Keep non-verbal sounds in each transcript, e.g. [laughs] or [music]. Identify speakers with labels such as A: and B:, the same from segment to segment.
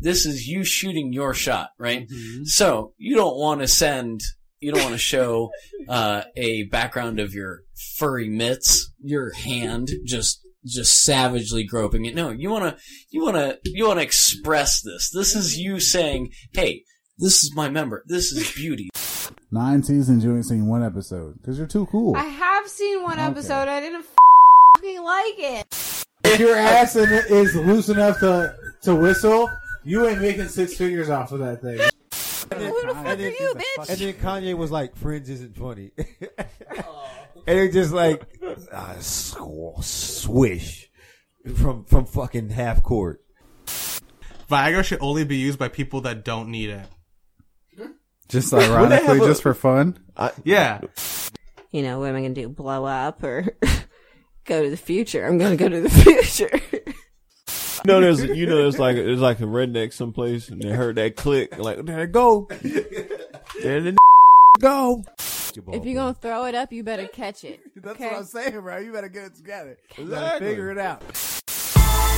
A: This is you shooting your shot, right?
B: Mm-hmm.
A: So you don't want to send, you don't want to
B: [laughs]
A: show uh, a background of your furry mitts, your hand just just savagely groping it. No, you want to, you want to, you want to express this. This is you saying, "Hey, this is my member. This is [laughs] beauty."
C: Nine seasons, you ain't seen one episode because you're too cool.
D: I have seen one
C: Okay.
D: episode. I didn't fucking like it. [laughs]
C: If your ass in it is loose enough to to whistle, you ain't making six figures off of that thing.
D: Who the fuck are
E: And then-
D: you, bitch?
E: And then Kanye was like, "Friends isn't funny," [laughs] and it just like uh, squ- swish from from fucking half court.
F: Viagra should only be used by people that don't need it.
C: Just
E: Would they
C: ironically,
E: have a-
C: just for fun.
F: Yeah.
D: You know, what am I going to do? Blow up or go to the future? I'm going to go to the [laughs] future.
G: You know, there's you know, there's like there's like a redneck someplace, and they heard that click, like there it go, there the [laughs] go.
D: if you're going to throw it up, you better catch [laughs] it.
C: That's
D: Okay.
C: what I'm saying, bro. You better get it together. You better
E: Exactly.
C: Figure it out.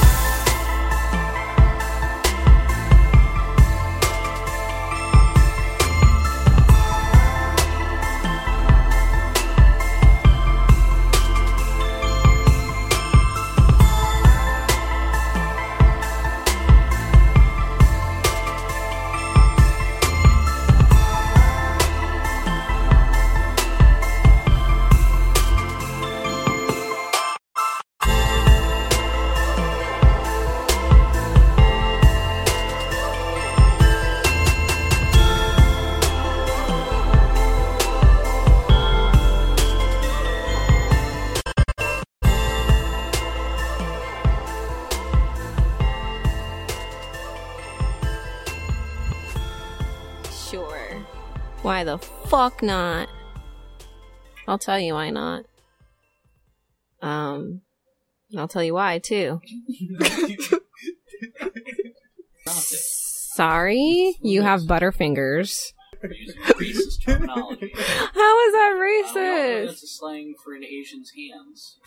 B: Sure. Why the fuck not? I'll tell you why not. Um, I'll tell you why
D: [laughs]
B: too. Sorry, you have butterfingers.
A: Racist
B: [laughs]
A: terminology.
B: How is that
A: That's
B: racist?
A: a slang for an Asian's hands.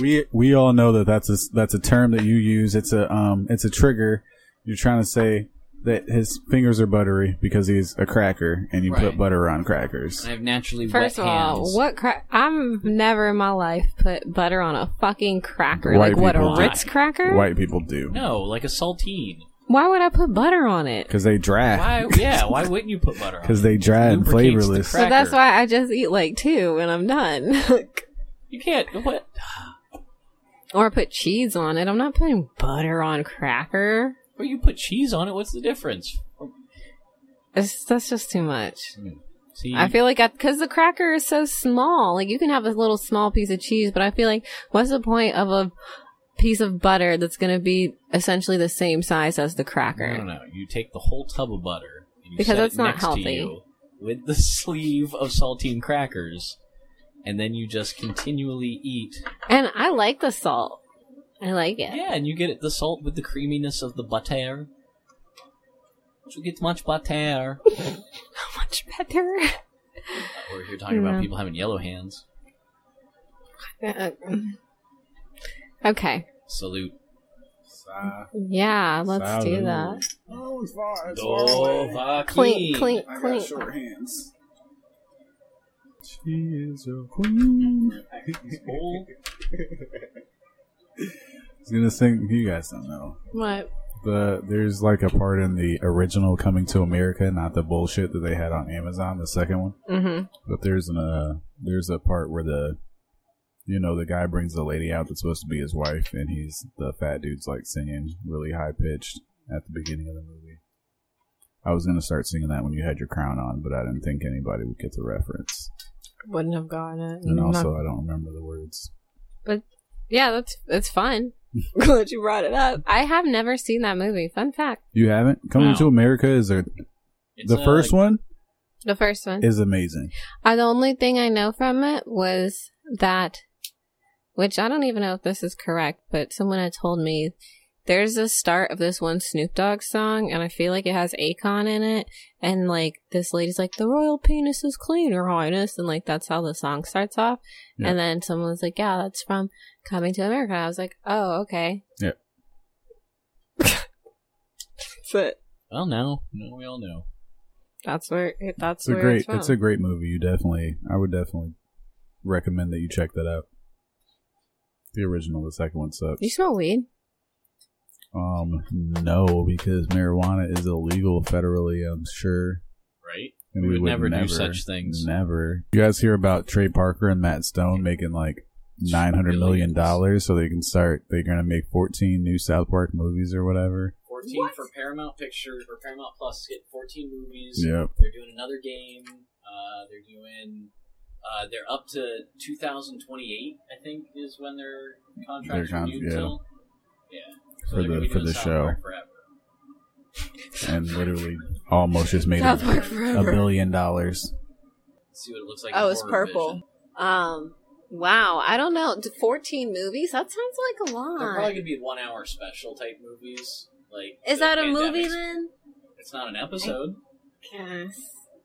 C: We we all know that that's a that's a term that you use. It's a um it's a trigger. You're trying to say that his fingers are buttery because he's a cracker, and you
A: Right.
C: put butter on crackers.
A: I have naturally
B: First of
A: wet
B: all,
A: hands.
B: what cra- I've never in my life put butter on a fucking cracker.
C: White
B: like what a
C: people do.
B: Ritz cracker?
C: White people do
A: No, like a saltine.
B: Why would I put butter on it?
C: because they dry [laughs]
A: Why? Yeah. Why wouldn't you put butter on?
C: because
A: it?
C: they dry and
A: Lubricates the
C: flavorless.
A: crack.
B: So that's
A: cracker.
B: why I just eat like two when I'm done. [laughs]
A: you can't. What?
B: or put cheese on it. I'm not putting butter on cracker.
A: Well, you put cheese on it. What's the difference?
B: It's, that's just too much.
A: See,
B: I feel like because the cracker is so small, like you can have a little small piece of cheese, but I feel like what's the point of a piece of butter that's going to be essentially the same size as the
A: I don't
B: cracker?
A: know. You take the whole tub of butter and you
B: Because
A: set
B: that's
A: it
B: not
A: next to
B: healthy.
A: you with the sleeve of saltine crackers, and then you just continually eat.
B: And I like the salt. I like it.
A: Yeah, and you get the salt with the creaminess of the butter. You get much butter.
B: How much better?
A: We're here talking about
B: Yeah.
A: people having yellow hands.
B: [laughs] okay.
A: Salute.
B: Yeah, let's do
C: Salud.
B: that.
C: Oh,
A: Dovahkiin.
B: Clink, clink, clink.
C: hands. She is a queen. [laughs]
A: Oh,
C: I was gonna sing. You guys don't know.
B: What?
C: The there's like a part in the original Coming to America, not the bullshit that they had on Amazon, the second one.
B: Mm-hmm.
C: But there's an uh, there's a part where the you know the guy brings the lady out that's supposed to be his wife, and he's the fat dude's like singing really high pitched at the beginning of the movie. I was gonna start singing that when you had your crown on, but I didn't think anybody would get the reference,
B: Wouldn't have gotten it.
C: and
B: Not-
C: also I don't remember the words.
B: Yeah, that's that's
C: [laughs]
B: fun. Glad you brought it up. I have never seen that movie. Fun fact:
C: You haven't Coming
A: Wow.
C: to America is a
A: it's
C: the
A: a-
C: first one
B: the first one.
C: is amazing.
B: uh, the only thing I know from it was that, which I don't even know if this is correct, but someone had told me there's the start of this one Snoop Dogg song, and I feel like it has Akon in it, and like this lady's like, "The royal penis is clean, Your Highness," and like that's how the song starts off.
C: Yeah.
B: And then someone was like, "Yeah, that's from Coming to America." I was like, "Oh, okay."
C: Yeah.
B: [laughs] That's it.
H: Well, now, now we all know.
B: That's where. It, that's
C: It's a
B: where
C: great,
B: it's from.
C: it's a great movie. You definitely, I would definitely recommend that you check that out. The original, the second one sucks.
B: you smell weed?
C: Um, no, because marijuana is illegal federally. I'm sure.
H: Right?
C: And
H: We would never do such things.
C: Never. You guys hear about Trey Parker and Matt Stone making like nine hundred million dollars, so they can start. They're gonna make fourteen new South Park movies or whatever.
H: 14 for Paramount Pictures or Paramount Plus. Get 14 movies.
C: Yep.
H: They're doing another game. Uh, they're doing. Uh, they're up to 2028, I think, is when their contracts
C: Their con-
H: renewed
C: yeah.
H: till. Yeah.
C: For
H: they're gonna
C: the-
H: be
C: for
H: doing
C: the
H: South
C: show.
H: Park forever.
C: And literally, almost just made
I: South
C: a,
I: Park
C: a
I: Forever.
C: billion dollars.
H: [laughs] See what it looks like.
B: Oh,
H: in
B: it's
H: horror
B: purple.
H: vision.
B: Um. Wow. I don't know. D- Fourteen movies. That sounds like a lot.
H: They're probably gonna be one-hour special type movies. Like
B: Is
H: the
B: that a
H: pandemic
B: movie
H: sp-
B: then?
H: It's not an episode.
B: Yes.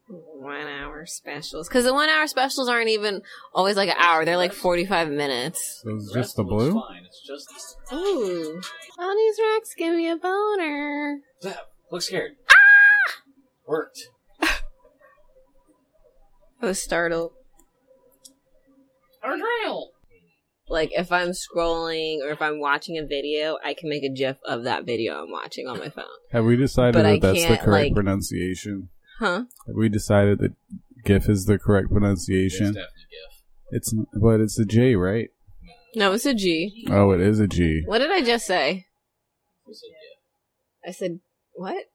B: One hour specials. Because the one hour specials aren't even always like an hour. They're like 45 minutes.
C: So it's
H: The
C: just
H: rest
C: the
H: looks
C: blue.
H: Fine. It's just
B: Ooh. All these rocks give me a boner.
H: Zap. Look scared. Worked.
B: I was startled.
H: Our trail.
B: Like if I'm scrolling or if I'm watching a video, I can make a gif of that video I'm watching on my phone.
C: Have we decided
B: But I
C: that that's the
B: can't,
C: correct
B: like-
C: pronunciation?
B: Huh?
C: Have we decided that GIF is the correct
H: It's definitely
C: pronunciation?
H: GIF.
C: It's n- but it's a J, right?
B: No, it's a G.
C: Oh, it is a G.
B: What did I just say?
H: We said GIF.
B: I said [laughs] what?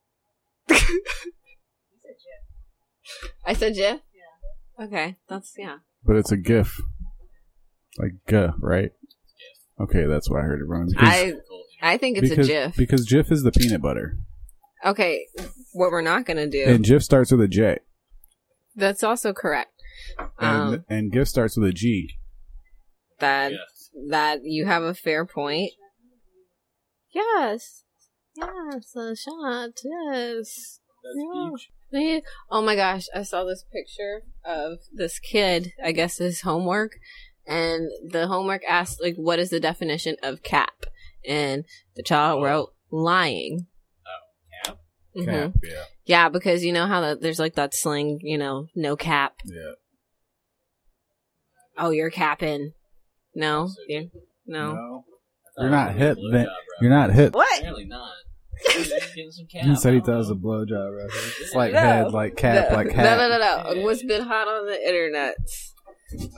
B: I said gif. Yeah. Okay, that's yeah.
C: But it's a GIF. Like GIF, right? Okay, that's why I heard it wrong.
B: I I think it's
C: because,
B: a gif.
C: Because GIF is the peanut butter.
B: Okay, what we're not gonna do.
C: And GIF starts with a J.
B: That's also correct.
C: And,
B: Um,
C: and GIF starts with a G.
B: that
H: Yes.
B: that you have a fair point. Yes, yes, a shot. Yes. Yeah. Yeah. Oh my gosh, I saw this picture of this kid. I guess his homework, and the homework asked like, "What is the definition of cap?" And the child wrote lying.
H: Oh, cap?
B: Mhm.
C: Cap, yeah.
B: Yeah, because you know how that there's like that sling, you know, no cap.
C: Yeah.
B: Oh, you're capping. No, you no.
C: No. You're not hip, then. You're not hip.
I: What?
H: Apparently [laughs] not. Getting some
C: He
H: cap.
C: said he thought it was a blowjob, right? It's like
B: No.
C: head, like cap,
B: [laughs] no.
C: like
B: no,
C: hat.
B: No, no, no, What's been hot on the internet?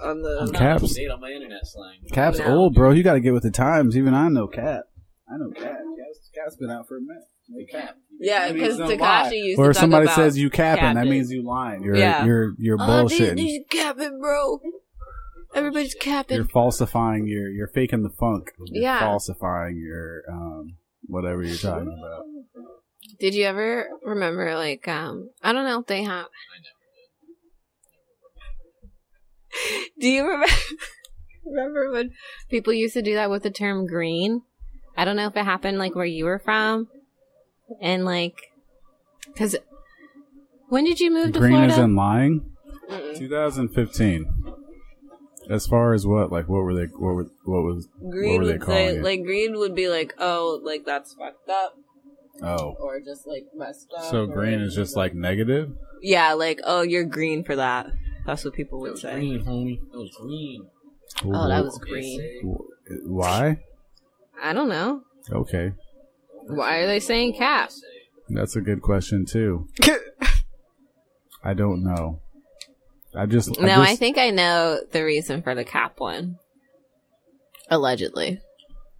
B: On
H: I'm
B: the
H: not
C: Caps.
H: up to date on my internet slang.
C: Cap's
B: No.
C: old, bro. You got to get with the times. Even I know Cap. I know Cap. Cap's, Cap's been out for a minute.
H: The cap.
B: yeah,
C: That
B: because
C: means don't lie.
B: Takashi used
C: Or
B: to
C: if
B: talk
C: somebody
B: about
C: says you capping, that
B: capping.
C: means you lying. You're
B: Yeah.
C: you're you're
B: oh, these,
C: bullshitting.
B: these capping, bro. Everybody's capping.
C: You're falsifying your you're faking the funk. You're
B: Yeah.
C: falsifying your um whatever you're talking about.
B: Did you ever remember, like, um, I don't know if they have. [laughs] do you remember, remember when people used to do that with the term green? I don't know if it happened, like, where you were from. And, like, because when did you move to
C: Green
B: Florida?
C: is in lying.
B: Mm-mm.
C: 2015. As far as what, like, what were they? What were what was?
B: green
C: what were they
B: would
C: calling
B: say,
C: it?
B: like, green would be like, oh, like, that's fucked up
C: Oh,
B: or just, like, messed up.
C: so
B: or-
C: green is just like negative.
B: Yeah, like, oh, you're green for that. That's what people
H: That
B: would
H: was
B: say.
H: green, homie. That was green.
B: Oh, that was green.
C: Why?
B: I don't know.
C: Okay,
B: Why are they saying cap?
C: that's a good question too. I don't know. I just I
B: No,
C: just-
B: I think I know the reason for the cap one. Allegedly.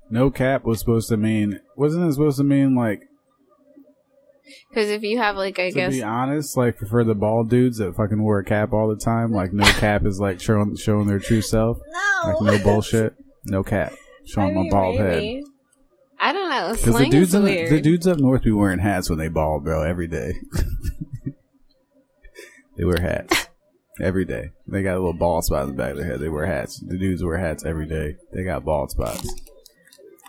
C: no cap was supposed to mean wasn't it supposed to mean like
B: Because if you have, like, I
C: to
B: guess.
C: be honest, like for the bald dudes that fucking wear a cap all the time, like no cap is like showing showing their true self. Like
B: [laughs] Oh.
C: no bullshit, no cap, showing my bald head.
B: I don't know.
C: Because the
B: Slang
C: dudes
B: is
C: in the,
B: weird.
C: the dudes up north be wearing hats when they bald, bro. Every day, [laughs] they wear hats every day. They got a little bald spot in the back of their head. They wear hats. The dudes wear hats every day. They got bald spots.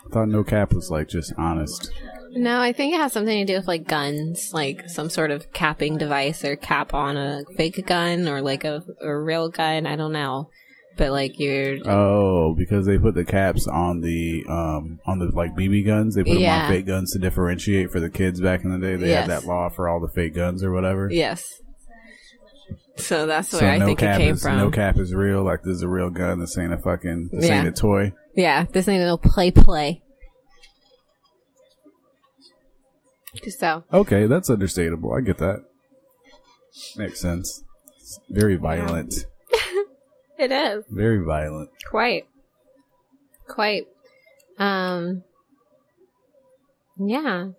C: I thought no cap was like just honest.
B: no, I think it has something to do with, like, guns. Like, some sort of capping device or cap on a fake gun or, like, a, a real gun. I don't know. but like you're
C: Oh, because they put the caps on the um on the like BB guns. They put them
B: Yeah.
C: on fake guns to differentiate for the kids back in the day. They had
B: Yes.
C: that law for all the fake guns or whatever.
B: yes. So that's
C: So
B: where I
C: no
B: think it
C: cap
B: came
C: is
B: from.
C: no cap is real. Like this is a real gun. This ain't a fucking this ain't
B: Yeah.
C: a toy.
B: Yeah, this ain't no play play. So
C: Okay, that's understandable. I get that. Makes sense. It's very violent.
B: it is
C: Very violent.
B: quite, quite. Um, yeah.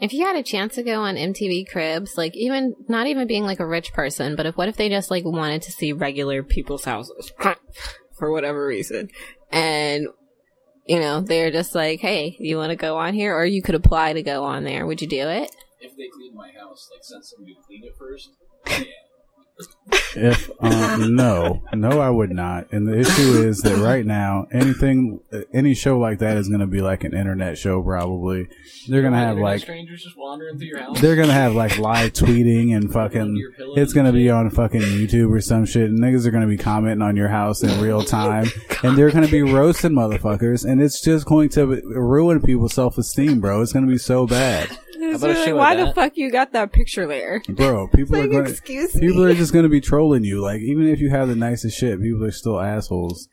B: If you had a chance to go on MTV Cribs, like even not even being like a rich person, but if what if they just like wanted to see regular people's houses [laughs] for whatever reason, and you know they're just like, hey, you want to go on here, or you could apply to go on there. Would you do it?
H: If they clean my house, like send somebody to clean it first.
C: If um, no, no, I would not. And the issue is that right now, anything, any show like that is going to be like an internet show. Probably they're going to have like
H: strangers just wandering through your house.
C: they're gonna have like live tweeting and fucking. It's gonna be on fucking YouTube or some shit. And niggas are gonna be commenting on your house in real time, and they're gonna be roasting motherfuckers. And it's just going to ruin people's self esteem, bro. It's gonna be so bad,
H: about a show of
B: why the
H: that?
B: fuck you got that picture there? [laughs]
C: bro. People
B: Like,
C: are going.
B: excuse
C: People
B: me.
C: are just gonna be trolling you. Like even if you have the nicest shit, people are still assholes.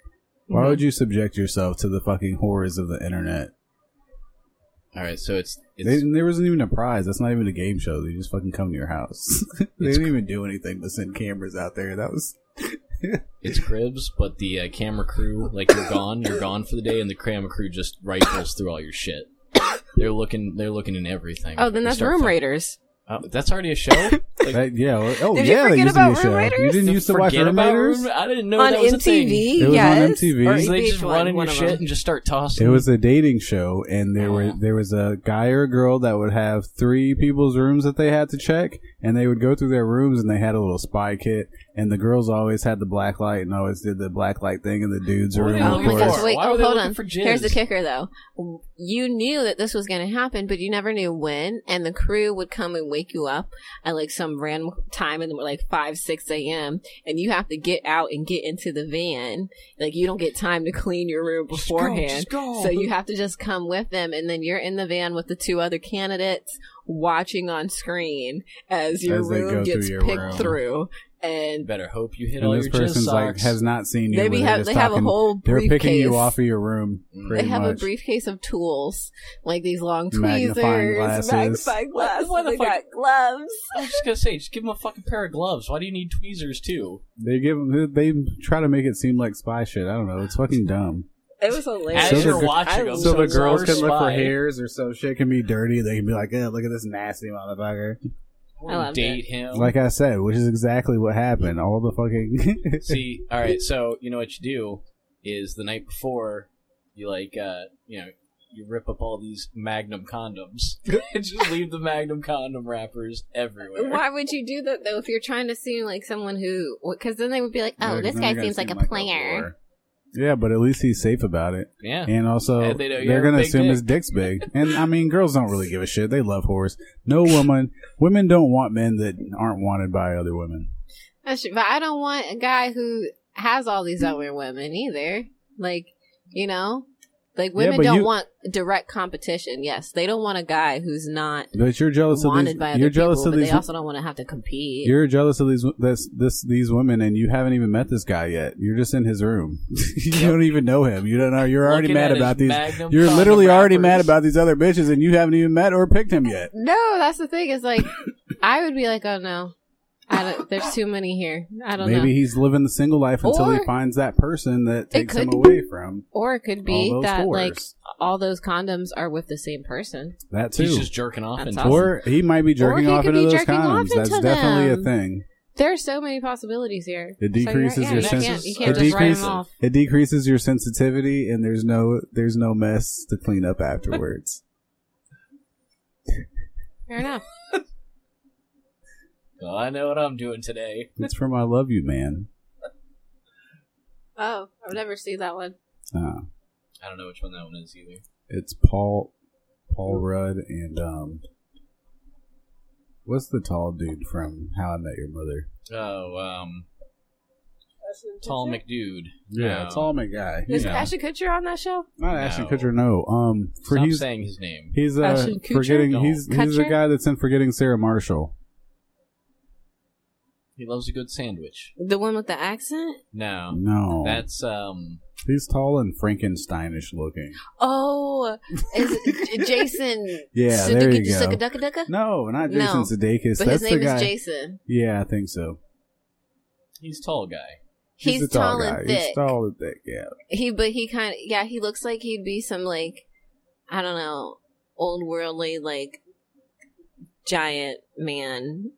C: Why would
B: Mm-hmm.
C: you subject yourself to the fucking horrors of the internet?
H: All right, so it's
C: They,
H: it's
C: there wasn't even a prize. That's not even a game show. They just fucking come to your house. [laughs] they didn't even do anything but send cameras out there. That was
H: it's cribs, but the uh, camera crew like you're gone, you're gone for the day, and the camera crew just rifles through all your shit. They're looking, they're looking in everything.
B: Oh, then
H: They
B: that's
H: start
B: Room
H: fucking-
B: Raiders.
H: Oh, that's already a show.
B: [laughs]
H: Like,
C: That- yeah. well- Oh,
B: Did you
C: yeah. they
B: forget
C: used
B: about
C: to be a show.
B: Room Raiders?
C: You didn't used to watch
H: forget
C: Room
H: about
C: Raiders.
H: Room- I didn't know
I: on
H: that was a thing.
I: MTV.
C: It was on
I: yes.
C: MTV.
I: Or
C: So
H: they just
I: VH1,
H: run in
I: one
H: your
I: of
H: shit
I: them.
H: and just start tossing.
C: It was a dating show, and there were
H: Oh.
C: there was a guy or a girl that would have three people's rooms that they had to check, and they would go through their rooms, and they had a little spy kit, and the girls always had the black light and always did the black light thing in the dude's
H: What were
C: room.
H: they
C: of
H: looking
C: course.
H: for?
B: Wait,
H: Why were
B: oh,
H: they
B: hold
H: looking
B: on.
H: for jizz?
B: Here's the kicker, though. You knew that this was going to happen, but you never knew when. And the crew would come and wake you up at like some random time, in the like five, six a.m. And you have to get out and get into the van. Like you don't get time to clean your room beforehand. So you have to just come with them, and then you're in the van with the two other candidates watching on screen as your
C: As they go through
B: room gets
C: your
B: picked
C: room.
B: through. And
H: better hope you hit
C: And
H: all
C: this
H: your jizz
C: person's
H: socks.
C: like has not seen you.
B: They
C: where
B: be
C: they're
B: have-
C: just
B: they have a
C: talking-
B: whole
C: They're picking you
B: briefcase.
C: off of your room.
B: they
C: pretty
B: have a
C: much.
B: briefcase of tools, like these long
C: Magnifying
B: tweezers,
C: glasses.
B: magnifying glasses.
H: Why the
B: they
H: fuck-
B: got gloves.
H: I was just gonna say, just give him a fucking pair of gloves. Why do you need tweezers too?
C: They give. They try to make it seem like spy shit. I don't know. It's fucking dumb.
B: It was hilarious.
C: As you're
H: watching
B: I
H: them,
C: so the
H: Some
C: girls
H: sore
C: can look for
H: spy.
C: hairs or so shit can be dirty. They can be like, eh, look at this nasty motherfucker.
B: I loved
H: date him.
C: Like I said, which is exactly what happened. All the fucking. [laughs]
H: See, all right. So you know what you do is the night before, you like, uh, you know, you rip up all these Magnum condoms and just leave the Magnum condom wrappers everywhere.
B: Why would you do that though? If you're trying to seem like someone who, because then they would be like, "Oh,
C: They're
B: this
C: gonna
B: guy
C: seem
B: seems like a player."
C: whore. yeah, but at least he's safe
H: [laughs]
C: about it.
H: Yeah.
C: And also,
H: And they know
C: they
H: you're
C: are
H: a
C: going to
H: big
C: assume
H: dick.
C: his
H: [laughs]
C: dick's big. And I mean, girls don't really give a shit. They love whores. No woman. Women don't want men that aren't wanted by other women.
B: That's true. But I don't want a guy who has all these other women either. Like, you know, like
C: Yeah,
B: women
C: but
B: don't
C: you-
B: want direct competition. Yes, they don't want a guy who's not
C: But you're jealous of
B: wanted
C: these.
B: by other
C: You're jealous
B: people,
C: of
B: but
C: these.
B: they also don't want to have to compete.
C: You're jealous of these this, this these women, and you haven't even met this guy yet. You're just in his room. [laughs] you don't even know him. You don't know. You're already
H: Looking
C: mad
H: at
C: about
H: his
C: these.
H: Magnum
C: You're
H: condom
C: literally already mad
H: wrappers.
C: about these other bitches, and you haven't even met or picked him yet.
B: No, that's the thing. Is like,
C: [laughs]
B: I would be like, oh no, I don't. There's too many here. I don't
C: Maybe
B: know.
C: he's living the single life until he
B: Or-
C: finds that person that takes him
B: could-
C: away from
B: Or it could be
C: all those
B: that
C: whores.
B: like all those condoms are with the same person.
C: that too.
H: He's just jerking off
B: That's
H: and
B: awesome.
C: Or he might be jerking
B: he
C: off
B: could
C: into
B: be
C: those
B: jerking off
C: condoms. That's
B: into
C: definitely a
B: them.
C: thing.
B: There are so many possibilities here.
C: It
B: So you're right.
C: decreases
B: Yeah,
C: your
B: you
C: senses.
B: Can't, you
C: it
B: can't just write
C: decreases.
B: them off.
C: It decreases your sensitivity, and there's no there's no mess to clean up
B: [laughs]
C: afterwards.
B: Fair enough.
H: Well, I know what I'm doing today.
C: it's from I love you, man.
B: Oh, I've never seen that one.
C: Uh,
H: I don't know which one that one is either.
C: it's Paul Paul Rudd and um what's the tall dude from How I Met Your Mother?
H: Oh, um,
A: Tall McDude.
C: Yeah,
A: No.
C: it's all my guy.
B: Is
C: you know.
B: Ashton Kutcher on that show?
C: Not Ashton
A: Um, No.
C: Kutcher. No. Um, for
A: Stop
C: he's
A: saying his name.
C: he's uh
B: Ashton Kutcher?
C: forgetting.
A: Don't.
C: He's he's the
B: Kutcher?
C: guy that's in forgetting Sarah Marshall.
A: He loves a good sandwich.
B: The one with the accent?
A: No,
C: No,
A: that's um.
C: he's tall and Frankensteinish looking.
B: Oh,
C: [laughs]
B: is it J- Jason?
C: Yeah, there you go.
B: Suka ducka ducka?
C: No, not
B: No.
C: Jason Sudeikis.
B: but
C: that's
B: his name
C: the guy.
B: is Jason.
C: Yeah, I think so.
A: He's tall guy.
B: He's,
C: a
B: tall,
C: guy.
B: and thick.
C: He's tall and thick. Yeah.
B: He, but he kind of, yeah, he looks like he'd be some like, I don't know, old worldly like giant man.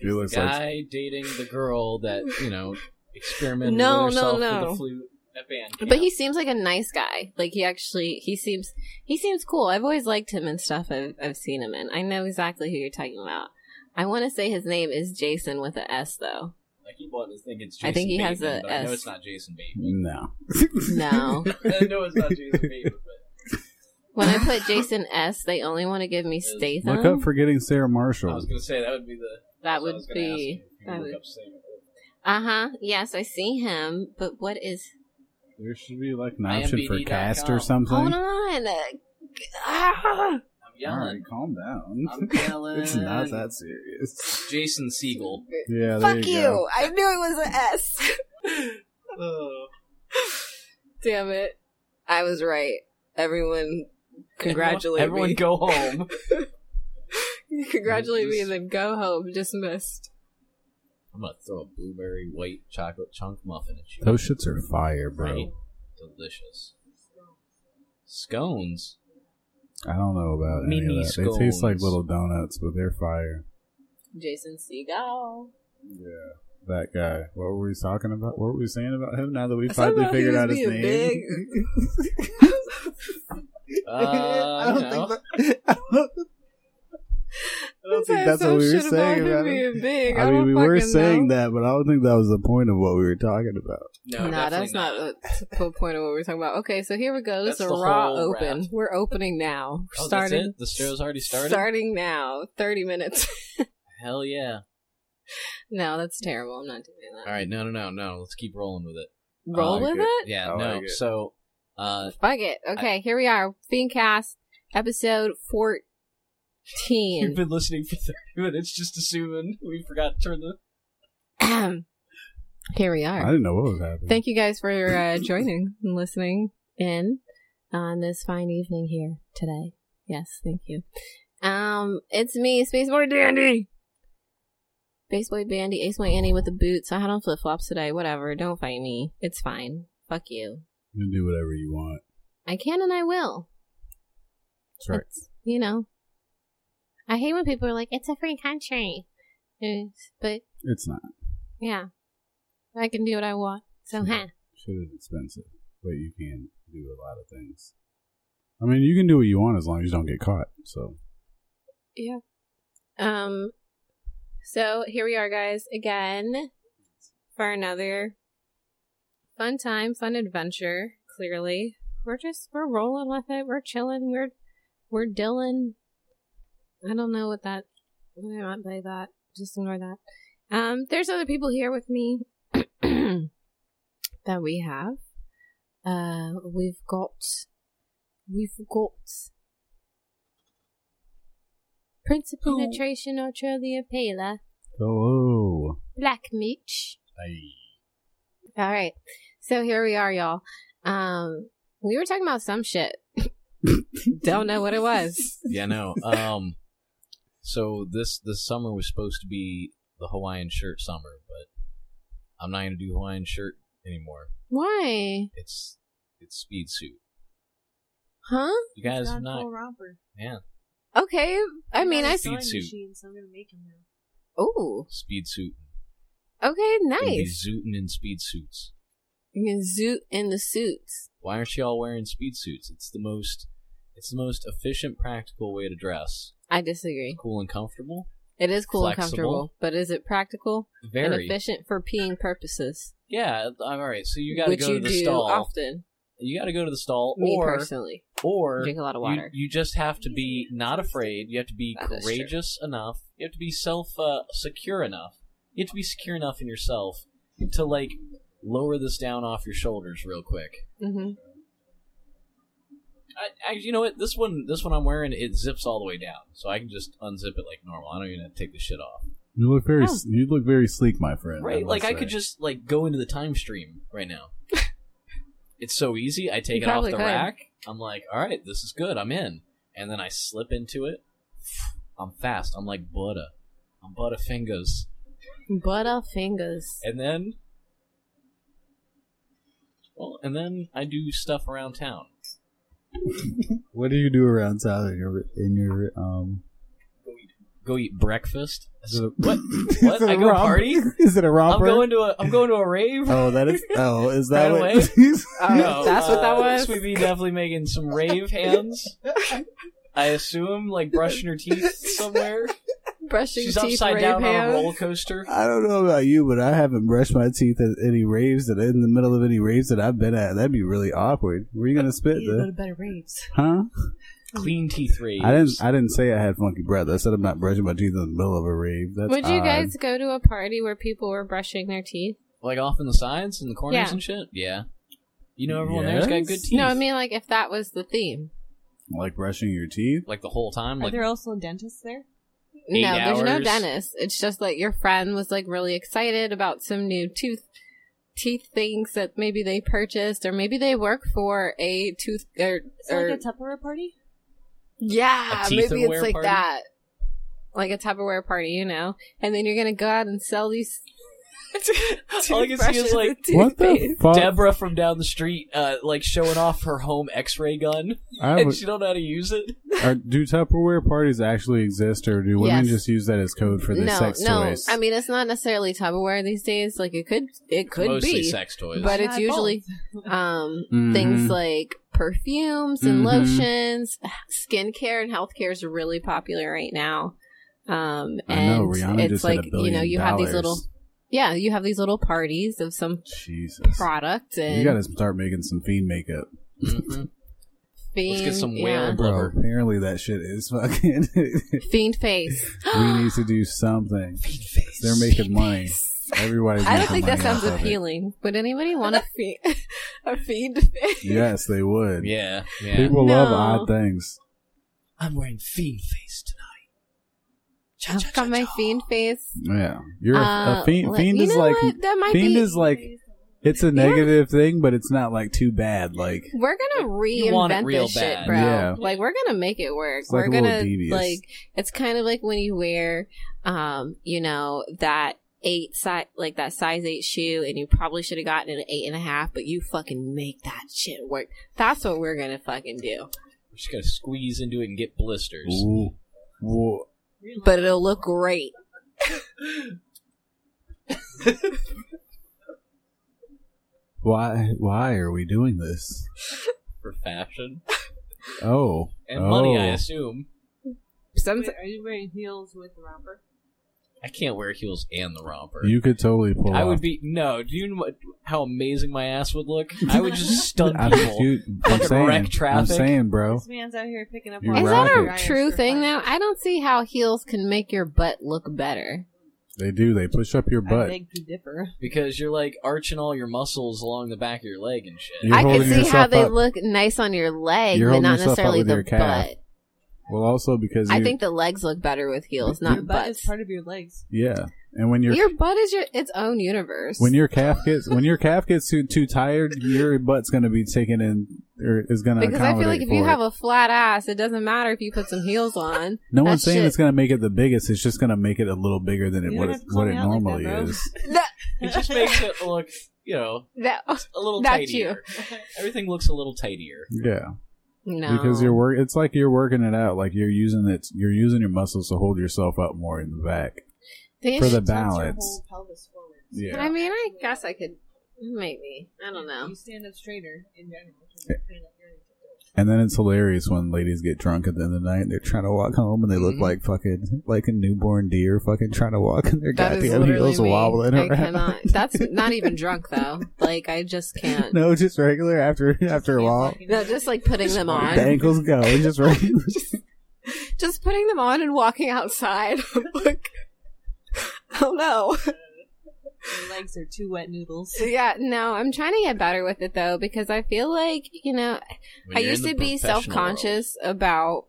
C: He looks like
A: Guy dating the girl that you know experimented
B: No,
A: with
B: no,
A: herself
B: no.
A: with the flute at band.
B: But he seems like a nice guy. Like he actually, he seems, he seems cool. I've always liked him and stuff. I've, I've seen him in. I know exactly who you're talking about. I want to say his name is Jason with a S though.
A: Like he bought this thing. It's Jason
B: I think he has
A: Bateman,
B: a
A: but I know
B: S.
A: it's not Jason Bateman.
C: no.
B: No.
A: [laughs]
C: Mm.
A: I know it's not Jason Bateman.
B: When I put Jason S, they only want to give me
C: [laughs]
B: Statham.
C: Look up forgetting Sarah
A: But I
C: Marshall.
A: was gonna say that would be the
B: That
A: that's what I
B: would
A: was gonna ask you,
B: be-
A: if you
B: that
A: look
B: would-
A: up Sam.
B: Uh huh. Yes, I see him. But what is?
C: There should be like an option for
A: IMDb.com.
C: cast or something.
B: Hold on. Uh, g- ah.
A: I'm
C: All
A: yelling.
C: right, calm down.
A: I'm yelling.
C: [laughs] it's not that serious.
A: Jason Siegel.
C: Yeah, there
B: Fuck you!
C: you, go. Oh.
B: I knew it was
C: [laughs]
B: an S. Damn it! I was right. Everyone, congratulate
A: everyone,
B: [laughs] me.
A: Everyone, go home.
B: congratulate me, and then go home. Dismissed.
A: [laughs] I'm gonna throw a blueberry white chocolate chunk muffin at you.
C: Those shits are fire, bro.
A: Right? Delicious.
B: [laughs]
A: Scones.
C: I don't know about any
A: Mini
C: of that. They taste like
A: scones.
C: little donuts, but they're fire.
B: Jason Seagal.
C: Yeah. That guy. What were we talking about? What were we saying about him now that we
B: I
C: finally
B: somehow he
C: figured
B: was
C: out his
B: being
C: name? [laughs]
B: [laughs] big.
A: Uh, [laughs] I
C: don't think I don't think that's what we were saying about him.
B: Big.
C: I mean, we were saying that, but I don't think that was the point of what we were talking about.
A: No, Oh,
B: nah, that's not, uh, the po- point of what we're talking about. Okay, so here we go. This
A: That's
B: is a
A: the
B: raw
A: whole
B: open.
A: raft.
B: We're opening now. We're
A: Oh,
B: starting.
A: That's it? The show's already started.
B: Starting now. Thirty minutes. [laughs]
A: Hell yeah!
B: no, that's terrible. I'm not doing that.
A: All right, no, no, no, no. Let's keep rolling
B: [laughs]
A: with it.
B: Roll
C: I like
B: with
C: it.
B: it.
A: Yeah,
C: Oh, I
A: no.
C: like it.
A: So, uh,
B: Fuck it. Okay, here we are. Fiendcast episode
A: you've
B: fourteen.
A: been listening for [laughs] thirty minutes, just assuming we forgot to turn the.
B: [clears throat] here we
C: I
B: are.
C: didn't know what was happening.
B: Thank you guys for uh, joining and listening in on this fine evening here today. Yes, thank you. Um, it's me, Spaceboy Dandy. Spaceboy Bandy, Ace Boy Andy with the boots. I had on flip flops today. Whatever. Don't fight me. It's fine. Fuck you.
C: You can do whatever you want.
B: I can and I will.
C: That's right.
B: It's- you know. I hate when people are like, it's a free country. It's- But
C: It's not.
B: yeah, I can do what I want. So, huh.
C: Shit is expensive, but you can do a lot of things. I mean, you can do what you want as long as you don't get caught. So
B: Yeah. Um so here we are guys again for another fun time, fun adventure, clearly. We're just we're rolling with it, we're chilling, we're we're Dylan. I don't know what that what I meant by that. Just ignore that. Um there's other people here with me [clears throat] that we have. Uh we've got we've got Prince of
A: Who-
B: Penetration or Trillia Pala,
C: hello,
B: Black Meech.
C: Aye.
B: All right. So here we are, y'all. Um, we were talking about
A: [laughs]
B: some shit. Don't know what it was.
A: Yeah, no. Um, so this this summer was supposed to be the Hawaiian shirt summer, but I'm not gonna do Hawaiian shirt anymore.
B: Why?
A: It's it's speed suit.
B: Huh?
A: You guys
J: John
A: have not,
J: Paul Romper.
A: yeah,
B: Okay. I mean, I.
J: got a
A: see-
J: sewing
A: Speed suit.
J: machine, so I'm gonna make him now.
B: Oh.
A: speed suit.
B: Okay.
A: Gonna Be
B: Nice.
A: zooting in speed suits.
B: You can zoot in the suits.
A: Why aren't y'all wearing speed suits? It's the most it's the most efficient, practical way to dress.
B: I disagree.
A: Cool and comfortable.
B: It is cool and
A: Flexible.
B: comfortable, but is it practical and
A: Very.
B: efficient for peeing purposes?
A: Yeah. All right. So you got to
B: which
A: go
B: you
A: to the
B: do
A: stall.
B: often.
A: You got to go to the stall,
B: Me
A: or
B: personally,
A: or
B: drink a lot of
A: you-
B: water.
A: You, just have to be not afraid. You have to be
B: That is true.
A: courageous enough. You have to be self uh, secure enough. You have to be secure enough in yourself to like lower this down off your shoulders real quick.
B: hmm
A: I, I, you know what? This one, this one I'm wearing, it zips all the way down, so I can just unzip it like normal. I don't even have to take the shit off.
C: You look very,
B: Oh.
C: you look very sleek, my friend.
A: Right?
C: must
A: Like I could
C: say.
A: just like go into the time stream right
B: [laughs]
A: now. it's so easy. I take
B: You
A: it off the
B: probably could.
A: rack. I'm like, all right, this is good. I'm in, and then I slip into it. [sighs] I'm fast. I'm like butter. I'm butter fingers,
B: fingers.
A: and then. Well, and then I do stuff around town.
C: What do you do around town in your, in your um? [laughs]
A: Go eat breakfast.
C: Is it a, [laughs]
A: What? What?
C: is it
A: I
C: a
A: go
C: romp-
A: party?
C: [laughs] Is it a
A: I'm
C: romper?
A: going to a I'm going to a rave.
C: oh, that
A: [laughs]
C: is. Oh, [laughs] is that
A: Right
C: what?
A: away?
B: Oh, that's what that was?
A: We'd be uh, definitely making some rave hands. I assume, like brushing her teeth somewhere.
B: [laughs] Brushing
A: She's
B: teeth,
A: upside
B: rave
A: down on a
B: hands.
A: roller coaster.
C: I don't know about you, but I haven't brushed my teeth at any raves that in the middle of any raves that I've been at. That'd be really awkward. Where you gonna spit
B: You go to
C: the?
B: better raves.
C: Huh?
A: Clean teeth raves.
C: I didn't. I didn't say I had funky breath. I said I'm not brushing my teeth in the middle of a rave. That's
B: Would you
C: odd.
B: guys go to a party where people were brushing their teeth?
A: like off in the sides and the corners
B: Yeah.
A: and shit. Yeah. You know, everyone there's got good
C: Yes?
A: teeth.
B: No, I mean like if that was the theme.
C: like brushing your teeth?
A: like the whole time.
D: Are
A: Like
D: there also dentists there?
A: Eight
B: no, there's no
A: hours.
B: dentist. It's just like your friend was like really excited about some new tooth teeth things that maybe they purchased or maybe they work for a tooth or,
D: It's
B: or
D: like a Tupperware party?
B: yeah,
A: A teeth
B: maybe it's
A: aware
B: like
A: party?
B: that. Like a Tupperware party, you know, and then you're gonna go out and sell these.
A: [laughs] All I can see is,
B: toothbrushes
A: like,
B: and
C: What the
B: toothpaste.
C: fuck?
A: Deborah from down the street, uh, like showing off her home X-ray gun,
C: I
A: and
C: would-
A: she don't know how to use it.
C: are, do Tupperware parties actually exist, or do women
B: Yes.
C: just use that as code for their
B: no,
C: sex
B: no.
C: toys?
B: I mean, it's not necessarily Tupperware these days. Like it could, it could
A: Mostly
B: be,
A: sex toys.
B: but it's
D: Yeah,
B: usually um,
C: Mhm.
B: things like perfumes and
C: Mhm.
B: lotions, [sighs] skincare, and healthcare is really popular right now. Um, and
C: I know Rihanna
B: it's
C: just
B: like
C: hit a
B: you
C: billion
B: know you have these little
C: dollars.
B: yeah you have these little parties of some
C: Jesus.
B: product and
C: You gotta start making some fiend makeup,
A: Mhm.
B: fiend,
A: Let's get some
B: yeah.
A: whale
C: bro.
A: blubber.
C: Apparently that shit is fucking. [laughs]
B: fiend face.
C: [gasps] we need to do something. They're making money. Everybody's.
B: I don't
C: making
B: think that
C: money off
B: sounds
C: of it.
B: appealing. Would anybody
D: [laughs]
B: want [gasps] a fiend? [laughs] a fiend face?
C: Yes, they would.
A: Yeah, yeah.
C: People
B: No.
C: love odd things.
A: I'm wearing fiend face tonight. Cha, cha,
B: I've got
A: cha,
B: my
A: cha.
B: fiend face.
C: Yeah, you're a,
B: Uh,
C: a fiend.
B: let-
C: Fiend
B: you
C: is
B: know
C: like
B: what? That might
C: fiend
B: be-
C: is like it's a negative thing, but it's not like too bad. Like
B: We're gonna
A: You want it
B: reinvent
A: real
B: this shit,
A: bad.
B: bro.
C: Yeah.
B: Like we're gonna make it work.
C: It's like
B: we're
C: a little
B: gonna
C: devious.
B: like it's kind of like when you wear, um, you know that eight size like that size eight shoe, and you probably should have gotten an eight and a half, but you fucking make that shit work. That's what we're gonna fucking do.
A: We're just gonna squeeze into it and get blisters.
C: ooh, ooh.
B: But it'll look great.
C: why why are we doing this?
A: for fashion
C: Oh,
A: and
C: oh.
A: money, I assume.
B: Some
D: Wait, are you wearing heels with the romper?
A: I can't wear heels and the romper.
C: You could totally pull.
A: I
C: off.
A: would be no. Do you know what- how amazing my ass would look? I would
C: [laughs]
A: just stun
C: [laughs] I'm,
A: people.
C: dude, I'm
A: Fucking [laughs]
C: saying,
A: wreck
C: I'm
A: traffic.
C: saying, bro.
D: This man's out here picking up
C: You
B: is
D: all
C: rock
B: that a
D: the
C: it.
B: true
D: for
B: thing
D: fun.
B: though? I don't see how heels can make your butt look better.
C: They do. They push up your
D: I
C: butt.
D: beg to differ.
A: because you're like arching all your muscles along the back of your leg and shit.
C: You're
B: I can
C: holding
B: see how
C: yourself
B: they
C: up.
B: look nice on your leg,
C: You're holding
B: but not
C: yourself up
B: necessarily
C: with
B: the
C: your calf.
B: butt.
C: Well, also because
B: I
C: you-
B: think the legs look better with heels,
C: Your
B: not
D: Your butt
B: butts.
D: is part of your legs.
C: yeah, and when you're
B: your butt is your its own universe.
C: when your calf gets when your calf gets too too tired, your butt's gonna be taken in or is gonna
B: because I feel
C: accommodate
B: like if you
C: for
B: have
C: it.
B: a flat ass, it doesn't matter if you put some heels [laughs] on.
C: no one's
B: that
C: saying
B: shit-
C: it's gonna make it the biggest. It's just gonna make it a little bigger than it
D: You
C: what
D: don't
C: it,
D: have to call
C: what
D: me
C: it
D: out like
C: normally
D: that, bro.
C: is.
B: That,
A: It just makes it look, you know,
B: that-
A: a little
B: Not
A: tidier. Everything looks a little tidier.
C: Yeah,
B: no,
C: because you're work. It's like you're working it out. Like you're using it. You're using your muscles to hold yourself up more in the back
B: They
C: for the
B: should-
C: balance.
D: Whole pelvis forward.
C: Yeah.
B: [laughs] I mean, I guess I could maybe. I don't know.
D: You stand up straighter in general. which is kind of irritating.
C: And then it's hilarious when ladies get drunk at the end of the night and they're trying to walk home and they look
B: Mm-hmm.
A: Mhm.
C: like fucking like a newborn deer fucking trying to walk and their
B: That is
C: goddamn
B: literally
C: heels
B: me.
C: wobbling
B: I
C: around. [laughs]
B: cannot. That's not even drunk though. Like I just can't.
C: no, just regular after after a while.
B: No, just like putting them on.
C: The ankles go. It's Just regular.
B: [laughs] just putting [laughs] them on and walking outside. I'm like, oh no.
D: Your legs are two wet [laughs] noodles.
B: [laughs] Yeah, no, I'm trying to get better with it though because I feel like, you know,
A: When
B: I
A: you're in
B: used
A: the
B: to be
A: professional
B: self conscious about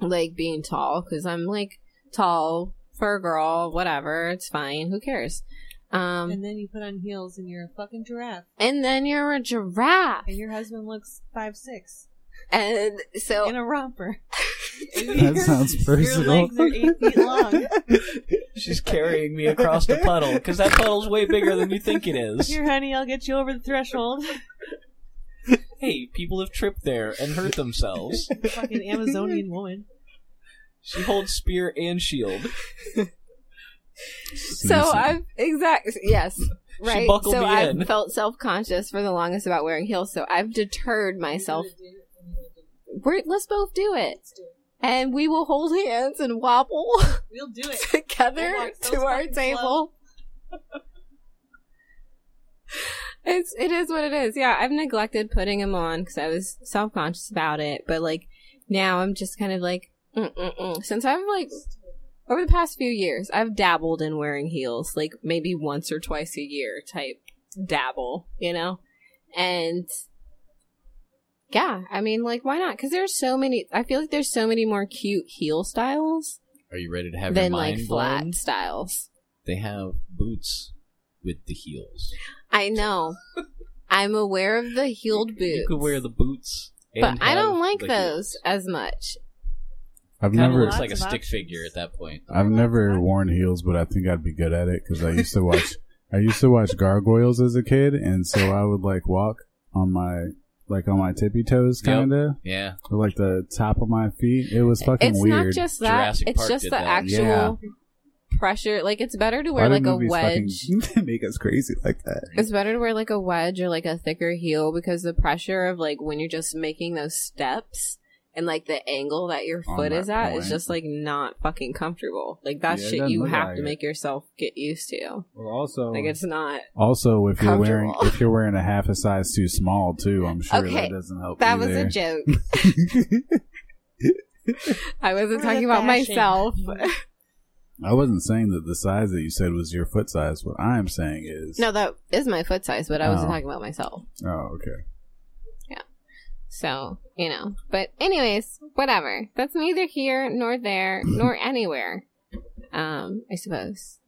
B: like being tall because I'm like tall, fur girl, whatever. It's fine. Who cares? Um,
D: And then you put on heels and you're a fucking giraffe.
B: and then you're a giraffe,
D: And your husband looks five six
B: and so
D: in a romper.
C: That sounds personal.
D: Your legs
A: [laughs]
D: are eight feet long.
A: world. [laughs] She's carrying me across the puddle because that puddle's way bigger than you think it is.
D: Here, honey, I'll get you over the threshold.
A: Hey, people have tripped there and hurt themselves.
D: fucking Amazonian woman.
A: She holds spear and shield.
B: so I've exact
A: [laughs]
B: yes. Right.
A: buckled
B: so
A: me
B: I
A: in.
B: have felt self conscious for the longest about wearing heels, so I've deterred myself. We're, let's both do it. And we will hold hands and wobble
D: We'll do it. We'll
B: [laughs] together
D: walk so
B: to our
D: fucking
B: table. it's it is what it is. Yeah, I've neglected putting them on because I was self conscious about it, but like now I'm just kind of like Mm-mm-mm. since I've like over the past few years I've dabbled in wearing heels, like maybe once or twice a year type dabble, you know, and. Yeah, I mean, like, why not? Because there's so many. I feel like there's so many more cute heel styles
A: Are you ready to have
B: than
A: your mind
B: like flat
A: blown?
B: styles.
A: They have boots with the heels.
B: I know. I'm aware of the heeled boots.
A: You could wear the boots, and
B: but I
A: have
B: don't like
A: the
B: those
A: heels.
B: as much.
C: I've
A: Kind of
C: never,
A: looks like a
D: Lots of
A: stick
D: options.
A: figure at that point.
C: I've never worn heels, but I think I'd be good at it because I used to watch, I used to watch gargoyles as a kid, and so I would like walk on my, like on my tippy toes,
A: Yep.
C: kind of,
A: Yeah,
C: or like the top of my feet. It was fucking
B: it's
C: weird.
B: not just that.
A: Jurassic
B: it's
A: Park
B: just
A: did
B: the
A: that.
B: actual
C: Yeah.
B: pressure. Like it's better to
C: Why
B: wear
C: do
B: like a
C: movies fucking [laughs]
B: wedge.
C: make us crazy like that.
B: It's better to wear like a wedge or like a thicker heel because the pressure of like when you're just making those steps and like the angle that your
C: On
B: foot
C: that
B: is at is
C: point.
B: just like not fucking comfortable. Like that
C: Yeah, it
B: shit
C: doesn't Oh.
B: you
C: look
B: have
C: like
B: to
C: it.
B: make yourself get used to.
C: Well, also,
B: Like it's not.
C: also if you're wearing
B: comfortable.
C: if you're wearing a half a size too small too, I'm sure
B: Okay,
C: that doesn't help.
B: That was
C: either.
B: a joke. I wasn't
D: the
B: talking about
D: fashion. [laughs]
B: myself.
C: [laughs]
B: [laughs]
C: I wasn't saying that the size that you said was your foot size. What I am saying is
B: No, that is my foot size, but I wasn't
C: Oh.
B: talking about myself.
C: Oh, okay.
B: So, you know. But anyways, whatever. That's neither here nor
A: [laughs]
B: there nor anywhere. Um, I suppose.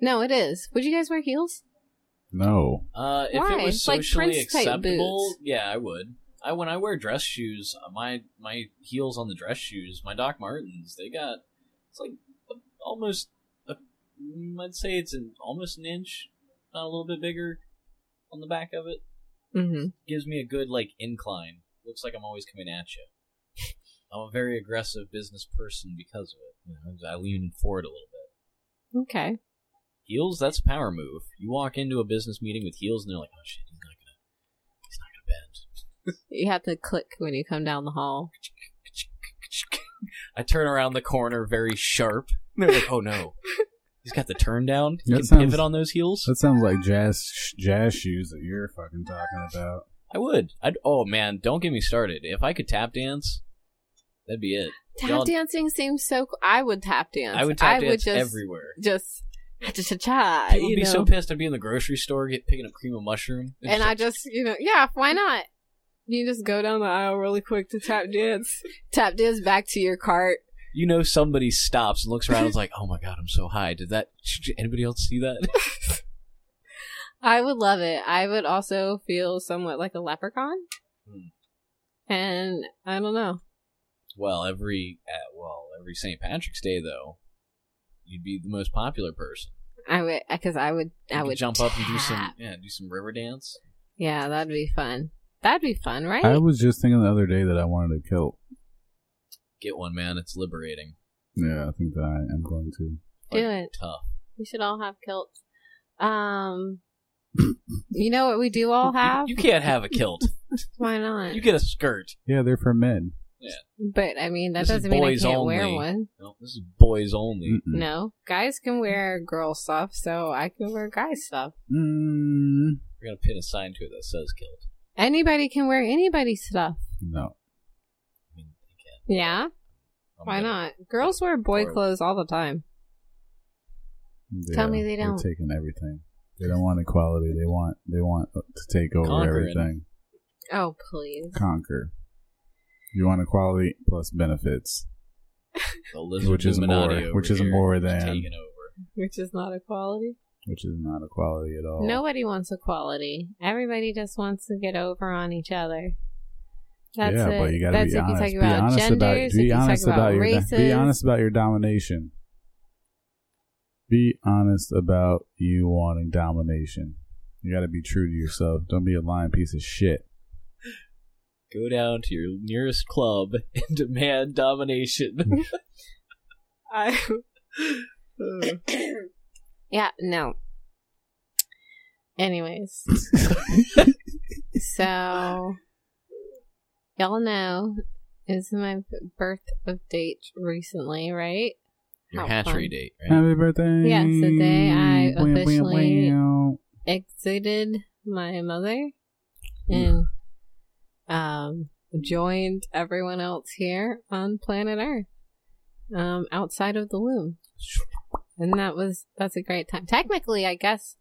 B: No, it is. Would you guys wear heels?
C: No,
A: uh, if
B: Why?
A: it was
B: Like
A: socially
B: Prince-type
A: acceptable,
B: boots.
A: yeah, I would. I when I wear dress shoes, uh, my my heels on the dress shoes, my Doc Martens, they got it's like a, almost, a, mm, I'd say it's an almost an inch, not a little bit bigger on the back of it.
B: Mm-hmm.
A: gives me a good like incline. Looks like I'm always coming at you. [laughs] I'm a very aggressive business person because of it. You know, I lean forward a little bit.
B: Okay.
A: Heels, that's a power move. You walk into a business meeting with heels, and they're like, "Oh shit, he's not gonna, he's not gonna bend."
B: You have to click when you come down the hall.
A: I turn around the corner very sharp. And they're like, "Oh
B: [laughs]
A: no, he's got the turn down. He
C: That
A: can
C: sounds-
A: pivot on those heels."
C: that sounds like jazz sh- jazz shoes that you're fucking talking about.
A: I would. I'd. Oh man, don't get me started. If I could tap dance, that'd be it.
B: Tap
A: Y'all-
B: dancing seems so cool. I would tap dance.
A: I would tap dance
B: just, uh,
A: everywhere.
B: Just cha cha
A: I would be so pissed. I'd be in the grocery store get, picking up cream of mushroom.
B: And I just, you know, yeah, why not? You just go down the aisle really quick to tap dance. tap dance back to your cart.
A: you know, somebody stops and looks around and is like, oh my god, I'm so high. Did that, did anybody else see that?
B: I would love it. I would also feel somewhat like a leprechaun.
A: Hmm.
B: And I don't know.
A: well, every, uh, well, every St. Patrick's Day, though, you'd be the most popular person.
B: I would, because I would,
A: You
B: I
A: could
B: would
A: jump up and do some,
B: tap.
A: yeah, do some river dance.
B: Yeah, that'd be fun. That'd be fun, right?
C: I was just thinking the other day that I wanted to kilt.
A: Get one, man. It's liberating.
C: Yeah, I think that I am going to.
B: Do
A: Like,
B: it.
A: Tough.
B: We should all have kilts. Um, you know what we do all have?
A: You can't have a kilt.
B: Why not?
A: You get a skirt.
C: Yeah, they're for men.
B: But I mean, that
A: This is
B: doesn't mean I
A: boys
B: can't wear
A: only.
B: one.
A: No, this is boys only.
C: Mm-mm.
B: No, guys can wear girl stuff, so I can wear guy stuff.
C: Mm,
A: We're gonna pin a sign to it that says kilt.
B: Anybody can wear anybody's stuff.
C: no.
A: I mean, they can.
B: Yeah,
A: I'm
B: why
A: gonna-
B: not? Girls wear boy
A: Or-
B: clothes all the time. Tell
C: Yeah,
B: me they
C: they're
B: don't.
C: taking everything. They don't want equality. They want they want to take over
A: Conquering.
C: everything.
B: Oh, please.
C: Conquer. You want equality plus benefits.
A: The lizard
C: Which is
A: Illuminati
C: more-
A: over
C: which is
A: here
C: more
A: is
C: than-
A: taking over.
B: Which is not equality.
C: which is not equality at all.
B: Nobody wants equality. Everybody just wants to get over on each other. That's
C: yeah,
B: it.
C: but you gotta
B: That's
C: be
B: if
C: honest.
B: you
C: be
B: talk about
C: honest
B: genders,
C: about
B: if
C: be
B: you
C: honest
B: talk about,
C: about your
B: races.
C: be honest about your domination. Be honest about you wanting domination. You gotta be true to yourself. Don't be a lying piece of shit.
A: Go down to your nearest club [laughs] and demand
C: [laughs]
A: domination.
B: I... [clears throat] yeah, no. Anyways. so, y'all know is my birth of date recently, right?
A: your
B: How
A: hatchery
B: fun.
A: date, right?
C: Happy birthday!
B: Yeah, it's the day I
C: Wah, wah,
B: officially-
C: wah.
B: Exited my mother and um, joined everyone else here on planet Earth um, outside of the womb. And that was that's a great time. Technically, I guess.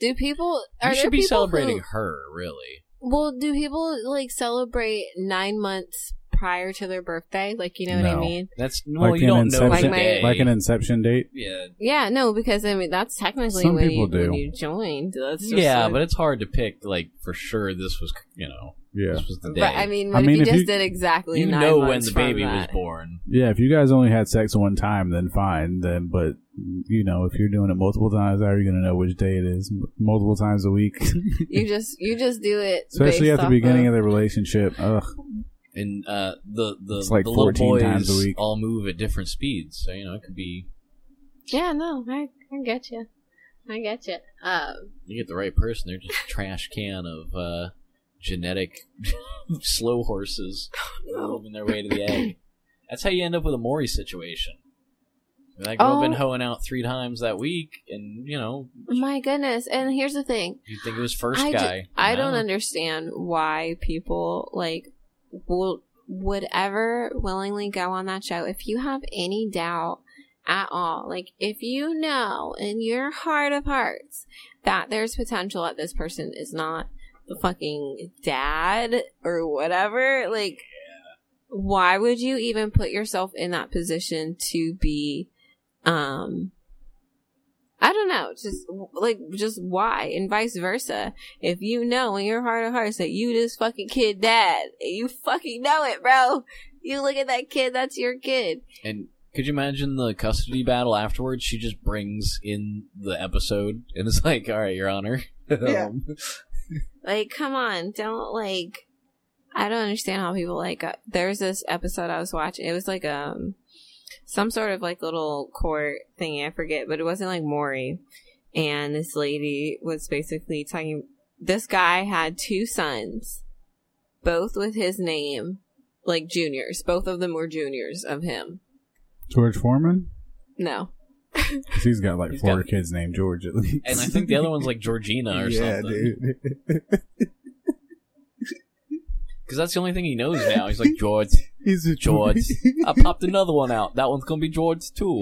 B: Do people are
A: you
B: there
A: should be
B: people
A: celebrating
B: who-
A: her, really.
B: Well, do people like celebrate nine months prior to their birthday? Like, you know what I
C: No.
B: mean?
A: That's well,
C: Like
A: you
C: an
A: don't know
C: inception-
A: the
B: Like my-
A: day.
C: Like an inception date.
A: yeah,
B: Yeah, no, because I mean that's technically
C: Some
B: when
C: people
B: you, when
C: do.
B: you joined. That's just
A: yeah,
B: like-
A: but it's hard to pick. Like for sure, this was you know
C: Yeah.
A: this was the day.
B: But I mean,
C: I
B: what if
C: mean,
B: you
C: if
B: just
C: you-
B: did exactly
A: you
B: nine
A: know when
B: months
A: the
B: from
A: baby was
B: that?
A: born.
C: Yeah, if you guys only had sex one time, then fine. Then, but you know, if you're doing it multiple times, how are you gonna know which day it is? M- Multiple times a week, [laughs]
B: You just you just do it,
C: especially
B: based
C: at the
B: off
C: beginning of
B: of
C: the relationship. Ugh,
A: and uh, the the,
C: It's like
A: the little
C: 14
A: boys
C: times a week.
A: all move at different speeds. So you know it could be
B: Yeah, no, I I get you, I get you. Um,
A: you get the right person, they're just a trash can of uh, genetic [laughs] slow horses
B: Oh,
A: moving their way to the egg. That's how you end up with a Maury situation. That girl
B: Oh.
A: been hoeing out three times that week, and you know
B: my goodness, and here's the thing,
A: you think it was first
B: I ju-
A: guy.
B: I
A: No.
B: don't understand why people like will would ever willingly go on that show if you have any doubt at all. Like if you know in your heart of hearts that there's potential that this person is not the fucking dad or whatever, like why would you even put yourself in that position to be um I don't know, just like just why and vice versa. If you know in your heart of hearts that you this fucking kid dad, and you fucking know it, bro. You look at that kid, that's your kid.
A: And could you imagine the custody battle afterwards? She just brings in the episode and it's [laughs] like, all right, Your
C: [laughs]
A: Honor. Um, Yeah.
B: Like, come on, don't like. I don't understand how people like. Uh, there's this episode I was watching. It was like um, some sort of like little court thing. I forget, but it wasn't like Maury. And this lady was basically talking. This guy had two sons, both with his name, like juniors. Both of them were juniors of him.
C: George Foreman,
B: No,
C: 'Cause he's got like
A: He's
C: four
A: got-
C: kids named George at least.
A: and I think the other one's like Georgina or
C: [laughs] yeah,
A: something.
C: dude. [laughs]
A: Because that's the only thing he knows now. He's like, George,
C: he's a
A: George. I popped another one out. That one's going to be George
C: [laughs]
A: too.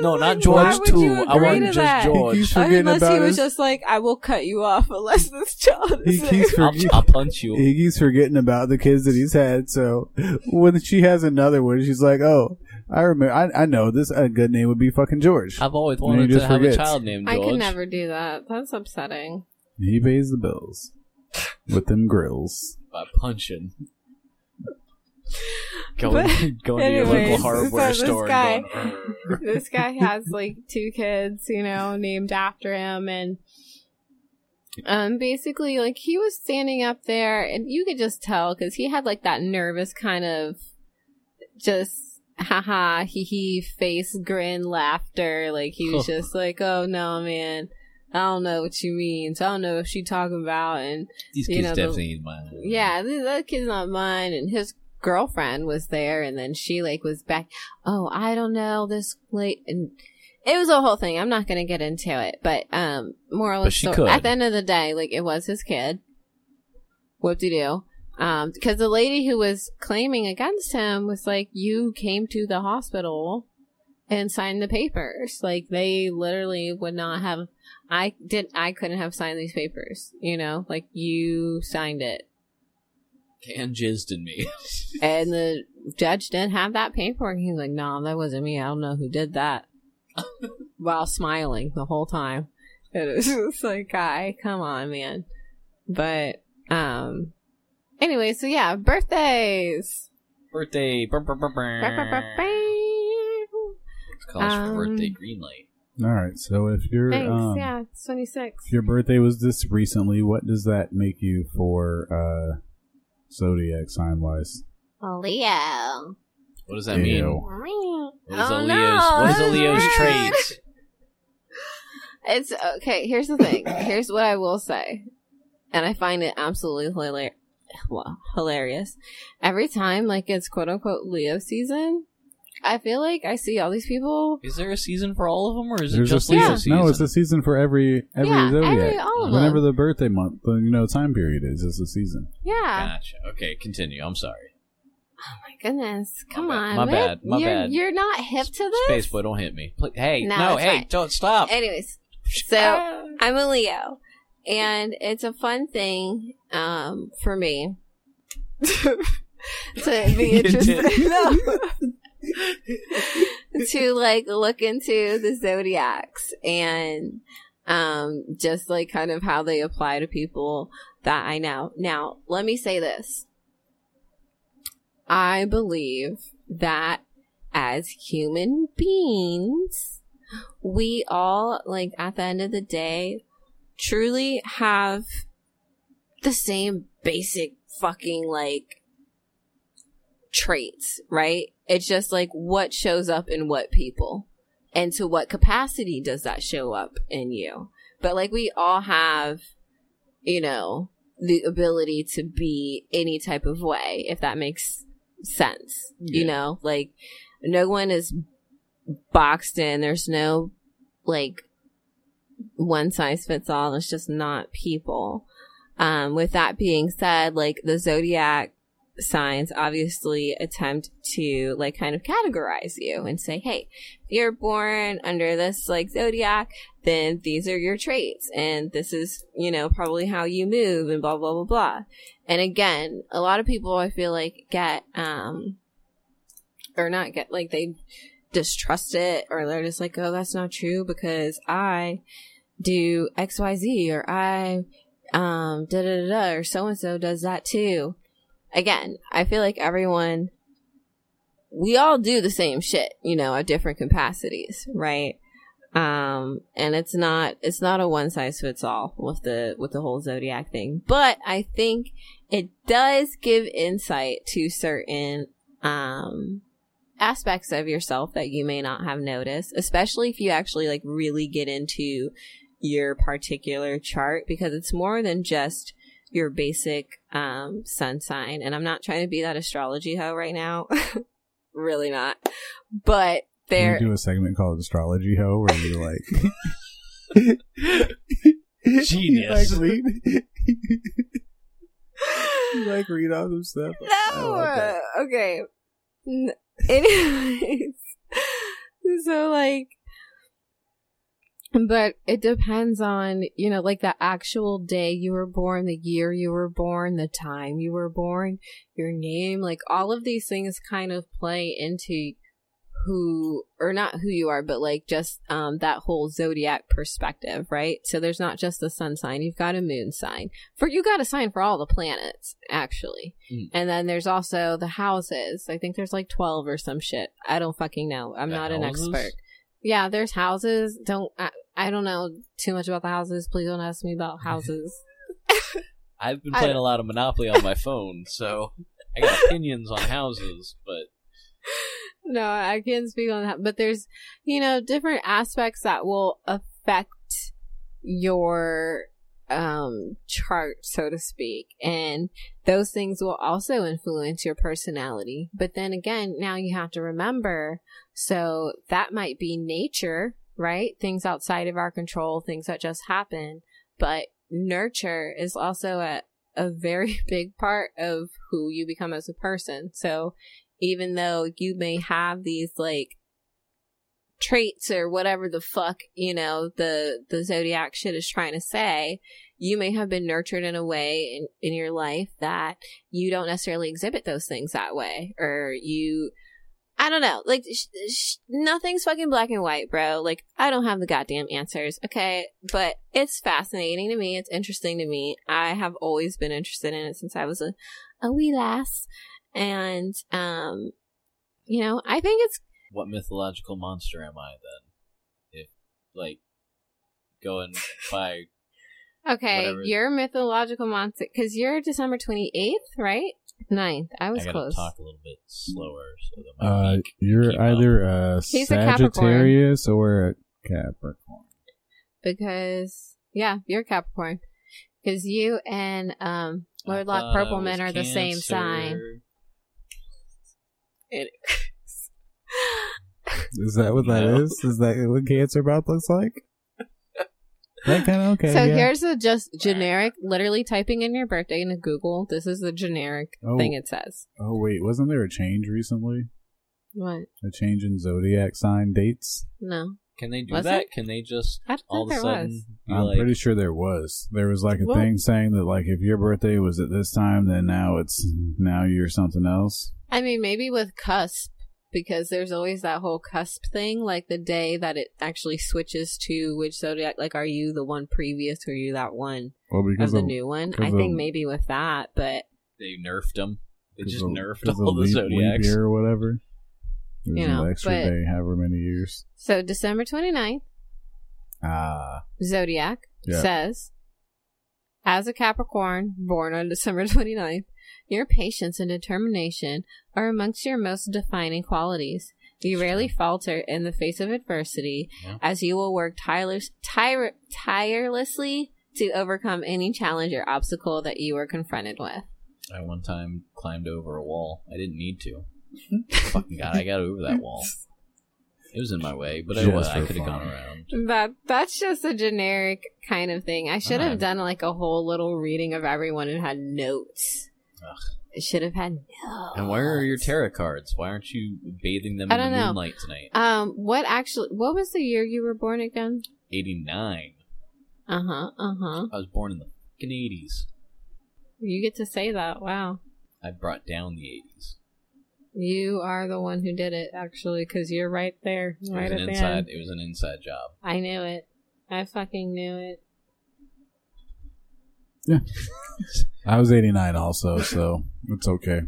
A: No, not George
B: why would
A: too.
B: you
A: I
B: agree
A: want
B: to
A: just
B: that?
A: George.
C: He's forgetting
B: unless
C: about
B: he was
C: his-
B: just like, I will cut you off unless this child
C: He
B: is
C: keeps
A: I'll,
C: forgetting.
A: I'll punch you.
C: [laughs] Iggy's forgetting about the kids that he's had, so [laughs] when she has another one, she's like, "Oh, I remember. I, I know this. A good name would be fucking George."
A: I've always
C: And he
A: wanted to
C: just
A: have a
C: forgets.
A: child named
B: [laughs] I
A: George.
B: could never do that. That's upsetting.
C: He pays the bills with them grills.
A: By
B: [laughs]
A: punching. Going, [laughs]
B: But-
A: going to your local
B: anyways,
A: hardware
B: so this
A: store
B: guy-
A: and going, "Arr."
B: this guy has like two kids, you know, named after him and um basically like he was standing up there and you could just tell cuz he had like that nervous kind of just haha hee hee face grin laughter like he
A: [laughs]
B: was just like oh no man I don't know what she means. I don't know what she talking about and
A: These
B: You
A: kids
B: know, the-
A: definitely need mine.
B: yeah, th- that kid's not mine. And his girlfriend was there, and then she like was back. Oh, I don't know this late, and it was a whole thing. I'm not gonna get into it, but um, moral
A: But
B: of the
A: she
B: sto-
A: could.
B: At the end of the day, like it was his kid. Whoop de doo. Um, because the lady who was claiming against him was like, "You came to the hospital." and sign the papers. Like they literally would not have. I did. I couldn't have signed these papers. You know, like you signed it,
H: Can jizzed in me. [laughs]
B: and the judge didn't have that paperwork. He's like, "No, that wasn't me. I don't know who
H: [laughs]
B: did that." While smiling the whole time, it was [laughs] just like, "Guy, come on, man." But um, anyway, so yeah, birthdays.
H: birthday. Brr, brr, brr, brr. It's calls for
B: Um,
H: birthday green light.
C: All right. So if your
B: Thanks.
C: um,
B: yeah, it's twenty six.
C: if your birthday was this recently, what does that make you for uh, zodiac sign wise?
B: Leo.
H: What does that mean?
C: Ew.
H: What is
B: Oh,
H: a Leo's,
B: no.
H: what is a Leo's
B: Right.
H: traits?
B: It's okay. Here's the
H: [coughs]
B: thing. Here's what I will say, and I find it absolutely hilar- well, hilarious. Every time, like it's quote unquote Leo season, I feel like I see all these people.
H: Is there a season for all of them, or is
C: There's
H: it just
C: a
H: Leo
C: season.
H: season?
C: No, it's a season for every every
B: yeah,
C: zodiac.
B: every all of them.
C: Whenever the birthday month, the, you know, time period is, is the season.
B: yeah.
H: Gotcha. Okay, continue. I'm sorry.
B: Oh my goodness. Come
H: bad.
B: on.
H: My
B: Rick.
H: bad. My
B: you're,
H: bad.
B: You're not hip to this.
H: Space boy, don't hit me. Pl- Hey,
B: No,
H: no,
B: it's
H: hey,
B: fine.
H: don't stop.
C: [laughs]
B: Anyways,
D: Uh,
B: so I'm a Leo, and it's a fun thing um, for me to be interested No. [laughs] to like look into the zodiacs and um, just like kind of how they apply to people that I know. Now, let me say this: I believe that as human beings we all like at the end of the day truly have the same basic fucking like traits, right? It's just like what shows up in what people and to what capacity does that show up in you? But like we all have, you know, the ability to be any type of way, if that makes sense. You
H: Yeah.
B: know, like no one is boxed in. There's no like one size fits all. It's just not people. Um, with that being said, like the zodiac signs obviously attempt to like kind of categorize you and say, hey, if you're born under this like zodiac, then these are your traits and this is, you know, probably how you move and blah, blah, blah, blah. And again, a lot of people I feel like get, um, or not get, like they distrust it or they're just like, oh, that's not true because I do XYZ or I, um, da da da, da or so and so does that too. Again, I feel like everyone, we all do the same shit, you know, at different capacities, right? Um, and it's not, it's not a one size fits all with the, with the whole zodiac thing, but I think it does give insight to certain, um, aspects of yourself that you may not have noticed, especially if you actually like really get into your particular chart because it's more than just your basic um sun sign and I'm not trying to be that astrology hoe right now. [laughs] really not.
C: Can
B: But there
C: you do a segment called Astrology Ho where
B: [laughs]
C: you're like, [laughs]
H: Genius.
C: like
B: [laughs]
C: read, you like read off some stuff.
B: No. Uh,
C: I
B: okay. N- Anyways, [laughs] so like, but it depends on you know like the actual day you were born, the year you were born, the time you were born, your name, like all of these things kind of play into who or not who you are but like just um that whole zodiac perspective right so there's not just the sun sign you've got a moon sign for you got a sign for all the planets actually
H: Mm.
B: and then there's also the houses i think there's like 12 or some shit i don't fucking know i'm
H: The
B: not an
H: houses?
B: expert yeah there's houses don't I, I don't know too much about the houses please don't ask me about houses
H: I've been
B: I-
H: playing a lot of Monopoly on my phone, so I got opinions on houses, but
B: no, I can't speak on that. But there's, you know, different aspects that will affect your um chart, so to speak. And those things will also influence your personality. But then again, now you have to remember so that might be nature, right? Things outside of our control, things that just happen. But nurture is also a, a very [laughs] big part of who you become as a person. So even though you may have these like traits or whatever the fuck you know the the zodiac shit is trying to say you may have been nurtured in a way in, in your life that you don't necessarily exhibit those things that way or you i don't know like sh- sh- nothing's fucking black and white bro like i don't have the goddamn answers okay but it's fascinating to me it's interesting to me i have always been interested in it since i was a, a wee lass and um you know i think it's
A: what mythological monster am I then? If like going by
B: Okay,
A: whatever.
B: your mythological monster, because you're December 28th, right? 9th. I was
A: I gotta
B: close.
A: talk a little bit slower so that my
C: Uh,
A: mic
C: you're
A: keep
C: either a
B: He's a Capricorn.
C: Sagittarius or a Capricorn.
B: Because, yeah, you're Capricorn. Because you and um,
A: up. I
B: Lord Lock
A: thought I
B: Purple Men are
A: was
B: the same sign.
A: Cancer. [laughs]
B: It-
C: Is that what that is?
A: No.
C: is? that what Cancer mouth looks [laughs] like? that kind of okay.
B: so
C: yeah.
B: here's a just generic, literally typing in your birthday into Google. This is the generic
C: Oh.
B: thing it says.
C: Oh wait, wasn't there a change recently?
B: What?
C: A change in zodiac sign dates?
B: No.
A: Can they do
B: Was
A: that?
B: it?
A: Can they just
B: I don't
A: all of a
B: think there was.
A: sudden be
C: I'm
A: like
C: pretty sure there was. There was like a
B: What?
C: thing saying that like if your birthday was at this time, then now it's now you're something else.
B: I mean, maybe with cusp because there's always that whole cusp thing, like the day that it actually switches to which zodiac. Like, are you the one previous or are you that one
C: Well,
B: of
C: because
B: the new one? I
C: because
B: think
C: of-
B: maybe with that, but
A: they nerfed them? They
C: because
A: just
C: of-
A: nerfed
C: because
A: [laughs]
C: of
A: all the
C: leap- leap
A: zodiacs.
C: year or whatever. There's
B: You
C: an
B: know,
C: extra
B: but-
C: day, however many years.
B: so December 29th,
C: Ah,
B: zodiac
C: Yeah.
B: says, as a Capricorn born on December [laughs] 29th, your patience and determination are amongst your most defining qualities. You rarely falter in the face of adversity,
A: Yeah.
B: as you will work tireless, tire, tirelessly to overcome any challenge or obstacle that you are confronted with.
A: I one time climbed over a wall. I didn't need
C: [laughs]
A: to. Fucking god, I got over that wall. It was in my way, but I
C: Just
A: was. I
C: for
A: could have
C: fun.
A: gone around.
B: That that's just a generic kind of thing. I should have
A: Alright.
B: done like a whole little reading of everyone and had notes. I should have had notes.
A: And where are your tarot cards? Why aren't you bathing them
B: I
A: in the
B: don't know.
A: moonlight tonight?
B: Um, what actually? What was the year you were born again?
A: 89.
B: Uh
A: Uh-huh,
B: huh. Uh huh.
A: I was born in the fucking 80s.
B: You get to say that. Wow.
A: I brought down the 80s.
B: You are the one who did it, actually, because you're right there,
A: It
B: right
A: was
B: at
A: an
B: the
A: inside.
B: end.
A: It was an inside job.
B: I knew it. I fucking knew it.
C: I was 89 also, so it's okay.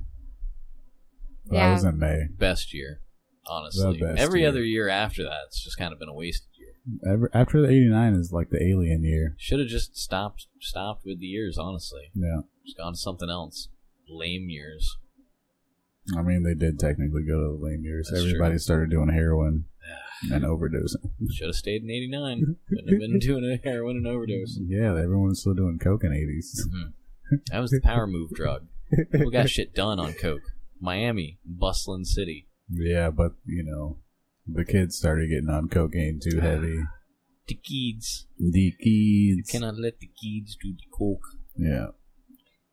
C: But I
B: Yeah.
C: was in May.
A: Best year, honestly.
C: The best
A: Every
C: year.
A: other year after that, it's just kind of been a wasted year.
C: Ever, after the 89 is like the alien year.
A: Should have just stopped stopped with the years. Honestly,
C: Yeah.
A: just gone to something else. Lame years.
C: I mean, they did technically go to the lame years.
A: That's
C: Everybody
A: true.
C: started doing heroin and overdosing.
A: Should have stayed in '89. Wouldn't have been [laughs] doing a heroin and overdose. Mm-hmm.
C: Yeah, everyone's still doing coke in 80s.
A: That was the power move drug. People got shit done on coke. Miami, bustling city.
C: Yeah, but, you know, the kids started getting on cocaine too heavy.
A: The kids
C: The kids.
A: cannot let the kids do the coke.
C: yeah.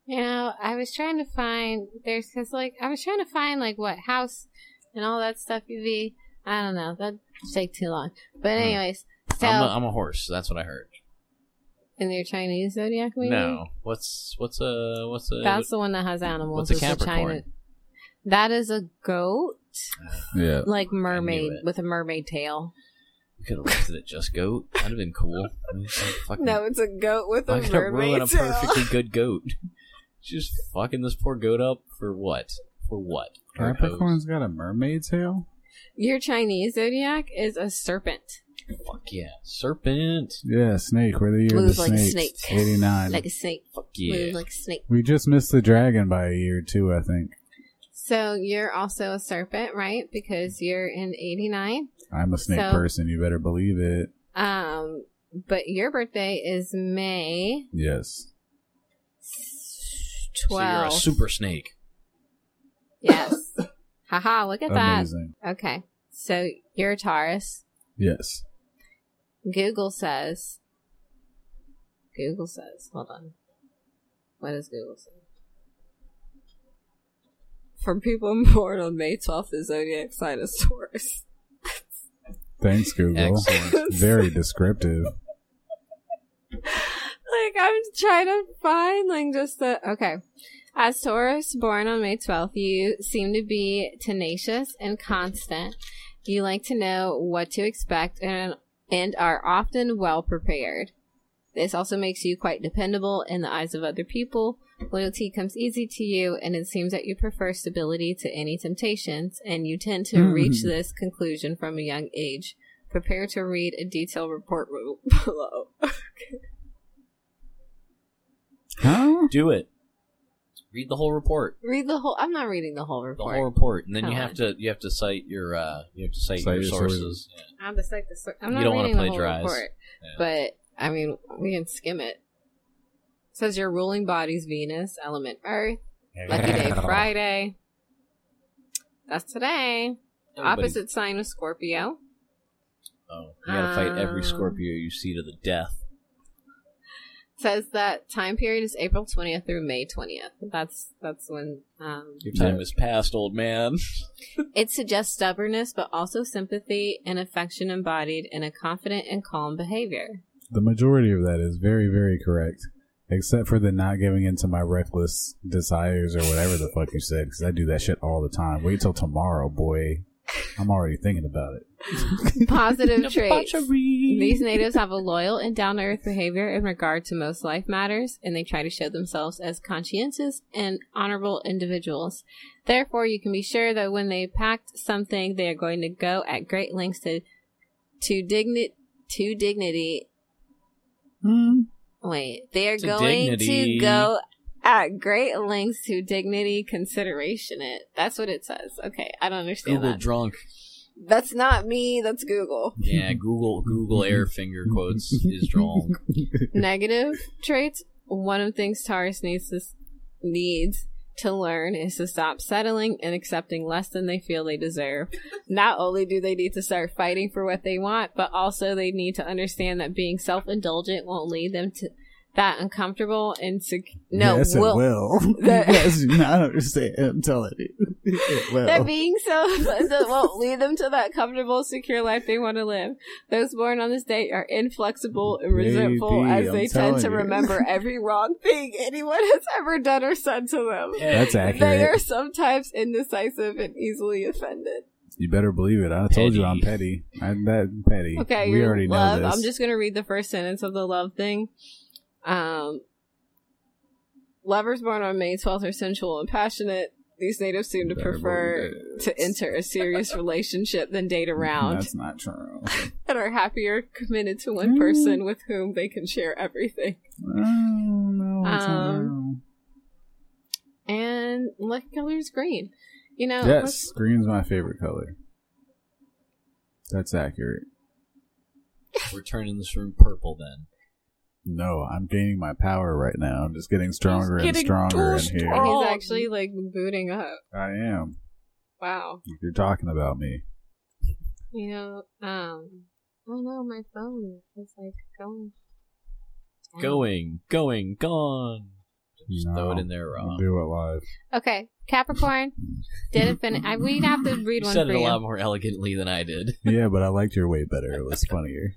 B: You know, I was trying to find there's because like I was trying to find like what house and all that stuff. You'd be I don't know. That would take too long. But anyways, so
A: Hmm. I'm, a, I'm a horse. That's what I heard.
B: in their Chinese zodiac, maybe
A: No, what's what's a what's a
B: that's the one that has
A: what's
B: animals.
A: a
B: It's the
A: Capricorn?
B: That is a goat,
C: Yeah.
B: like mermaid
A: it.
B: with a mermaid tail.
A: We could have left it at just goat. That'd have been
B: [laughs]
A: cool. I mean, it's like fucking,
B: it's a goat with
A: I'm gonna ruin a perfectly good goat. She's just fucking this poor goat up for what? For what? Her
C: Capricorn's got a mermaid tail?
B: [laughs] Your Chinese zodiac is a serpent,
A: hose. Fuck yeah, serpent.
C: Yeah, snake. We're the year of
B: moves
C: the
B: like a
C: snake.
B: snake,
C: 89.
B: like a snake,
A: Fuck yeah.
B: moves like a snake.
C: we just missed the dragon by a year, too, I think.
B: So you're also a serpent, right? Because you're in '89.
C: I'm a snake
B: So-
C: person. You better believe it.
B: Um, but your birthday is May
C: Yes.
A: So you're a
B: 12.
A: super snake.
B: yes. [laughs] Haha, look at
C: Amazing.
B: that. Okay. So you're a Taurus.
C: Yes.
B: Google says. Google says. Hold on. What does Google say? [laughs] For people born on May 12th, the zodiac sign is Taurus.
C: Thanks, Google.
B: [laughs]
A: Excellent.
C: Very descriptive.
B: like I'm trying to find like just the okay. As Taurus born on May 12th, you seem to be tenacious and constant. You like to know what to expect and and are often well prepared. This also makes you quite dependable in the eyes of other people. Loyalty comes easy to you, and it seems that you prefer stability to any temptations, and you tend to reach this conclusion from a young age. Prepare to read a detailed report [laughs] below.
C: Huh?
A: Do it. Read the whole report.
B: Read the whole. I'm not reading the whole
A: The
B: report.
A: whole report, and then
B: Come
A: you have
B: on.
A: to you have to cite your uh you have to cite,
C: Cite
A: your
C: your
A: sources.
C: sources.
B: I'm just like the. sor- I'm
A: You
B: not
A: don't wanna
B: reading the whole
A: plagiarize.
B: report,
A: Yeah.
B: but I mean, we can skim it. says your ruling body's Venus, element Earth, [laughs]
A: [laughs]
B: lucky day Friday. That's today.
A: Everybody-
B: Opposite sign was Scorpio.
A: Oh, you gotta fight every
B: Um,
A: Scorpio you see to the death.
B: Says that time period is April 20th through May 20th. That's that's when um,
A: Your time
C: Yeah.
A: is past, old man.
B: It suggests stubbornness, but also sympathy and affection embodied in a confident and calm behavior.
C: The majority of that is very, very correct, except for the not giving in to my reckless desires or whatever the fuck you said, because I do that shit all the time. Wait till tomorrow, boy. I'm already thinking about it.
B: Positive traits. These natives have a loyal and down to earth behavior in regard to most life matters, and they try to show themselves as conscientious and honorable individuals. Therefore, you can be sure that when they pact something, they are going to go at great lengths to to digni- to dignity.
A: Hmm.
B: Wait, they are
A: To
B: going
A: dignity.
B: to go at great lengths to dignity, consideration. It that's what it says. Okay, I don't understand
A: Google
B: that.
A: drunk.
B: that's not me. That's Google.
C: [laughs]
A: Yeah, Google Google
C: Mm-hmm.
A: air finger quotes is drunk.
B: negative traits one of the things taurus needs to, needs to learn is to stop settling and accepting less than they feel they deserve not only do they need to start fighting for what they want but also they need to understand that being self-indulgent won't lead them to that uncomfortable and sec- [laughs] no
C: yes,
B: will,
C: it will. [laughs]
B: [laughs] That-
C: yes, you- no, I don't understand. I'm telling you. [laughs] It will.
B: that being so [laughs] that won't lead them to that comfortable, secure life they want to live. Those born on this day are inflexible and resentful
C: Baby,
B: as
C: I'm
B: they tend
C: telling
B: to
C: you. [laughs]
B: remember every wrong thing anyone has ever done or said to them.
C: That's
B: They are
C: accurate.
B: sometimes indecisive and easily offended.
C: You better believe it. I told you I'm petty. I'm that petty.
B: Okay,
C: we
B: your
C: already
B: love.
C: know this.
B: I'm just gonna read the first sentence of the love thing. Um, lovers born on May 12th are sensual and passionate. These natives seem to
C: Better
B: prefer
C: believe it.
B: to enter a serious relationship than date around.
C: That's not true. [laughs]
B: and are happier committed to one
A: Mm.
B: person with whom they can share everything.
C: Oh, no, it's not
B: Um, And lucky color is green. You know,
C: true. Yes, green's my favorite color. That's accurate.
A: We're turning this room purple then.
C: No, I'm gaining my power right now. I'm just getting stronger
B: getting
C: and stronger in
B: too
C: here.
B: let's- he's actually like booting up.
C: I am.
B: Wow.
C: You're talking about me.
B: You know, um, I don't know, my phone is like going. down.
A: Going, going, gone. Just
C: No,
A: throw it in there
C: I'll
A: wrong.
C: do it live.
B: Okay, Capricorn didn't finish. I, we'd have to read
A: You
B: one
A: said
B: for
A: it a
B: you.
A: lot more elegantly than I did.
C: Yeah, but I liked your way better. It was funnier.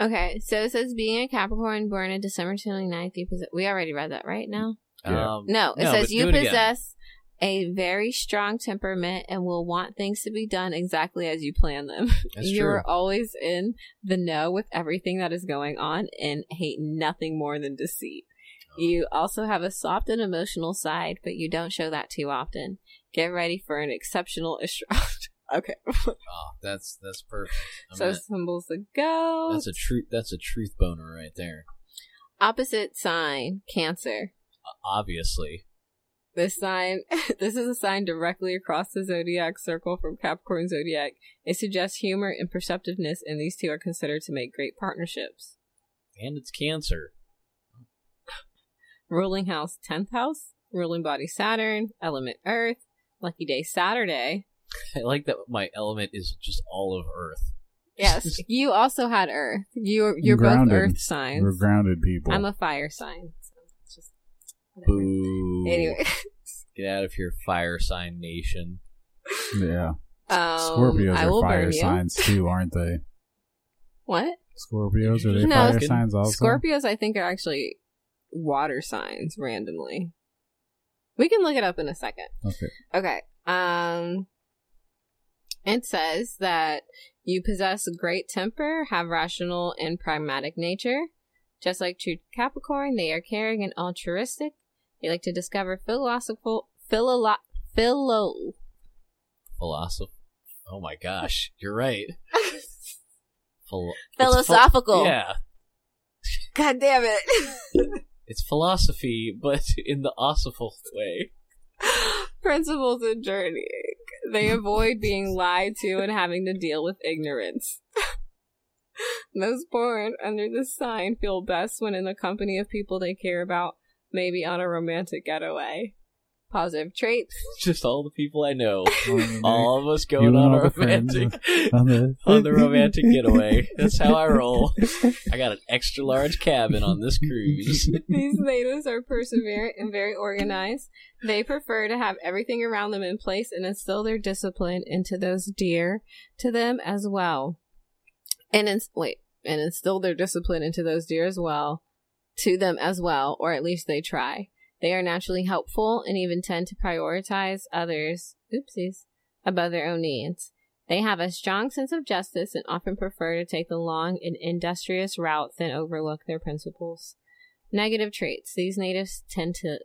B: Okay, so it says being a Capricorn born on December 29th, you possess. We already read that, right? Now.
C: Yeah.
A: Um,
B: No, it
A: but
B: says
A: do
B: you
A: it again.
B: possess a very strong temperament and will want things to be done exactly as you plan them. [laughs]
A: That's
B: you
A: true.
B: are always in the know with everything that is going on and hate nothing more than deceit.
A: Oh.
B: You also have a soft and emotional side, but you don't show that too often. Get ready for an exceptional [laughs] astrologer. okay,
A: Oh, that's that's perfect. I
B: so
A: mean,
B: symbols to go.
A: that's a truth. That's a truth boner right there.
B: Opposite sign, Cancer.
A: Obviously,
B: This sign, [laughs] this is a sign directly across the zodiac circle from Capricorn zodiac. It suggests humor and perceptiveness, and these two are considered to make great partnerships.
A: and it's cancer. [laughs]
B: Ruling house, 10th house. Ruling body, Saturn. Element, Earth. Lucky day, Saturday.
A: I like that my element is just all of Earth.
C: [laughs]
B: Yes, you also had Earth. You're, you're both
C: Grounded.
B: Earth
C: We're
B: signs.
C: grounded people.
B: I'm a fire sign. So it's just, whatever.
A: Boo!
B: Anyway. [laughs]
A: Get out of here, fire sign nation.
C: yeah.
B: Um,
C: Scorpios
B: I
C: are
B: um, will
C: fire
B: burn you.
C: signs too, aren't they?
B: What?
C: Scorpios are they
B: No,
C: fire
B: it's-
C: signs also?
B: Scorpios, I think, are actually water signs randomly. We can look it up in a second.
C: Okay.
B: Okay. Um, it says that you possess great temper, have rational and pragmatic nature. Just like true Capricorn, they are caring and altruistic. They like to discover philosophical, philo, philo.
A: Philosoph. Oh my gosh, you're
B: [laughs]
A: right. Phil- it's phil-
I: Philosophical.
A: yeah,
I: God damn it.
B: [laughs]
A: it's philosophy, but [laughs] in the ossiful way. [laughs]
B: [laughs] principles and journeying. They avoid being lied to and having to deal with ignorance. [laughs] Those born under this sign feel best when in the company of people they care about, maybe on a romantic getaway. Positive traits.
A: Just all the people I [laughs] know,
C: Um,
A: all of us going on
C: and all
A: a
C: the friends
A: romantic [laughs]
C: [laughs] on the,
A: on the romantic getaway. That's how I roll. I got an extra large cabin on this cruise. [laughs]
B: These natives are perseverant and very organized. They prefer to have everything around them in place and instill their discipline into those dear to them as well. And ins- wait, and instill their discipline into those dear as well, to them as well, or at least they try. They are naturally helpful and even tend to prioritize others, oopsies, above their own needs. They have a strong sense of justice and often prefer to take the long and industrious route than overlook their principles. Negative traits. These natives tend to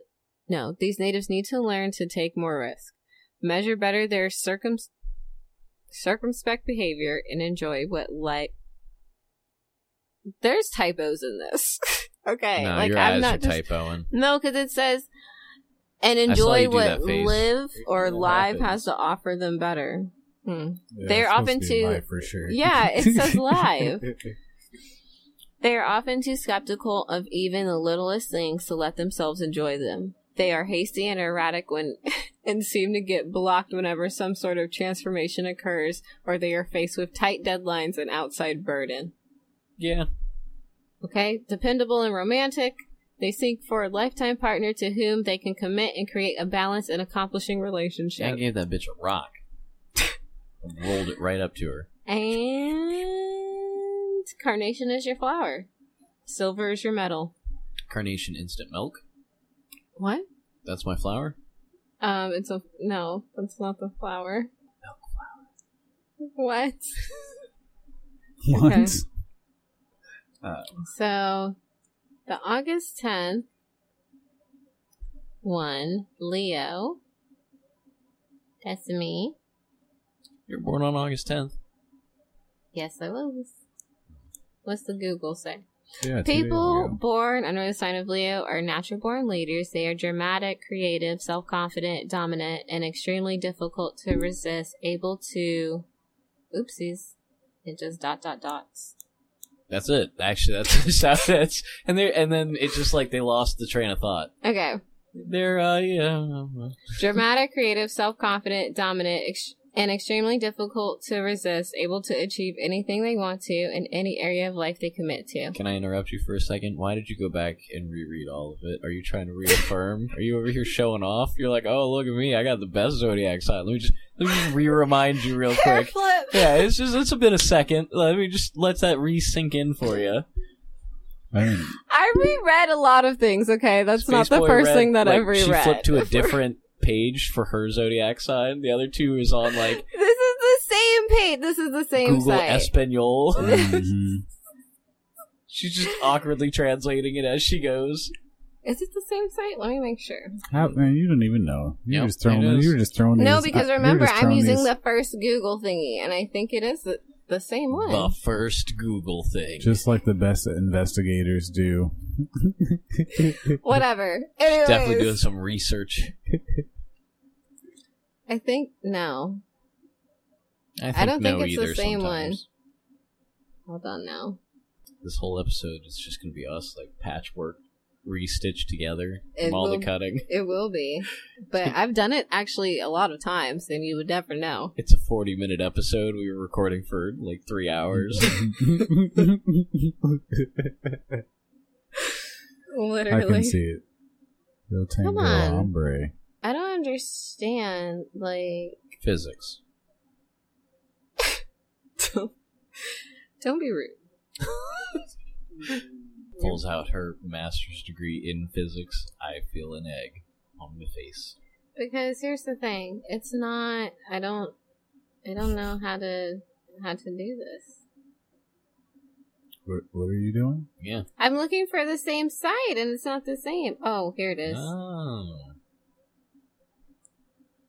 B: no, these natives need to learn to take more risk, measure better their circum circumspect behavior and enjoy what life There's typos in this. [laughs] okay,
A: no,
B: like
A: your
B: I'm
A: eyes
B: not
A: are
B: just
A: typoing.
B: no, because it says, and
A: I saw you
B: enjoy
A: do
B: what
A: that face.
B: live or
A: It
B: live
A: happens.
B: has to offer them better. Hmm.
C: [laughs] Yeah,
B: They're
C: it's supposed
B: often
C: to be
B: to-
C: live for sure.
B: Yeah, it
C: [laughs]
B: says live. They are often too skeptical of even the littlest things to let themselves enjoy them. They are hasty and erratic when [laughs] and seem to get blocked whenever some sort of transformation occurs or they are faced with tight deadlines and outside burden.
A: Yeah,
B: Okay, dependable and romantic. They seek for a lifetime partner to whom they can commit and create a balanced and accomplishing relationship.
A: I gave that bitch a
B: [laughs]
A: rock. Rolled it right up to her.
B: And carnation is your flower. Silver is your metal.
A: Carnation instant milk.
B: What?
A: That's my flower.
B: Um, it's a no. That's not the flower. Milk flower. What? [laughs]
C: What?
B: Okay. So, the August tenth one, Leo. That's me.
A: You're born on August 10th.
B: Yes, I was. What's the Google say?
C: Yeah, two days
B: People
C: ago.
B: born under the sign of Leo are natural born leaders. They are dramatic, creative, self confident, dominant, and extremely difficult to resist, able to. Oopsies. It just dot dot dots.
A: That's it. Actually, that's [laughs] just how that's. And they and then it's just like they lost the train of thought.
B: Okay.
A: They're uh yeah.
B: Dramatic, creative, self confident, dominant, ex- and extremely difficult to resist, able to achieve anything they want to in any area of life they commit to.
A: Can I interrupt you for a second? Why did you go back and reread all of it? Are you trying to reaffirm? Are you over here showing off? You're like, oh look at me, I got the best zodiac sign. Let me just let me just re-remind you real
B: [laughs]
A: quick. [laughs] Yeah, it's just it's a bit a second. Let me just let that re-sink in for you.
C: I mean,
B: I reread a lot of things, okay? That's not the
A: Boy
B: first
A: read-
B: thing that
A: like,
B: I've reread.
A: She flipped to a different page for her zodiac sign. The other two is on like
B: this is the same page. This is the same
A: Google
B: site.
A: Espanol.
C: mhm.
A: She's just awkwardly translating it as she goes.
B: is it the same site? Let me make sure.
C: [laughs] How, man, you don't even know. You
A: Yep,
C: were just throwing.
A: it is.
C: You were just throwing.
B: No,
C: these-
B: because
C: I- you were
B: remember,
C: just
B: I'm
C: throwing
B: using
C: these-
B: the first Google thingy, and I think it is the, the same one.
A: The first Google thing.
C: just like the best investigators
B: [laughs]
C: do.
B: [laughs] Whatever. Anyways.
A: Definitely doing some research.
B: I think, no.
A: I, think
B: don't
A: no
B: think it's the
A: either
B: same
A: sometimes.
B: Hold on now.
A: This whole episode is just going to be us like patchwork, re-stitched together
B: It
A: from all
B: will-
A: the cutting. [laughs]
B: It will be.
C: [laughs]
B: But I've done it actually a lot of times, and you would never know.
A: It's a forty-minute episode. We were recording for like three hours.
B: [laughs]
C: I
B: Literally.
C: can see it. Yo tango
B: on.
C: hombre.
B: I don't understand. Like,
A: Physics.
B: don't, don't be rude.
A: Pulls out her master's degree in physics. I feel an egg on my face.
B: Because here's the thing, it's not. I don't. I don't know how to how to do this.
C: What, what are you doing?
A: Yeah.
B: I'm looking for the same site, and it's not the same. Oh, here it is.
A: Oh.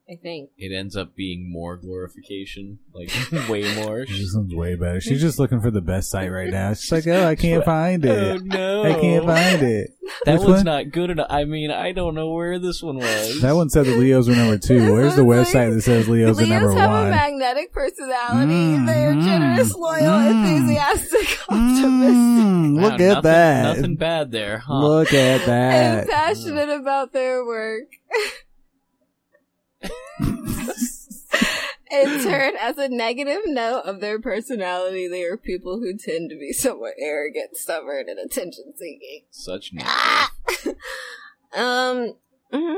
B: I think.
A: It ends up being more glorification, like [laughs] way more.
C: This one's way better. She's just looking for the best site right now. She's like, oh,
A: [laughs]
C: I can't find
A: Oh,
C: it.
A: no!
C: I can't find it.
A: That
C: Which
A: one's
C: one?
A: not good enough. I mean, I don't know where this one was.
C: That one said the Leos were number
B: [laughs]
C: two. Where's the
I: That's
C: website
I: like-
C: that says Leos, are
I: Leos
C: number
I: have a
C: one?
I: magnetic personality.
C: Mm,
I: they are
C: mm,
I: generous, loyal,
C: mm.
I: enthusiastic, optimistic,
C: Mm,
A: Wow,
C: look at
A: nothing-
C: that.
A: Nothing bad there, huh?
C: Look at
I: and
C: that.
I: passionate about their
C: [laughs]
I: work. In turn, as a negative note of their personality, they are people who tend to be somewhat arrogant, stubborn, and attention seeking.
A: Such n-
B: Ah! [laughs] um. mm,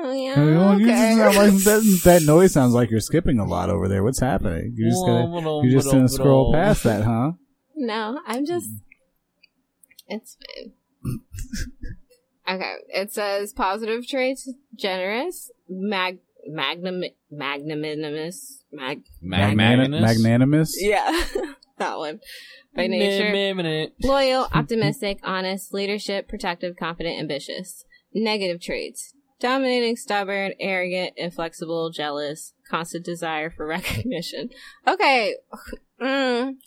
C: I mean,
B: Yeah.
C: well, oh, you just- that,
B: Okay.
C: was-
B: [laughs]
C: that, that noise sounds like you're skipping a lot over there. What's happening? You're just gonna, you're just gonna scroll past that, huh?
B: No, I'm just.
C: [laughs]
B: It's fine. okay, it says positive traits: generous, mag, magnum, magnanimous, mag,
A: Mag-
C: Magnani- Magnanimous.
B: yeah, [laughs] that one. By nature,
A: Magnanimous.
B: loyal, optimistic, honest, leadership, protective, confident, ambitious. Negative traits: dominating, stubborn, arrogant, inflexible, jealous, constant desire for [laughs] recognition. Okay. Mm.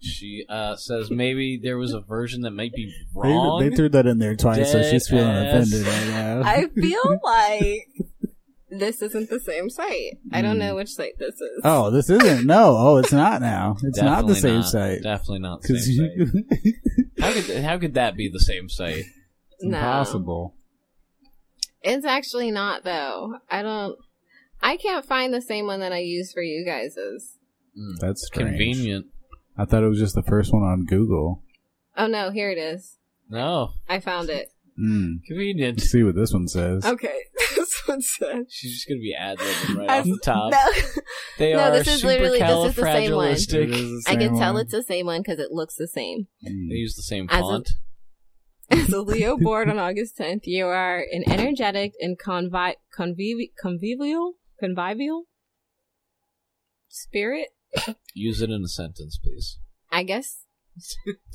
A: She uh, says maybe there was a version that might be wrong.
C: They, they threw that in there twice, so
A: Dead
C: she's feeling
A: ass.
C: offended right now.
I: I feel like
B: this isn't the same site. I don't know which site this is.
C: [laughs] oh, this isn't. No, oh, it's not now. It's not the
A: Definitely
C: same site.
A: Definitely not the
C: Because
A: same
C: you,
A: site.
C: [laughs]
A: How could, how could that be the same site?
B: no.
C: impossible.
B: It's actually not though. I don't I can't find the same one that I use for you guys's.
A: Mm.
C: That's strange.
A: Convenient.
C: I thought it was just the first one on Google.
B: Oh no, here it is.
A: No,
B: I found it.
C: Mm.
A: convenient.
C: Let's see what this one says.
B: [laughs]
I: okay. This one said
A: She's just gonna be ad libbing right off
I: That's-
A: the top.
I: no.
A: They
B: [laughs] No,
A: are
B: this is literally- this is the same one.
A: supercalifragilistic.
C: It is the
B: I
C: same
B: can tell
C: one.
B: it's the same one because it looks the same.
A: They
C: Mm.
A: use the same
B: As a-
A: font.
B: As
C: [laughs]
B: a Leo born on August 10th, you are an energetic and convi- convivi- convivial convivial spirit,
A: Use it in a sentence, please.
B: I guess.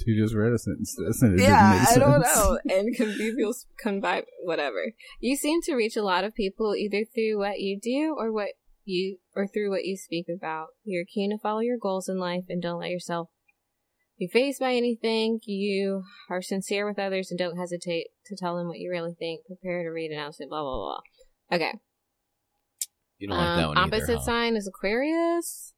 C: You just read a sentence. That sentence
B: yeah, I
C: didn't make
B: don't
C: sense.
B: know. And convivial, s- convive, whatever. You seem to reach a lot of people either through what you do or what you or through what you speak about. You're keen to follow your goals in life and don't let yourself be faced by anything. You are sincere with others and don't hesitate to tell them what you really think. Prepare to read announcement. Blah blah blah. Okay.
A: You don't like
B: Um,
A: that one
B: opposite
A: either. huh?
B: sign is Aquarius.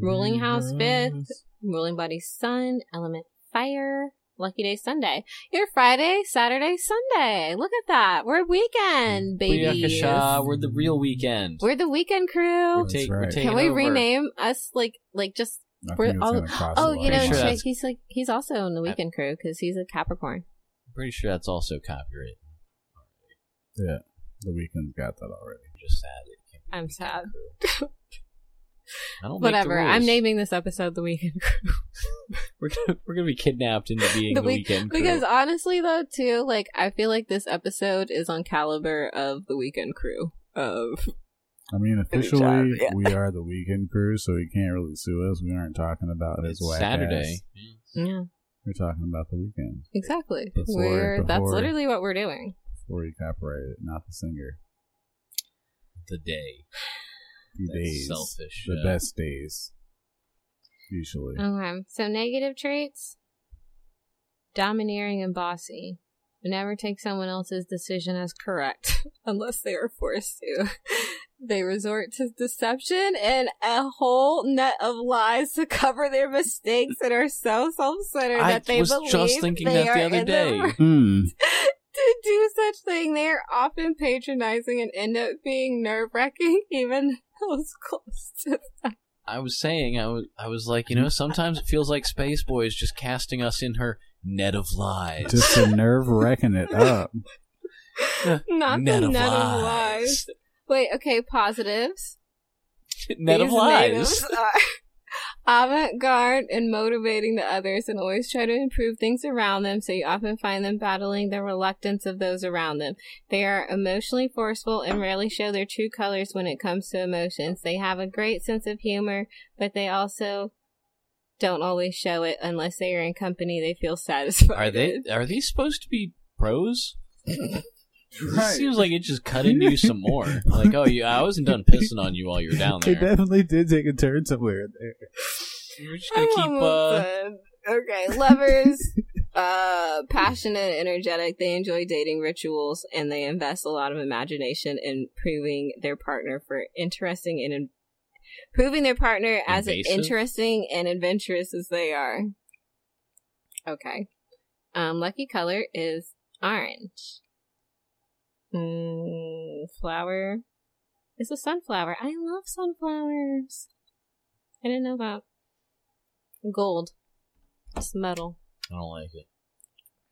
B: Ruling house fifth. Ruling body sun, element fire. Lucky day Sunday. Your Friday, Saturday, Sunday. Look at that. We're weekend, baby.
A: Booyakasha, uh, we're the real weekend.
B: We're the weekend
A: We're
B: crew.
C: That's
A: take- we're
C: right.
A: taking
B: Can we
A: over.
B: rename us like like just
C: I
B: We're
C: think it's
B: all-
C: gonna cost a
B: oh
C: lot.
B: you know
A: Sure,
B: shit,
A: that's-
B: he's like he's also in the weekend crew because he's a Capricorn.
A: I'm pretty sure that's also copyright.
C: Yeah, the weekend's got that already.
A: I'm just sad. that it can't be
B: I'm
A: weekend
B: sad.
A: crew. I don't make the
B: Whatever. I'm
A: rules.
B: naming this episode the weekend crew.
A: [laughs] We're gonna, we're gonna be kidnapped
B: [laughs]
A: into being the,
B: The week-
A: weekend crew.
B: Because honestly though too, like I feel like this episode is on caliber of the weekend crew of
C: I mean,
B: Good
C: officially,
B: job, yeah.
C: we are the weekend crew, so he can't really sue us. We aren't talking about his
A: it's
C: whack
A: Saturday.
C: ass.
B: Yeah.
C: We're talking about the weekend
B: Exactly.
C: That's what
B: we're
C: we're
B: that's
C: for.
B: literally what we're doing.
C: before he copyrighted it, not the singer.
A: The day.
C: The
A: That's
C: days,
A: selfish,
C: the
A: yeah.
C: best days, usually.
B: Okay. So negative traits. Domineering and bossy. Never take someone else's decision as correct [laughs] unless they are forced to. [laughs] They resort to deception and a whole net of lies to cover their mistakes and are so self-centered
A: I
B: that they
A: was
B: believe
A: just thinking
B: they
A: that the
B: are
A: other
B: in
A: day.
B: [laughs] right
C: Hmm.
B: to do such thing. They are often patronizing and end up being nerve-wracking, [laughs] even those close to
A: [laughs] I was saying, I was, I was like, you know, sometimes it feels like Space Boy is just casting us in her net of lies.
C: Just to nerve wrecking
A: [laughs]
C: it up.
B: [laughs] Not
A: Net
B: the
A: of
B: net of
A: lies.
B: lies. Wait, okay, positives.
A: [laughs] net of
B: These
A: lies.
I: [laughs]
B: negatives are-
I: avant garde and motivating to others and always try to improve things around them, so you often find them battling the reluctance of those around them. They are emotionally forceful and rarely show their true colors when it comes to emotions. They have a great sense of humor, but they also don't always show it unless they are in company they feel satisfied.
A: Are they?
I: in.
A: Are these supposed to be
C: [laughs]
A: pros? It seems like it just cut into you some
C: [laughs]
A: more. Like, oh, you, I wasn't done pissing on you while you were down
C: They
A: there.
C: definitely did take a turn somewhere. in there.
A: We're just
I: I'm [laughs]
A: gonna keep.
I: almost
A: Uh,
I: done. Okay, lovers, uh, passionate, energetic. They enjoy dating rituals and they invest a lot of imagination in proving their partner for interesting and in- proving their partner as
A: Invasive?
I: interesting and adventurous as they are. Okay, um, lucky color is orange. Mm, flower is a sunflower. I love sunflowers. I didn't know that. Gold. It's metal.
A: I don't like it.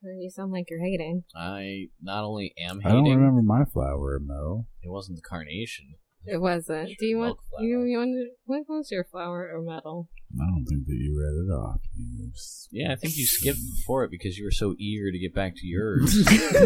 I: You sound like you're hating.
A: I not only am
C: I don't
A: hating.
C: remember my flower, Mo.
A: It wasn't the carnation.
B: It wasn't. Do you want?
A: Milk flower.
B: You, you want? to- What was your flower or metal?
C: I don't think that you read it off. You s-
A: Yeah, I think you skipped before it because you were so eager to get back to
C: [laughs]
A: yours.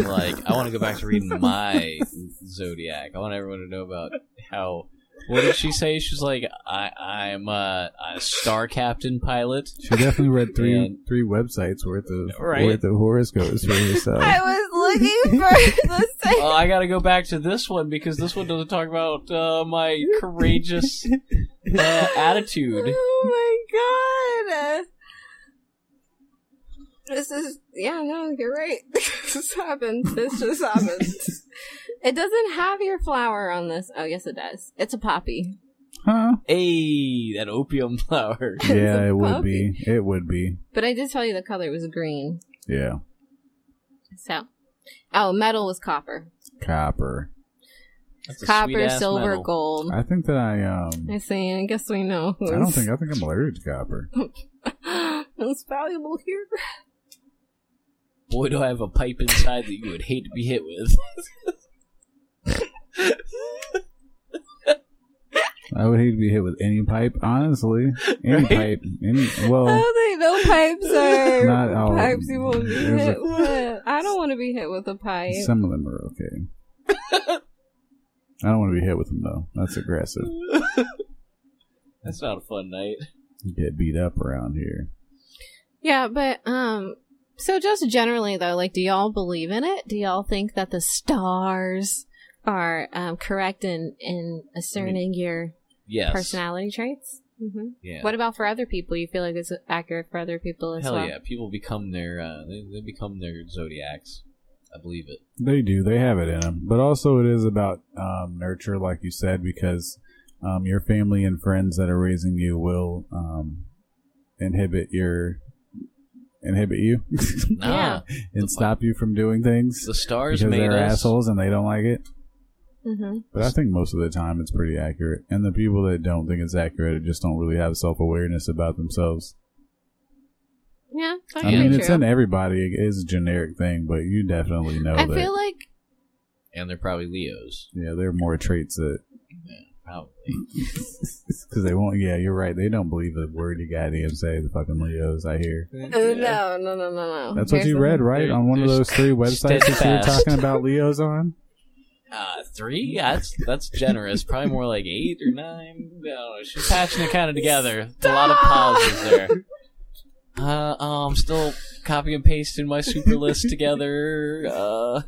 A: like, I want to go back to reading my zodiac. I want everyone to know about how. What did she say? She's like, I, I'm uh, a star captain pilot.
C: She definitely read three
A: And-
C: three websites worth of
A: Right.
C: worth of horoscopes for herself.
I: [laughs]
B: [laughs]
I: I was looking [laughs] for the same.
A: Oh, I gotta go back to this one because this one doesn't talk about uh, my courageous uh, attitude.
I: Oh my god. This is yeah, no, you're right. [laughs] this happens. This just happens. [laughs] it doesn't have your flower on this. Oh yes it does. It's a poppy.
C: huh?
A: Hey, that opium flower.
C: Yeah,
I: a
C: it would be. It would be.
I: But I did tell you the color was green.
C: Yeah,
I: So Oh, metal was copper.
C: copper.
A: That's a
I: Copper,
A: sweet-ass
I: silver,
A: metal.
I: gold.
C: I think that I um.
I: I see. I guess we know who's
C: I don't think I think I'm allergic to copper.
I: [gasps] who's valuable here.
A: Boy, do I have a pipe inside that you would hate to be hit with.
C: I would hate to be hit with any pipe, honestly. Any pipe, any
I: I
C: well,
I: don't think no pipes are
C: Oh. [laughs] Not all-
I: pipes you won't be
C: there's a-
I: hit with. I don't want to be hit with a pipe.
C: some of them are okay. I don't want to be hit with them though. That's aggressive.
A: That's not a fun night.
C: You get beat up around here.
B: Yeah, but um. So just generally though, like, do y'all believe in it? Do y'all think that the stars are um, correct in in discerning your
A: Yes.
B: personality traits? Mm-hmm.
A: Yeah.
B: What about for other people? You feel like it's accurate for other people as
A: Hell
B: well?
A: yeah! People become their uh, they, they become their zodiacs. I believe it.
C: They do. They have it in them. But also, it is about um, nurture, like you said, because um, your family and friends that are raising you will um, inhibit your inhibit you [laughs]
A: Nah,
C: and stop you from doing things
A: the stars
C: because
A: made
C: they're
A: us.
C: assholes and they don't like it.
B: Mm-hmm.
C: But I think most of the time it's pretty accurate. And the people that don't think it's accurate just don't really have self awareness about themselves.
B: Oh, Yeah, that
C: I
B: could
C: mean,
B: be
C: it's
B: true.
C: in everybody. It is a generic thing, but you definitely know
B: I
C: that.
B: feel like
A: and they're probably Leos.
C: yeah, there are more traits that
A: Probably.
C: Because they won't. Yeah, you're right. They don't believe a word you goddamn say. The fucking Leos, I hear.
I: Uh, No, no, no, no, no.
C: That's what
I: There's
C: you
I: a-
C: read, right?
A: They're-
C: On one of
A: they're
C: those three websites that you were
A: steadfast.
C: talking about Leos on.
A: Uh, three? Yeah, that's that's generous. Probably more like eight or nine. No, she's patching it kind of together. A lot of pauses there. Uh, oh, I'm still copy and pasting my super list together. Uh,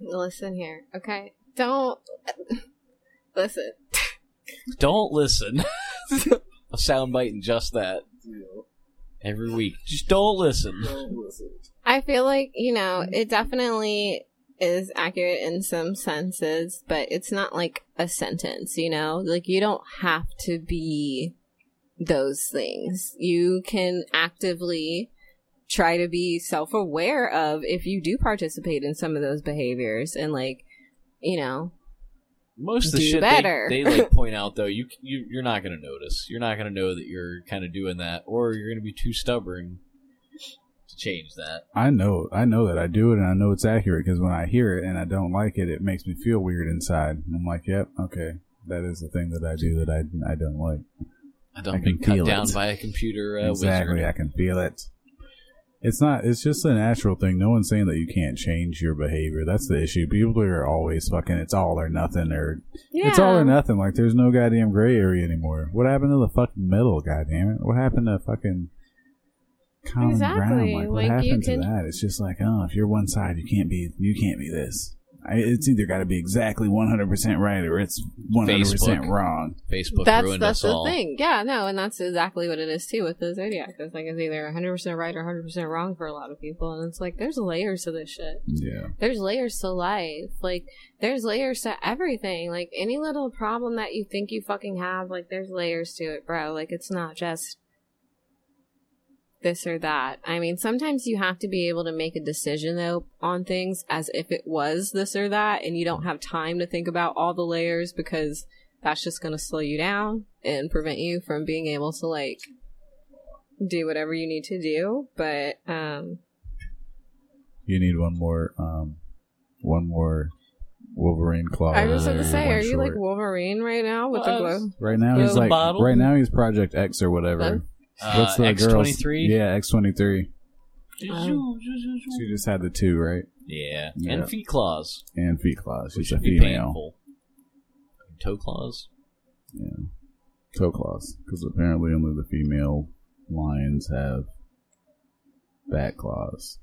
B: Listen here, okay? [laughs]
I: Don't listen.
A: don't listen. [laughs] I'm sound biting just that every week. Just don't listen.
B: I feel like, you know, it definitely is accurate in some senses, but it's not like a sentence, you know? Like, you don't have to be those things. You can actively try to be self aware of if you do participate in some of those behaviors and, like, you know,
A: Most of the
B: Do
A: shit
B: better.
A: They, they like point out though, you, you you're not gonna notice. You're not gonna know that you're kind of doing that, or you're gonna be too stubborn to change that.
C: I know. I know that I do it, and I know it's accurate because when I hear it and I don't like it, it makes me feel weird inside. And I'm like, yep, okay, that is the thing that I do that I I don't like.
A: I
C: I
A: don't
C: can
A: get cut
C: feel
A: down
C: it.
A: by a computer uh,
C: exactly, I
A: wizard.
C: can feel it. It's not. It's just a natural thing. No one's saying that you can't change your behavior. That's the issue. People are always fucking. It's all or nothing, or
B: Yeah.
C: it's all or nothing. Like there's no goddamn gray area anymore. What happened to the fucking middle? Goddamn it! What happened to fucking common ground?
B: Exactly.
C: Like what
B: Like, you
C: happened to
B: can-
C: that? It's just like, oh, if you're one side, you can't be. You can't be this. I, it's either got to be exactly 100 percent right or it's 100 percent
A: Facebook.
C: wrong.
A: Facebook
B: that's
A: ruined
B: that's
A: us
B: the
A: all.
B: thing. Yeah, no, and that's exactly what it is too with the zodiac. It's like it's either 100% right or 100% wrong for a lot of people, and it's like there's layers to this shit.
C: Yeah.
B: There's layers to life. Like there's layers to everything. Like any little problem that you think you fucking have, like there's layers to it, bro. Like it's not just this or that. I mean, sometimes you have to be able to make a decision though on things as if it was this or that and you don't have time to think about all the layers because that's just going to slow you down and prevent you from being able to like do whatever you need to do, but um
C: You need one more, um, one more Wolverine claw.
B: I was just
C: or
B: going to say,
C: one
B: are you like
C: short.
B: Wolverine right now with
K: Well,
B: the
K: I was-
B: glow?
C: right now?
A: Yeah.
C: He's
A: the
C: like
A: bottle?
C: right now he's Project X or whatever.
A: Uh,
C: girl's-
A: X23?
C: Yeah, X twenty three.
A: Um,
B: Oh.
C: She just had the two right
A: Yeah.
C: Yeah.
A: And feet claws.
C: and feet claws.
A: Which
C: She's a
A: should be
C: female
A: painful. And toe claws.
C: toe claws because apparently only the female lions have back claws.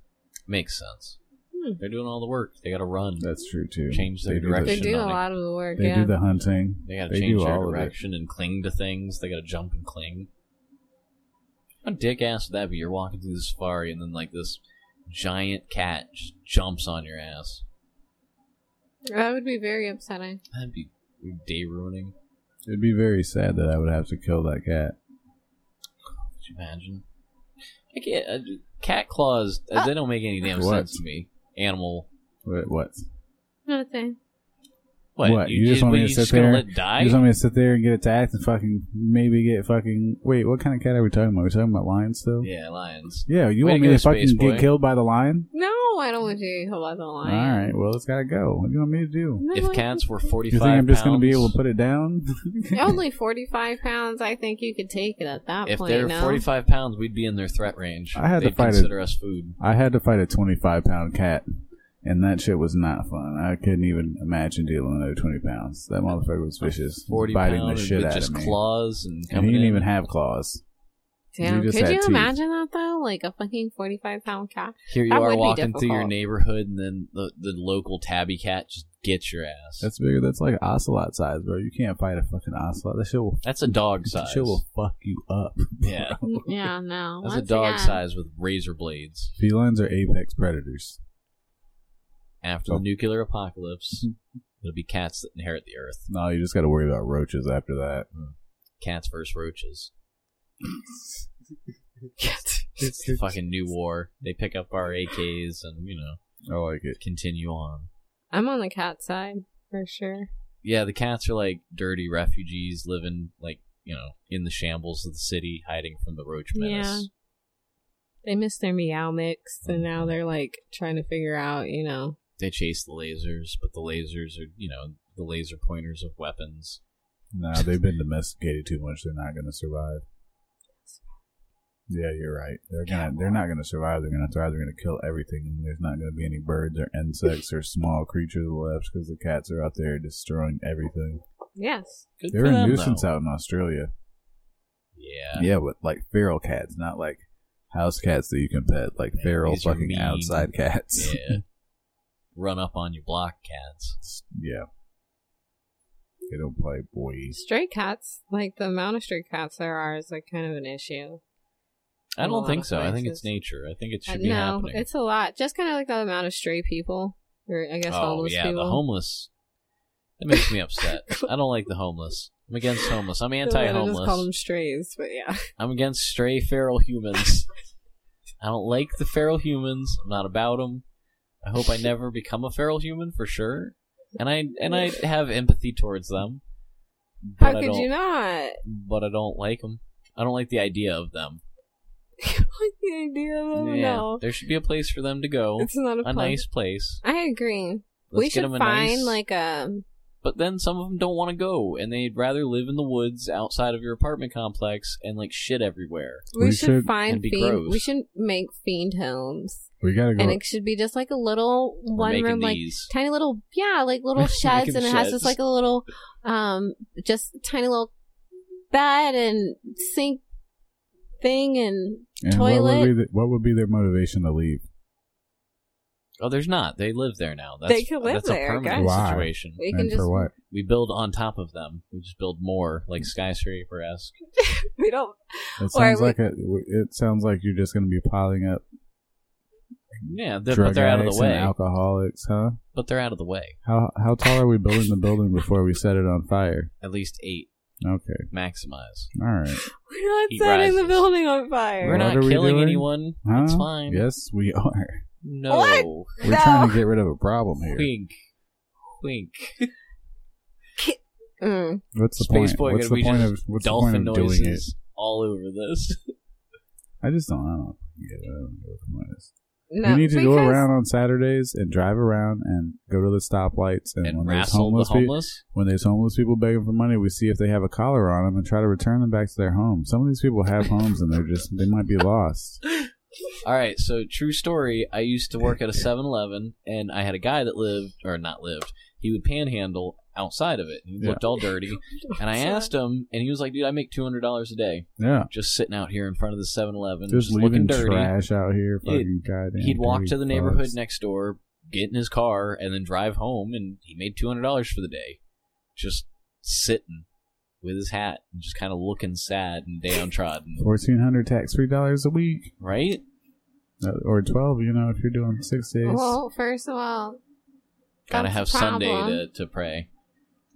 A: Makes sense.
B: Hmm.
A: They're doing all the work. They got to run.
C: That's true too.
A: Change their
C: They do
B: They
A: direction.
B: do a
A: on it.
B: lot of the work,
C: The, they
B: yeah.
C: do the hunting.
A: They got to change
C: do
A: their
C: all of it.
A: direction and cling to things. They got to jump and cling. How dick ass would that be? You're walking through the safari and then like this giant cat just jumps on your ass.
B: That would be very upsetting.
A: That'd be day ruining.
C: It'd be very sad that I would have to kill that cat.
A: Could you imagine? I can't. Uh, cat claws.
B: Ah.
A: Uh, they don't make any damn
C: What?
A: sense to me. Animal.
C: What? What?
B: Nothing.
A: What?
C: What, you just want me
A: you
C: to
A: just
C: sit
A: gonna
C: there?
A: let it die?
C: You just want me to sit there and get attacked and fucking maybe get fucking. Wait, what kind of cat are we talking about? Are we talking about lions still?
A: yeah, lions.
C: Yeah, you
A: Way
C: want
A: to
C: me
A: go,
C: to fucking
A: Space Boy.
C: get killed by the lion?
B: No, I don't want you to hold on the
C: All
B: line.
C: right, well, it's gotta go. What do you want me to do?
B: No,
A: If
B: I-
A: cats were
C: You
A: forty-five
C: think I'm just gonna be
A: pounds-
C: able to put it down?
B: Only 45 pounds, I think you could take it at that
A: If
B: point.
A: they're
B: no?
A: 45 pounds, we'd be in their threat range.
C: I had to
A: They'd
C: fight it.
A: consider us food.
C: I had to fight a 25 pound cat, and that shit was not fun. I couldn't even imagine dealing with another 20 pounds. That motherfucker was vicious,
A: 40
C: biting the
A: pounds
C: shit
A: with
C: out
A: just
C: of me.
A: claws and
C: and he
A: coming
C: didn't
A: in.
C: even have claws.
B: Damn,
C: you just
B: could
C: had
B: you
C: teeth.
B: imagine that though? Like a fucking 45 pound cat?
A: Here you
B: That would
A: are
B: be
A: walking through your
B: difficult.
A: neighborhood, and then the, the local tabby cat just gets your ass. That's,
C: That's bigger. That's like ocelot size, bro. You can't fight a fucking ocelot. That shit will
A: a dog
C: That
A: size.
C: shit will fuck you up. [laughs]
A: Yeah.
B: Mm, Yeah, no.
A: That's a
B: Once
A: dog
B: again-
A: size with razor blades.
C: Felines are apex predators.
A: After
C: Oh.
A: the nuclear [laughs] apocalypse, it'll be cats that inherit the earth.
C: No, you just got to worry about roaches after that.
A: Cats versus roaches. [laughs] [laughs] It's the fucking new war. They pick up our AKs and, you know,
C: I like it.
A: continue on.
B: I'm on the cat side for sure.
A: yeah, the cats are like dirty refugees living like you know in the shambles of the city, hiding from the roach menace.
B: They missed their meow mix and now they're like trying to figure out, you know.
A: They chase the lasers, but the lasers are you know the laser pointers of weapons.
C: No, they've been domesticated too much. They're not going to survive. Yeah, you're right. They're gonna. They're not going to survive. They're going to thrive. They're going to kill everything. And there's not going to be any birds or insects or small creatures left because the cats are out there destroying everything.
B: Yes.
A: Good
C: They're
A: for
C: a
A: them,
C: nuisance
A: though.
C: out in Australia.
A: Yeah,
C: Yeah, but like feral cats, not like house cats that you can pet, like
A: Yeah,
C: feral
A: these are
C: fucking
A: mean.
C: outside
A: [laughs]
C: cats.
A: yeah. Run up on your block, cats.
C: [laughs] Yeah. They don't play boys.
B: Stray cats, like the amount of stray cats there are is like kind of an issue.
A: I
B: In a
A: don't
B: lot
A: think
B: of
A: so. I think it's
B: places.
A: nature. I think it
B: Uh,
A: should be
B: no,
A: happening.
B: it's a lot. Just kind of like the amount of stray people, or I guess
A: oh
B: homeless
A: yeah,
B: people.
A: the homeless. That makes me upset. I don't like the homeless. I'm against homeless.
B: [laughs]
A: I'm
B: Don't wanna
A: anti-homeless.
B: Just call them strays, but yeah.
A: I'm against stray feral humans. [laughs] I don't like the feral humans. I'm not about them. I hope I never become a feral human for sure. And I and
B: [laughs]
A: I have empathy towards them. But
B: How
A: I
B: could
A: don't,
B: you not?
A: But I don't like them. I don't like the idea of them.
B: like the idea of them? Oh, No,
A: there should be a place for them to go.
B: it's not a,
A: a
B: place.
A: nice place.
B: I agree.
A: Let's
B: we
A: get
B: should
A: them a
B: find
A: nice-
B: like a
A: But then some of them don't want to go, and they'd rather live in the woods outside of your apartment complex and like shit everywhere.
C: We
B: We, should,
C: should-
B: find
A: And be
B: fiend.
A: gross.
B: We should make fiend homes,
C: We gotta go.
B: and it should be just like a little
A: We're
B: one room,
A: making
B: like
A: these.
B: tiny little, yeah,
C: [laughs]
B: like little
A: Making
B: sheds, and it has
A: sheds.
B: just like a little, um, just tiny little bed and sink thing, and
C: and What
B: toilet.
C: would, be the, what would be their motivation to leave?
A: Oh, there's not. They live there now. That's,
B: They can live
A: that's
B: there,
A: a permanent
C: guys. Why?
A: situation.
B: we can
C: and
B: just
C: for what?
A: We build on top of them. We just build more, like skyscraper esque.
B: we don't
C: It
B: Or
C: sounds
B: we-
C: like a, it sounds like you're just gonna be piling up
A: Yeah, they're,
C: drug
A: but they're out of
C: addicts
A: the
C: and
A: way.
C: alcoholics, huh?
A: But they're out of the way.
C: How how tall are we building the building before we set it on fire?
A: At least eight
C: Okay,
A: maximize.
C: all right.
B: we're not
A: Heat
B: setting the
A: rises.
B: building on fire.
A: We're
C: What
A: not
C: are we
A: killing
C: doing?
A: anyone.
C: Huh?
A: It's fine.
C: Yes, we
B: [laughs]
C: are.
A: No.
B: What?
C: We're
B: No.
C: trying to get rid of a problem here.
A: Wink. Wink.
B: Mm.
C: What's the
A: Space
C: point?
A: boy
C: what's
A: gonna be
C: the point
A: just
C: of what's the point
A: dolphin
C: of doing it?
A: noises all over this.
C: I just don't. I don't get it. I don't know what the point is.
B: No,
C: you need to go
B: because-
C: around on Saturdays and drive around and go to the stoplights and,
A: and
C: when there's
A: wrestle the
C: homeless people,
A: homeless.
C: when there's homeless people begging for money, we see if they have a collar on them and try to return them back to their home. Some of these
A: [laughs]
C: people have homes and they're just they might be lost.
A: All right, so true story. I used to work at a 7-Eleven, and I had a guy that lived or not lived. He would panhandle outside of it. He
C: Yeah.
A: looked all dirty, and I asked him, and he was like, "Dude, I make two hundred dollars a day
C: Yeah,
A: just sitting out here in front of the 7-Eleven,
C: just,
A: just, looking
C: leaving
A: dirty."
C: trash out here.
A: Yeah,
C: Fucking goddamn.
A: He'd walk
C: dirty
A: to the neighborhood
C: fucks.
A: next door, get in his car, and then drive home, and he made two hundred dollars for the day, just sitting with his hat and just kind of looking sad and
C: [laughs]
A: downtrodden,
C: Fourteen hundred tax free dollars a week,
A: right?
C: Uh, or twelve. You know, if you're doing six days.
B: Well, first of all,
A: Gotta
B: That's
A: have
B: a
A: Sunday
B: problem.
A: to, to pray.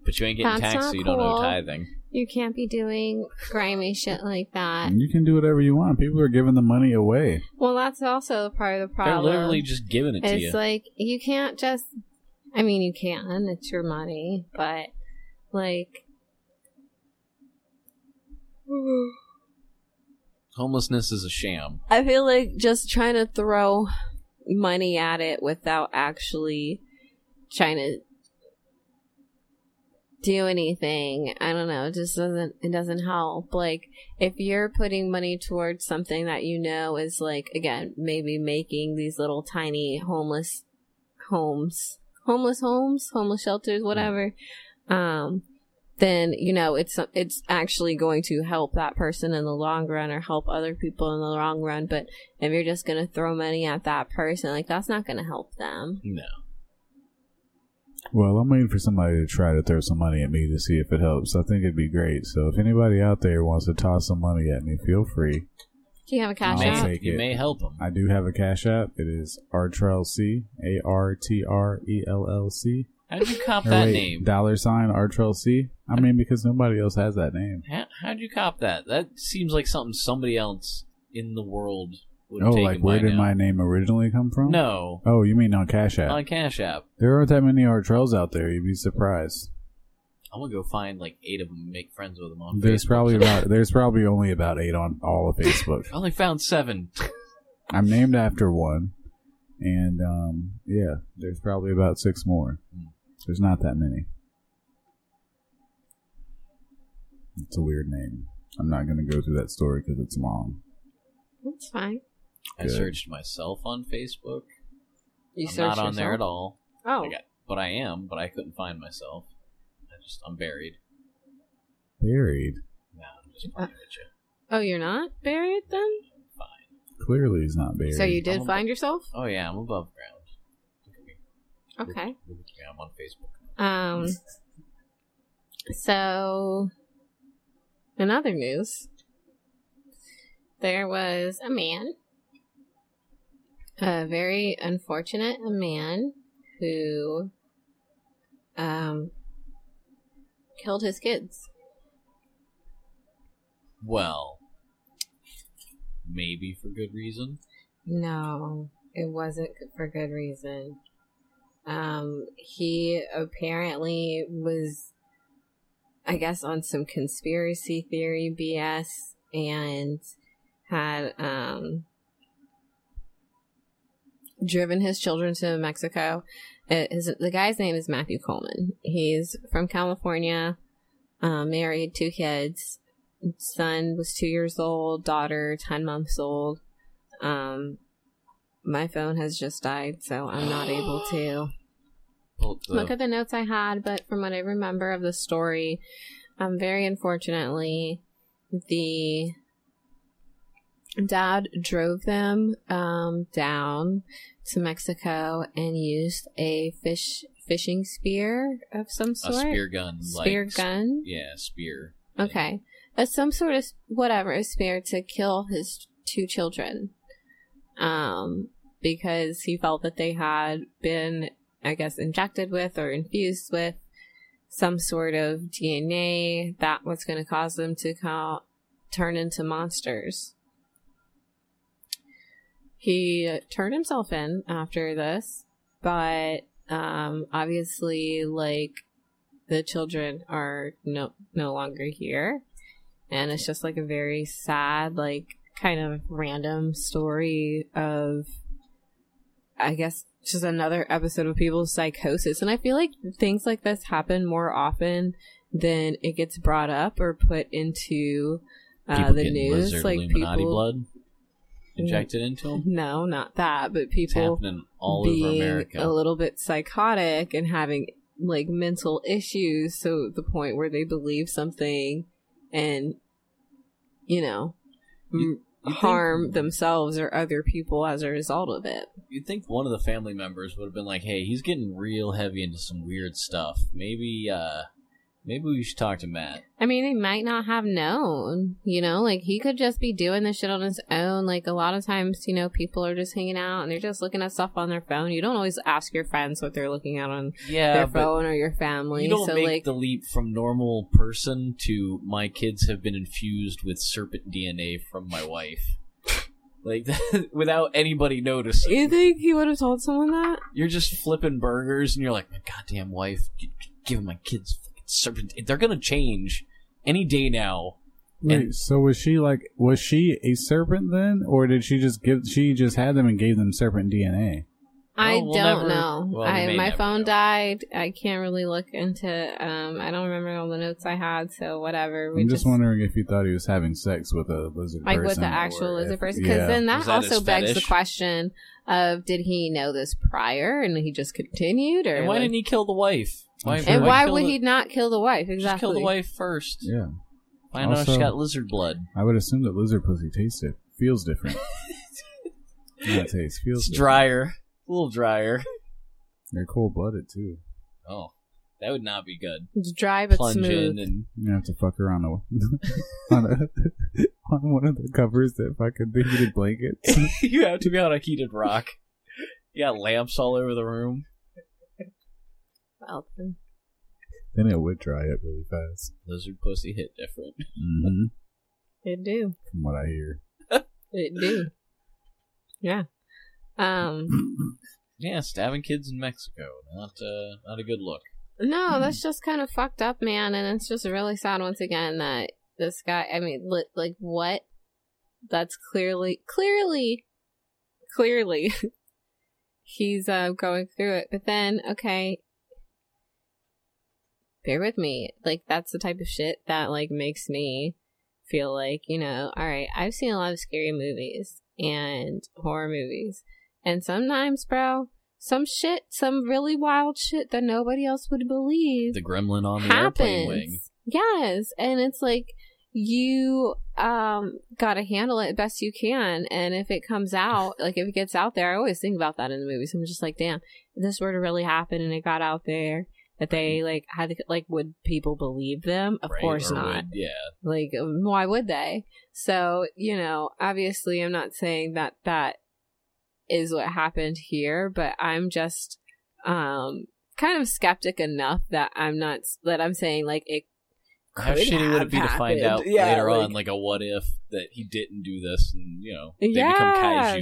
A: But you ain't getting
B: That's
A: taxed,
B: not
A: so you don't owe
B: cool.
A: tithing.
B: you can't be doing grimy shit like that.
C: you can do whatever you want. People are giving the money away.
B: Well, that's also part of the
A: They're
B: problem.
A: literally just giving it to
B: it's
A: you.
B: like you can't just. I mean, you can. It's your money, but like
A: Homelessness is a sham.
B: I feel like just trying to throw money at it without actually trying to do anything. I don't know, it just doesn't it doesn't help. Like if you're putting money towards something that you know is like again, maybe making these little tiny homeless homes, homeless homes, homeless shelters, whatever. Um then you know it's it's actually going to help that person in the long run or help other people in the long run but if you're just going to throw money at that person like that's not going to help them
A: No.
C: Well, I'm waiting for somebody to try to throw some money at me to see if it helps. I think it'd be great. So if anybody out there wants to toss some money at me, feel free.
B: do you have a cash
A: you
C: I'll
B: app
A: may,
C: take
A: you
C: it.
A: may help them.
C: I do have a cash app. It is Artrellc, A R T R E L L C.
A: How would you
B: [laughs]
A: cop
B: Oh,
C: Or
A: that
C: wait,
A: name?
C: Dollar sign Artrellc. I mean, because nobody else has that name.
A: How, how'd you cop that? That seems like something somebody else in the world would
C: oh,
A: have taken
C: like where
A: by
C: did
A: now.
C: my name originally come from?
A: No.
C: Oh, you mean on Cash App?
A: On Cash App.
C: there aren't that many Artrells out there. You'd be surprised.
A: I'm gonna go find like eight of them and make friends with them on
C: There's
A: Facebook.
C: probably about there's probably only about eight on all of Facebook.
A: I only found seven.
C: I'm named after one, and um, yeah, there's probably about six more. There's not that many. It's a weird name. I'm not going to go through that story because it's long.
B: that's fine
A: I
C: Good.
A: searched myself on Facebook.
B: you
A: I'm
B: search
A: not on there at
B: yourself.
A: all. I
B: oh
A: got, but I am, but I couldn't find myself. I just I'm buried.
C: Buried.
A: Nah, I'm just playing with you.
B: oh you're not buried then
C: Clearly, he's not buried.
B: so you did
A: I'm-
B: find yourself
A: Oh yeah, I'm above ground. Look at me. Look-
B: okay
A: Look at me. I'm on Facebook. [laughs]
B: um so in other news there was a man a very unfortunate man who um killed his kids
A: Well, maybe for good reason.
B: no it wasn't for good reason um he apparently was i guess on some conspiracy theory bs and had um driven his children to Mexico. It is, the guy's name is Matthew Coleman. He's from California, uh, married, two kids. Son was two years old, daughter ten months old. Um, my phone has just died, so I'm not able to
A: Pulled the-
B: look at the notes I had. But from what I remember of the story, um, very unfortunately, the dad drove them um, down to Mexico and used a fish fishing spear of some
A: a
B: sort.
A: spear gun.
B: Spear
A: like,
B: gun.
A: Yeah, spear.
B: Okay. Uh, some sort of s- whatever a spear to kill his two children. Um, because he felt that they had been, I guess, injected with or infused with some sort of DNA that was going to cause them to co- turn into monsters. He turned himself in after this, but um, obviously, like, the children are no no longer here and it's just like a very sad like kind of random story of i guess just another episode of people's psychosis and i feel like things like this happen more often than it gets brought up or put into uh,
A: People
B: the
A: getting
B: news
A: lizard
B: like
A: Illuminati
B: people
A: blood injected into them.
B: no not that but
A: It's
B: people
A: happening all
B: being
A: over America.
B: a little bit psychotic and having like mental issues so the point where they believe something and you know
A: You-
B: m-
A: you think-
B: harm themselves or other people as a result of it
A: You'd think one of the family members would have been like, "Hey, he's getting real heavy into some weird stuff. Maybe, uh, maybe we should talk to Matt."
B: i mean they might not have known you know like he could just be doing this shit on his own like a lot of times you know people are just hanging out and they're just looking at stuff on their phone you don't always ask your friends what they're looking at on
A: Yeah,
B: their phone or your family
A: you don't
B: so
A: make
B: like
A: the leap from normal person to my kids have been infused with serpent DNA from my wife, like [laughs] that, without anybody noticing.
B: you think he would have told someone that
A: you're just flipping burgers and you're like, my goddamn wife g- g- giving my kids fucking serpent. They're gonna change any day now.
C: Wait,
A: And-
C: so was she like was she a serpent then, or did she just give she just had them and gave them serpent DNA?
B: I
A: Oh, Well, we'll
B: don't
A: never-
B: know.
A: well, we
B: I
A: may
B: my
A: never
B: phone
A: know.
B: died. I can't really look into. Um, I don't remember all the notes I had, so whatever.
C: I'm just, wondering if you thought he was having sex with a lizard
B: like
C: person,
B: with the
C: or
B: actual lizard
C: if-
B: person, because then that,
A: Was that
B: also
A: his
B: begs the
A: fetish?
B: question of did he know this prior and he just continued, or
A: And why
B: like-
A: didn't he kill the wife? Why,
C: sure
B: and why
A: kill
B: would
A: the-
B: he not kill the wife? Exactly.
A: just kill the wife first?
C: yeah,
A: Find out if she
C: Also-
A: got lizard blood.
C: I would assume that lizard pussy tastes it feels different. Not taste feels
A: It's
C: different.
A: drier, a little drier.
C: They're cold blooded too.
A: Oh, that would not be good.
B: It's dry but
A: Plunge in
B: smooth.
A: and [laughs]
C: You have to fuck her on a [laughs] on a on one of the covers that fucking the heated blankets.
A: you have to be on a heated rock. You got lamps all over the room.
B: Well, then.
C: then it would dry up really fast.
A: Lizard pussy hit different.
C: Mm-hmm.
B: it do.
C: From what I hear,
B: It do. yeah. Um.
A: Yeah, stabbing kids in Mexico. Not uh, not a good look.
B: No, that's just kind of fucked up, man. And it's just really sad once again that this guy, I mean, li- like, what? That's clearly, clearly, clearly, [laughs] he's uh, going through it. But then, okay, bear with me. Like, that's the type of shit that, like, makes me feel like, you know, all right, I've seen a lot of scary movies and horror movies. And sometimes, bro, some shit, some really wild shit that nobody else would believe
A: The gremlin on the airplane wing.
B: happens. Yes, and it's like you um got to handle it best you can and if it comes
A: [laughs]
B: out like if it gets out there i always think about that in the movies i'm just like damn if this were to really happen and it got out there that they like had to like would people believe them of
A: right?
B: course
A: Or
B: not
A: would- yeah,
B: like, um, why would they? So, you know, obviously, I'm not saying that that is what happened here, but I'm just um kind of skeptic enough that I'm not that I'm saying like it.
A: how
B: could
A: shitty would
B: have
A: it be to find
B: happened.
A: out
B: Yeah,
A: later
B: like-
A: on, like a what if that he didn't do this, and you know they become
B: Yes.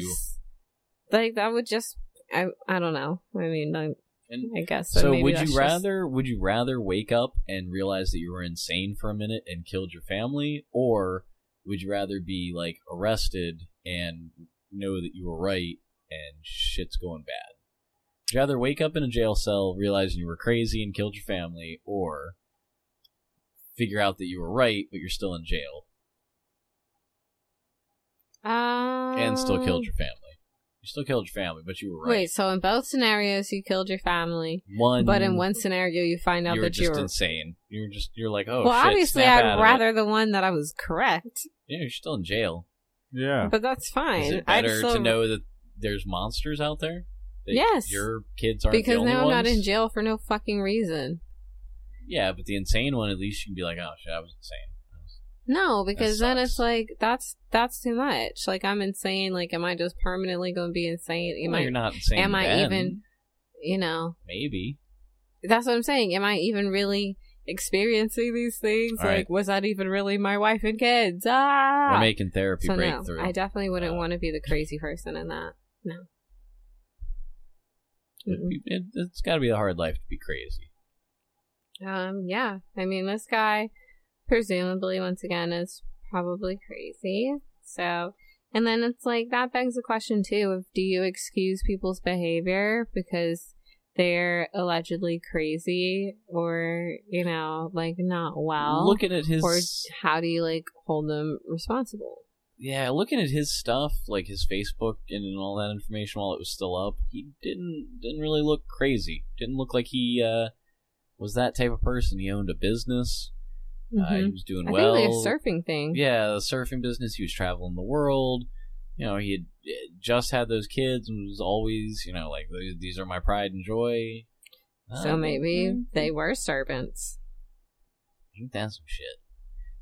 A: kaiju.
B: Like that would just I I don't know. I mean, I,
A: And
B: I guess. but
A: so,
B: maybe
A: would
B: that's
A: you
B: just-
A: rather would you rather wake up and realize that you were insane for a minute and killed your family, or would you rather be like arrested and know that you were right and shit's going bad. Would you rather wake up in a jail cell realizing you were crazy and killed your family, or figure out that you were right but you're still in jail
B: Um,
A: and still killed your family? You still killed your family, but you were right.
B: Wait, so in both scenarios, you killed your family,
A: one,
B: but in one scenario, you find out
A: you were
B: that
A: just
B: you were.
A: insane. You were just you're like, oh,
B: well,
A: shit,
B: obviously,
A: snap out
B: I'd
A: of it.
B: rather the one that I was correct,
A: Yeah, you're still in jail.
C: Yeah.
B: but that's fine.
A: Is it
B: I'd
A: better
B: still-
A: to know that there's monsters out there? That
B: Yes.
A: Your kids aren't the
B: because
A: only
B: now I'm not
A: ones?
B: in jail for no fucking reason.
A: Yeah, but the insane one, at least you can be like, oh shit, I was insane. I was-
B: No, because then
A: sucks.
B: it's like that's that's too much. Like I'm insane. Like am I just permanently going to be insane? Am
A: Well,
B: I?
A: you're not insane.
B: am I
A: then.
B: even? You know,
A: Maybe.
B: that's what I'm saying. Am I even really experiencing these things?
A: All
B: like,
A: right.
B: was that even really my wife and kids? Ah,
A: We're making therapy
B: so no,
A: breakthrough.
B: I definitely wouldn't
A: Uh,
B: want to be the crazy person in that. No. Mm-mm.
A: it, it, it's got to be a hard life to be crazy.
B: Um, yeah. I mean, this guy, presumably, once again, is probably crazy. So, and then it's like that begs the question, too, of do you excuse people's behavior because they're allegedly crazy or, you know, like not well?
A: looking at his,
B: or how do you like hold them responsible?
A: yeah, looking at his stuff, like his Facebook and, and all that information while it was still up, he didn't didn't really look crazy. Didn't look like he uh, was that type of person. He owned a business. Uh, he
B: Mhm.
A: was doing
B: I
A: well.
B: think the surfing thing.
A: Yeah, the surfing business. He was traveling the world. You know, he had eh, just had those kids and was always, you know, like "These- these are my pride and joy. Ah, I
B: So
A: don't
B: maybe
A: know.
B: they were serpents.
A: I think that's some shit.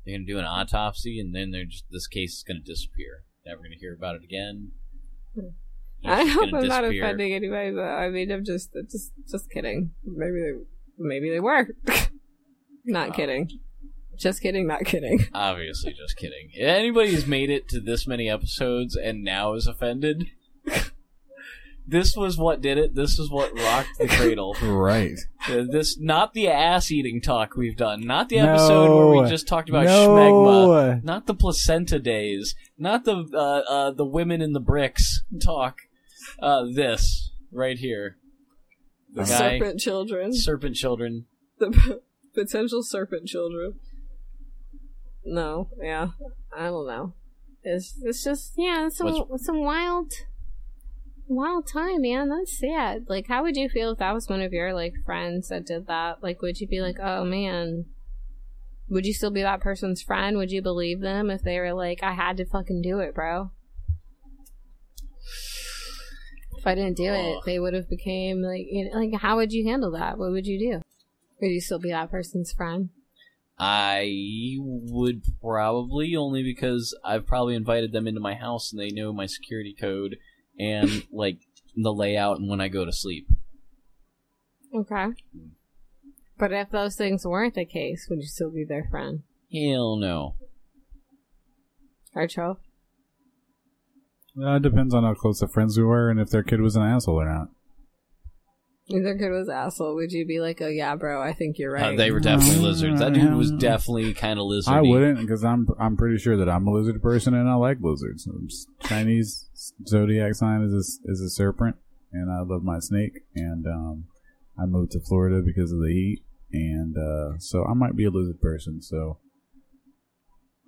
A: They're gonna do an autopsy and then they're just this case is gonna disappear. Never gonna hear about it again.
B: I
A: It's
B: Hmm. hope
A: gonna
B: I'm not
A: disappear.
B: offending anybody, but I mean, I'm just, just, just kidding. Maybe they, maybe they were. [laughs] not
A: Oh.
B: kidding. Just kidding. Not kidding.
A: Obviously, just kidding. If anybody who's made it to this many episodes and now is offended, [laughs] this was what did it. This is what rocked the
C: [laughs]
A: cradle.
C: Right.
A: Uh, This not the ass eating talk we've done, not the
C: No.
A: episode where we just talked about
C: No.
A: schmegma, not the placenta days, not the uh, uh, the women in the bricks talk. Uh, this right here, the
B: The
A: guy,
B: serpent children.
A: serpent children.
B: the [laughs] p- potential serpent children. No. Yeah. I don't know. It's it's just yeah. It's some it's some wild. Wild time, man. That's sad. Like, how would you feel if that was one of your like friends that did that? Like, would you be like, "Oh man, would you still be that person's friend? Would you believe them if they were like, I had to fucking do it, bro? If I didn't do it,
A: Ugh.
B: they would have became like, you know, like, how would you handle that? What would you do? Would you still be that person's friend?
A: I would probably only because I've probably invited them into my house and they know my security code and [laughs] like the layout and when I go to sleep.
B: Okay. But if those things weren't the case, would you still be their friend?
A: Hell no. Uh,
B: Archo?
C: Well, Uh, it depends on how close the friends we were and if their kid was an asshole or not.
B: Either kid was asshole. Would you be like, oh yeah, bro, I think you're
A: Uh,
B: right?
A: they were definitely
C: Mm,
A: lizards. That dude
C: [laughs]
A: was
C: mm.
A: definitely kind of lizardy.
C: I wouldn't because I'm I'm pretty sure that I'm a lizard person and I like lizards. I'm s- Chinese zodiac sign is a, is a serpent, and I love my snake. And um, I moved to Florida because of the heat, and uh, so I might be a lizard person. So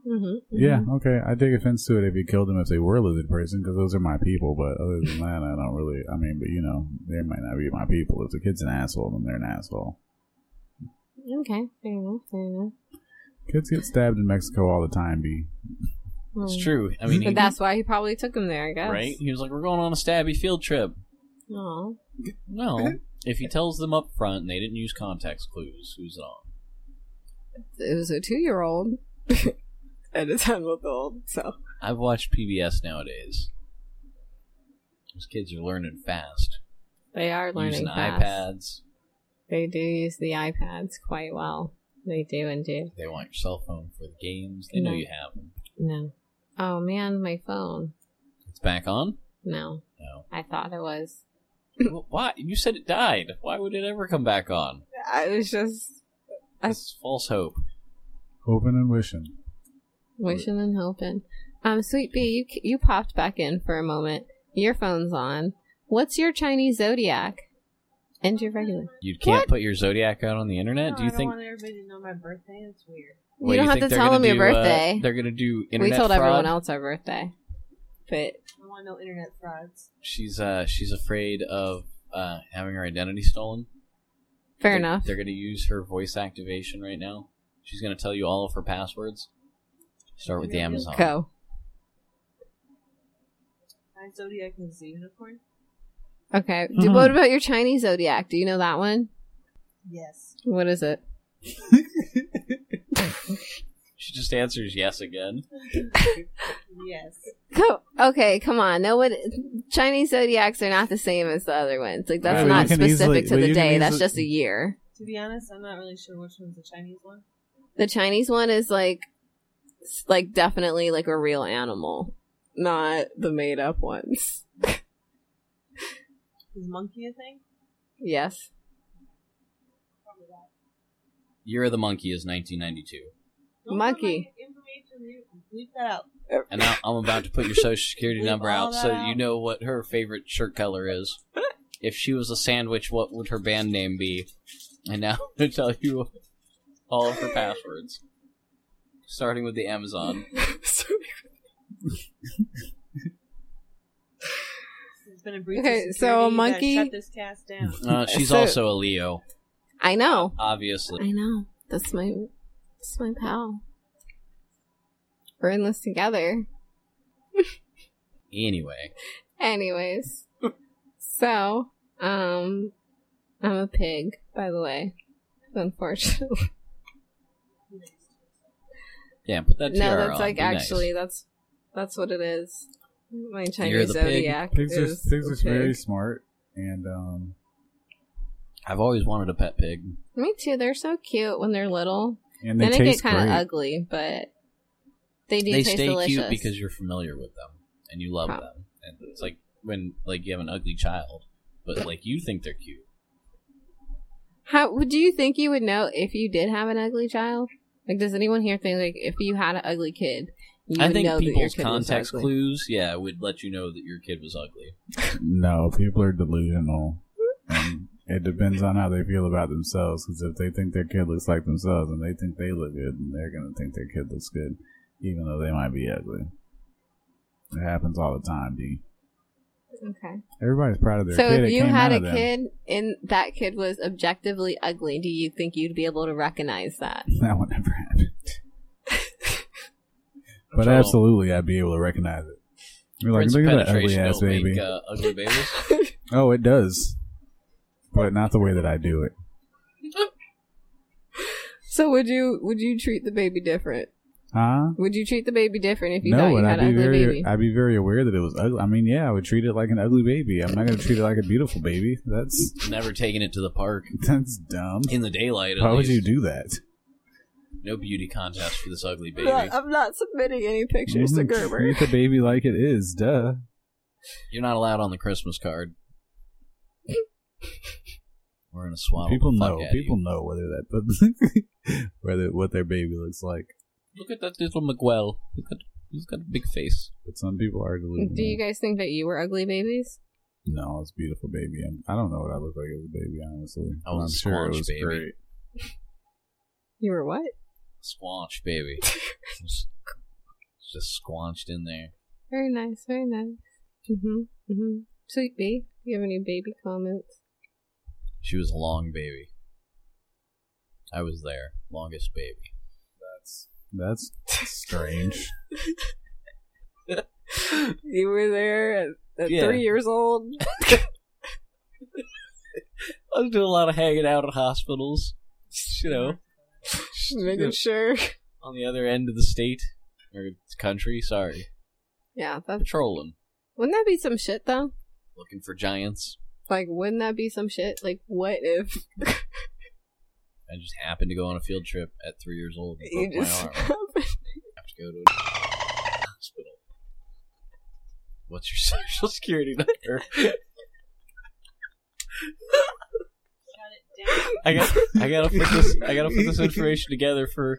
B: Mhm,
C: yeah, okay, I take offense to it if you killed them if they were a lizard person because those are my people. But other than that, I don't really. I mean, but you know, they might not be my people. If the kid's an asshole, then they're an asshole.
B: mhm. Okay, fair enough, fair enough.
C: Kids get stabbed in Mexico all the time. B.
A: It's
B: Mm.
A: true. I mean, he,
B: But that's why he probably took him there, I guess.
A: right? He was like, "We're going on a stabby field trip."
B: Aw.
A: Well,
B: [laughs]
A: if he tells them up front and they didn't use context clues, who's on?
B: It was a two year old [laughs] and a 10 month old. So,
A: I've watched PBS nowadays. Those kids are learning fast.
B: they are learning
A: using
B: fast.
A: iPads.
B: They do use the iPads quite well. They do indeed.
A: They want your cell phone for the games. They know
B: No.
A: you have them.
B: No. Oh man, my phone.
A: It's back on.
B: No. [laughs]
A: No.
B: I thought it was.
A: well, why? You said it died. Why would it ever come back on?
B: I was just I-
A: This is false hope.
C: Hoping and wishing.
B: wishing and hoping. Um, Sweet Bee, you, you popped back in for a moment. earphones on. What's your Chinese zodiac? And your regular.
A: You can't put your zodiac out on the internet. do you
D: I don't
A: think?
D: want everybody to know my birthday. It's weird.
B: You
A: what,
B: don't
A: you
B: have
A: think
B: to
A: they're
B: tell
A: gonna
B: them your
A: do, uh,
B: birthday.
A: they're gonna do internet.
B: we told
A: fraud?
B: everyone else our birthday. But
D: I want to know internet frauds.
A: She's uh, she's afraid of uh, having her identity stolen.
B: fair
A: They're-
B: enough.
A: They're gonna use her voice activation right now. She's gonna tell you all of her passwords. Start with the
D: Really?
A: Amazon.
B: Go.
D: My zodiac is a unicorn.
B: Okay.
C: Mm-hmm.
B: Do- what about your Chinese zodiac? Do you know that one?
D: Yes.
B: What is it?
A: She just answers yes again.
D: [laughs] Yes.
B: Go. Okay, come on. No one. Chinese zodiacs are not the same as the other ones. Like that's
C: Right, but
B: not
C: you can
B: specific
C: easily-
B: to
C: but
B: the
C: you can
B: day. That's
C: easily-
B: just a year.
D: To be honest, I'm not really sure which one's the Chinese one.
B: The Chinese one is like, s- like definitely like a real animal, not the made up ones.
D: Is monkey a thing?
B: Yes. [laughs]
A: Year of the Monkey is 1992,
D: Don't
B: Monkey.
D: put my Information. Leave that out.
A: and now I'm about to put your social
B: [laughs]
A: security
D: Leave
A: number
D: all
A: out
D: that
A: so
D: out.
A: you know what her favorite shirt color is. If she was a sandwich, what would her band name be? And now I'm gonna tell you all of her passwords, starting with the Amazon.
D: It's been a brief.
B: Okay,
D: Okay,
B: so a monkey-
D: Shut this cast down.
A: Uh, she's
B: So-
A: also a Leo,
B: I know.
A: obviously.
B: I know. That's my that's my pal. We're in this together.
A: Anyway,
B: Anyways. [laughs] so, um I'm a pig, by the way. Unfortunately.
A: yeah, put that.
B: no,
A: tiara
B: that's
A: on,
B: like
A: be nice.
B: actually that's that's what it is. My
A: You're
B: Chinese
A: the pig.
B: zodiac
C: Pigs are,
B: is
C: pigs
B: a
C: are very
B: pig.
C: smart, and um,
A: I've always wanted a pet pig.
B: Me too. They're so cute when they're little.
C: and they
B: then they get
C: taste
B: kind of
C: great.
B: ugly, but they do
A: they
B: taste
A: stay
B: delicious.
A: cute because you're familiar with them and you love
B: Huh.
A: them. And it's like when like you have an ugly child, but like you think they're cute.
B: How would you think you would know if you did have an ugly child? Like, does anyone here think like if you had an ugly kid, you
A: I
B: would
A: think
B: know
A: people's
B: that your kid
A: context
B: was ugly?
A: clues, yeah, would let you know that your kid was ugly.
C: No, people are delusional. And it depends on how they feel about themselves. Because if they think their kid looks like themselves and they think they look good, then they're going to think their kid looks good, even though they might be ugly. It happens all the time, D.
B: Okay.
C: Everybody's proud of their
B: So
C: kid.
B: if
C: It
B: you
C: came out
B: had a
C: of them.
B: kid and that kid was objectively ugly, do you think you'd be able to recognize that?
C: [laughs] that would never
B: [laughs]
C: happen. but
A: So-
C: absolutely, I'd be able to recognize it. You're like,
A: Prince
C: look at that ugly
A: penetration
C: ass
A: don't make,
C: baby.
A: uh, ugly babies. [laughs]
C: Oh, it does. But not the way that I do it.
B: So would you would you treat the baby different?
C: Huh?
B: Would you treat the baby different if you
C: no,
B: thought you
C: and
B: had
C: I'd
B: an
C: be
B: ugly
C: very,
B: baby?
C: I'd be very aware that it was ugly. I mean, yeah, I would treat it like an ugly baby. I'm not going to treat it like a beautiful baby. That's [laughs]
A: Never taking it to the park
C: that's dumb.
A: in the daylight. at
C: Why would
A: least.
C: you do that?
A: No beauty contest for this ugly baby.
B: I'm not submitting any pictures to
C: Mhm.
B: Gerber.
C: Treat the baby like it is. Duh.
A: You're not allowed on the Christmas card. [laughs] We're gonna swallow.
C: people
A: the fuck
C: know.
A: outta you.
C: People know whether that, but [laughs] whether what their baby looks like.
A: Look at that little Miguel. He's got, he's got a big face.
C: But some people are delusional.
B: Do you guys think that you were ugly babies?
C: No, it's a beautiful baby. I'm, I don't know what I looked like as a baby, honestly.
A: I was
C: am
A: a
C: sure it
A: squanch
C: was
A: baby.
C: great.
B: You were what?
A: Squanch,
B: [laughs]
A: baby. Just- Just squanched in there.
B: Very nice, very nice. Mhm, mhm. Sweet bee, do you have any baby comments?
A: She was a long baby. I was there. Longest baby.
C: That's that's strange.
B: [laughs] You were there at, at
A: Yeah.
B: three years [laughs] old.
A: I was doing a lot of hanging out at hospitals. [laughs] You know. [laughs]
B: Making sure.
A: on the other end of the state. Or country, sorry.
B: Yeah, that's.
A: Patrolling.
B: Wouldn't that be some shit though?
A: Looking for giants.
B: Like, wouldn't that be some shit? Like, what
C: [laughs]
B: if
A: I just happened to go on a field trip at three years old and
B: you
A: broke
C: [laughs]
B: just [laughs]
A: my arm. I have to go to a hospital. What's your [laughs] social security number?
D: damn.
A: I got, I gotta put this, I gotta put
C: [laughs]
A: this information together for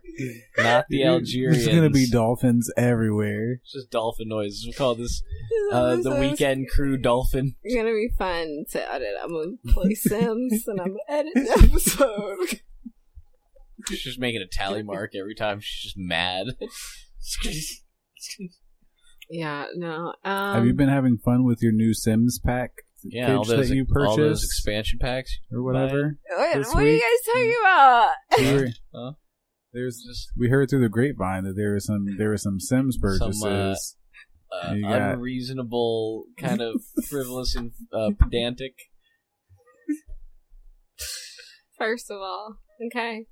A: not the Algerians.
C: There's gonna be dolphins everywhere.
A: It's just dolphin noises. We call
B: [laughs]
A: this
C: [laughs]
A: uh, the weekend crew dolphin. [laughs]
I: It's gonna be fun to edit. I'm
C: [laughs]
I: gonna play Sims and I'm gonna edit the episode.
A: She's just making a tally mark every time. She's just mad.
B: [laughs]
A: [laughs]
B: Yeah, no. Um,
C: Have you been having fun with your new Sims pack
A: yeah, all
C: Page that
A: those,
C: you
A: all those
C: purchased?
A: expansion
B: [laughs]
A: packs.
C: or whatever?
I: Wait,
C: This
I: what are you
C: week? Mm.
I: guys talking about?
C: We were-
A: Huh?
C: There's
A: Just
C: we heard through the grapevine that there were some there were some Sims purchases.
A: uh,
C: You got-
A: unreasonable, kind
B: [laughs]
A: of frivolous and uh, pedantic.
B: First of all, okay,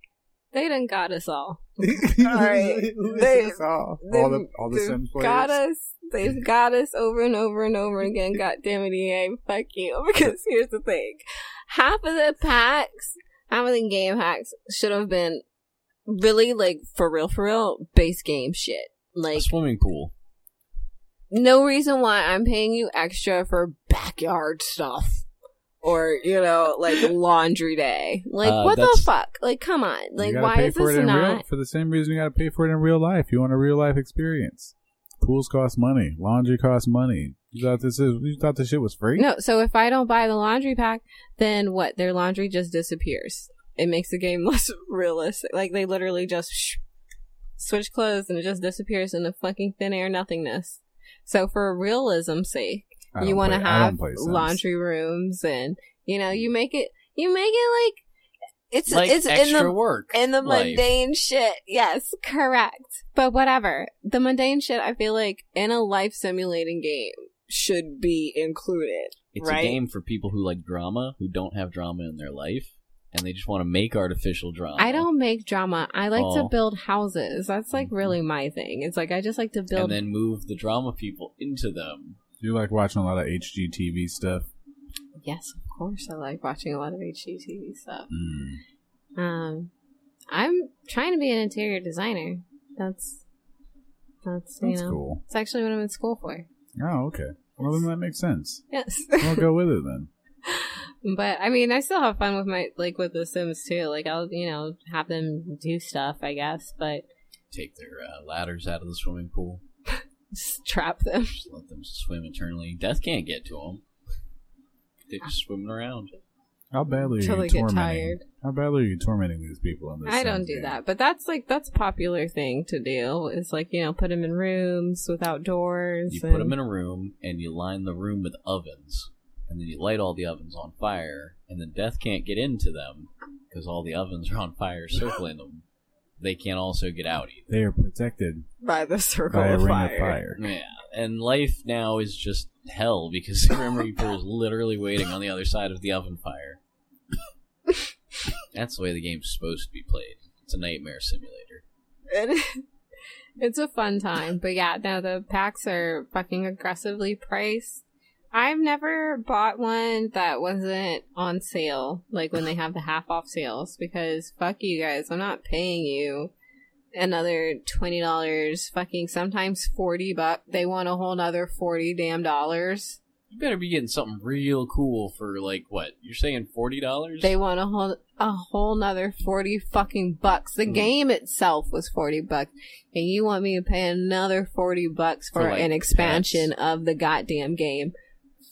B: they done got
C: [laughs]
B: us all. [laughs]
I: Alright.
G: [laughs]
I: They-
C: all,
I: They've-
C: the all the
I: they've
C: Sims players.
I: got us.
C: [laughs]
I: They've got us over and over and over again. God damn it, EA, fuck you. [laughs] Because here's the thing: half of the packs, half of the game hacks should have been really like for real, for real base game shit.
A: A
B: Like
A: swimming pool.
B: no reason why I'm paying you extra for backyard stuff or you know like laundry day. Like
A: Uh,
B: what the
A: that's-
B: fuck? Like come on.
C: You
B: Like
C: gotta
B: why
C: pay
B: is
C: for
B: this
C: it in
B: not?
C: real, for the same reason you got to pay for it in real life? You want a real life experience. Pools cost money. Laundry costs money. You thought this is you thought this shit was free?
B: No, so if I don't buy the laundry pack, then what? Their laundry just disappears. It makes the game [laughs] less realistic. Like they literally just sh- switch clothes and it just disappears into fucking thin air nothingness. So for realism's sake,
C: I
B: you
C: don't
B: want to
C: play- I don't
B: have
C: play Sims.
B: laundry rooms and you know you make it you make it like it's
A: like
B: it's in
A: extra
B: the
A: work.
B: in the
A: life.
B: mundane shit. Yes, correct. But whatever. The mundane shit I feel like in a life simulating game should be included.
A: It's
B: right?
A: a game for people who like drama, who don't have drama in their life, and they just want to make artificial drama.
B: I don't make drama. I like to
A: Uh-huh. Oh. Mm-hmm.
B: build houses. That's like really my thing. It's like I just like to
A: And
B: build.
A: then move the drama people into them.
C: You like watching a lot of HGTV stuff.
B: yes, of course, I like watching a lot of HGTV stuff.
C: Hmm,
B: Um, I'm trying to be an interior designer. That's that's you
C: That's
B: know,
C: cool.
B: it's actually what I'm in school for.
C: Oh, okay. Well, then that makes sense.
B: Yes, [laughs]
C: We'll go with it then.
B: but I mean, I still have fun with my like with the Sims too. Like I'll you know have them do stuff, I guess, but
A: Take their uh, ladders out of the swimming pool.
B: just [laughs] trap them.
A: Just let them swim eternally. Death can't get to them. They're just swimming around.
C: How badly are
B: Till
C: you
B: they get
C: tormenting?
B: tired.
C: How badly are you tormenting these people in this?
B: I don't
C: Sims
B: do
C: game?
B: that, but that's like that's a popular thing to do. Is like you know put them in rooms without doors.
A: You put them in a room and you line the room with ovens, and then you light all the ovens on fire, and then death can't get into them because all the ovens are on fire circling them. They can't also get out either.
C: They are protected
B: by the circle
C: by a
B: of
C: ring
B: fire.
C: of fire. [laughs]
A: Yeah, and life now is just hell because [laughs] the Grim Reaper is literally waiting on the other side of the oven fire. That's the way the game's supposed to be played. It's a nightmare simulator.
B: It- [laughs] it's a fun time, but yeah, no, the packs are fucking aggressively priced. I've never bought one that wasn't on sale, like when they have the half off sales, because fuck you guys, I'm not paying you another twenty dollars, fucking sometimes forty buck. They want a whole nother forty damn dollars.
A: You better be getting something real cool for like what? You're saying forty dollars?
B: They want a whole a whole nother forty fucking bucks.
A: Mm-hmm.
B: The game itself was forty bucks, and you want me to pay another forty bucks for,
A: For, like,
B: an expansion
A: pets.
B: of the goddamn game?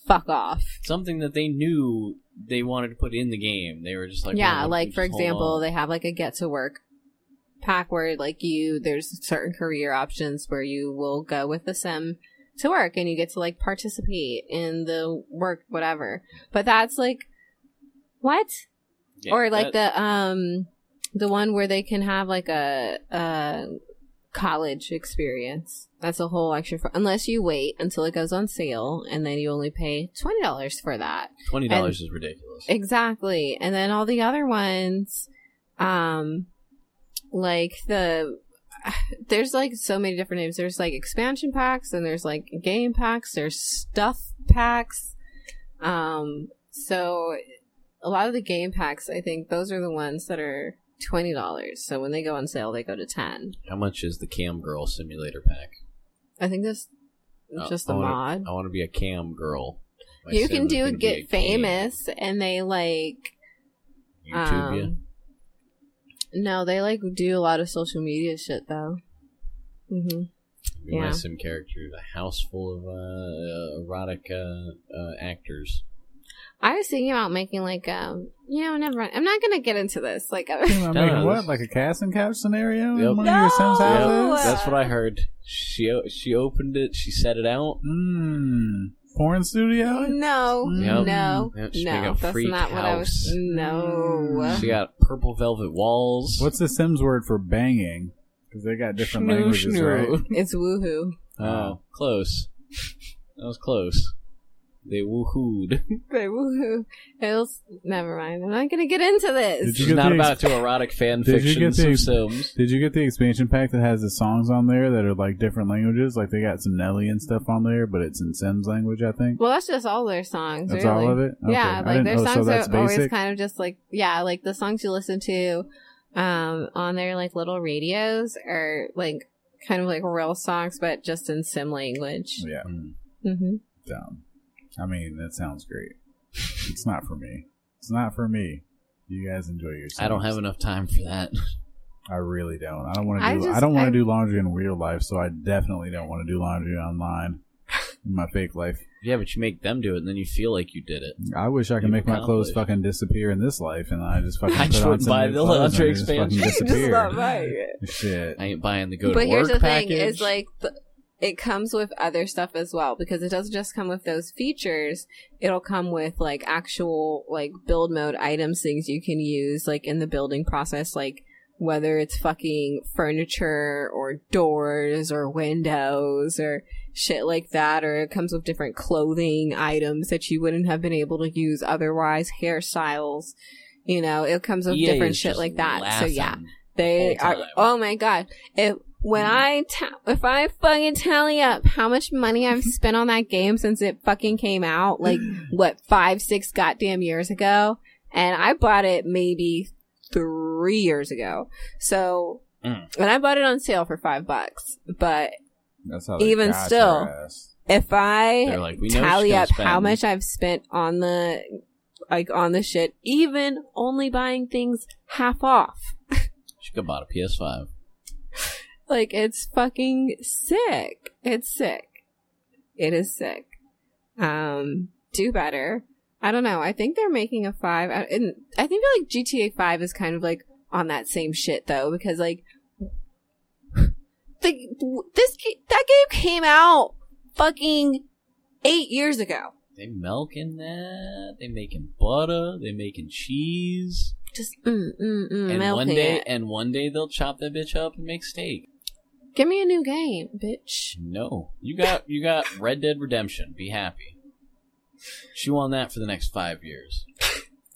B: Fuck off.
A: something that they knew they wanted to put in the game. They were just like, well, what if
B: yeah,
A: we
B: like
A: just
B: for
A: hold
B: example,
A: on?
B: they have like a get to work pack where like you there's certain career options where you will go with the sim to work and you get to like participate in the work whatever. But that's like what?
A: Yeah,
B: or like
A: that-
B: the um the one where they can have like a a college experience. That's a whole extra for, unless you wait until it goes on sale and then you only pay twenty dollars for that.
A: twenty dollars is ridiculous.
B: Exactly. And then all the other ones, um, like the, [sighs] there's like so many different names. There's like expansion packs and there's like game packs. There's stuff packs. Um, so a lot of the game packs, I think those are the ones that are $20. So when they go on sale, they go to 10.
A: How much is the cam girl simulator pack?
B: I think that's
A: Uh,
B: just
A: I
B: the
A: wanna-
B: mod.
A: I want to be a cam girl. My
B: you
A: sim
B: can
A: is
B: do
A: gonna be a
B: get
A: cam.
B: famous and they like
A: YouTube
B: Um,
A: you.
B: No, they like do a lot of social media shit though. hmm
A: Be My
B: yeah.
A: sim character, is a house full of uh, uh, erotic uh, uh, actors.
B: I was thinking about making like um, you know, never mind. I'm not gonna get into this. Like, [laughs]
C: I'm
A: Does.
C: making what? Like a casting couch scenario?
A: Yep.
C: In one of your Sims
B: No!
C: houses?
B: Yep.
A: That's what I heard. She o- she opened it. She set it out.
C: Mm, porn
B: Mm.
C: studio?
B: no,
A: Yep.
B: no,
A: Yep, she make
B: no.
A: a
B: That's
A: freak
B: not what I
A: house.
B: was. No.
A: She got purple velvet walls.
C: What's the Sims word for banging? Because they got different
A: Schnoo,
C: languages,
A: schnoo.
C: right? Uh,
B: It's woohoo.
A: Oh, close. That was close. They woohooed.
B: They woohoo. It'll. Never mind. I'm not gonna get into
C: Did
B: this.
C: you
A: She's
C: get
A: not
C: the ex-
A: about to erotic fan
C: Did you get
A: fictions of
C: the- [laughs]
A: Sims.
C: Did you get the expansion pack that has the songs on there that are like different languages? Like they got some Nelly and stuff on there, but it's in Sims language, I think.
B: Well, that's just all their songs.
C: That's
B: really.
C: all of it? Okay. I
B: Yeah, like
C: didn't-
B: their
C: oh, so
B: songs
C: that's
B: are always
C: basic?
B: kind of just like yeah, like the songs you listen to um on their like little radios are like kind of like real songs, but just in sim language.
C: Yeah,
B: hmm
C: dumb. I mean, that sounds great. It's not for me. It's not for me. You guys enjoy yourselves.
A: I don't have enough time for that.
C: I really don't. I don't want
B: I
C: to do. I,
B: just-
C: don't want to
B: I-
C: do laundry in real life, so I definitely don't want to do laundry online in my fake life.
A: Yeah, but you make them do it, and then you feel like you did it.
C: I wish I could
A: You've
C: make my clothes
A: accomplished.
C: fucking disappear in this life, and
A: [laughs]
C: I just fucking
A: I
C: put
A: just
C: on
A: wouldn't
C: some
A: buy
C: new
A: the
C: clothes and
A: laundry
C: they just fucking
A: expansion. [laughs]
B: Just
C: disappear.
B: not right.
C: Shit.
A: I ain't buying the go
B: But
A: to
B: here's
A: work
B: the thing:
A: package.
B: is like the, it comes with other stuff as well because it doesn't just come with those features. It'll come with like actual like build mode items, things you can use like in the building process, like whether it's fucking furniture or doors or windows or shit like that, or it comes with different clothing items that you wouldn't have been able to use otherwise, hairstyles. You know, it comes with
A: EA E
B: different
A: is
B: shit
A: just
B: like that. So
A: laughing.
B: yeah. They
A: Whole
B: are.
A: time. Mm.
B: Oh my god! If when I ta- if I fucking tally up how much
A: [laughs]
B: money I've spent on that game since it fucking came out, like what five six goddamn years ago, and I bought it maybe three years ago. So,
A: Mm.
B: and I bought it on sale for five bucks. But
C: That's how they
B: Even
C: got
B: still.
C: your ass.
B: if I
A: They're like, we know
B: tally
A: she's
B: up how
A: spend.
B: much I've spent on the like on the shit, even only buying things half off.
A: She could bought a PS5.
B: Like it's fucking sick. It's sick. It is sick. Um, do better. I don't know. I think they're making a five, I- and I think like GTA Five is kind of like on that same shit though, because like the this ga- that game came out fucking eight years ago.
A: They milking that. They making butter. They making cheese.
B: Just mm, mm, mm,
A: and one
B: milking
A: day,
B: it.
A: and one day they'll chop that bitch up and make steak.
B: Give me a new game, bitch.
A: No, you got you got Red Dead Redemption. Be happy. She won that for the next five years.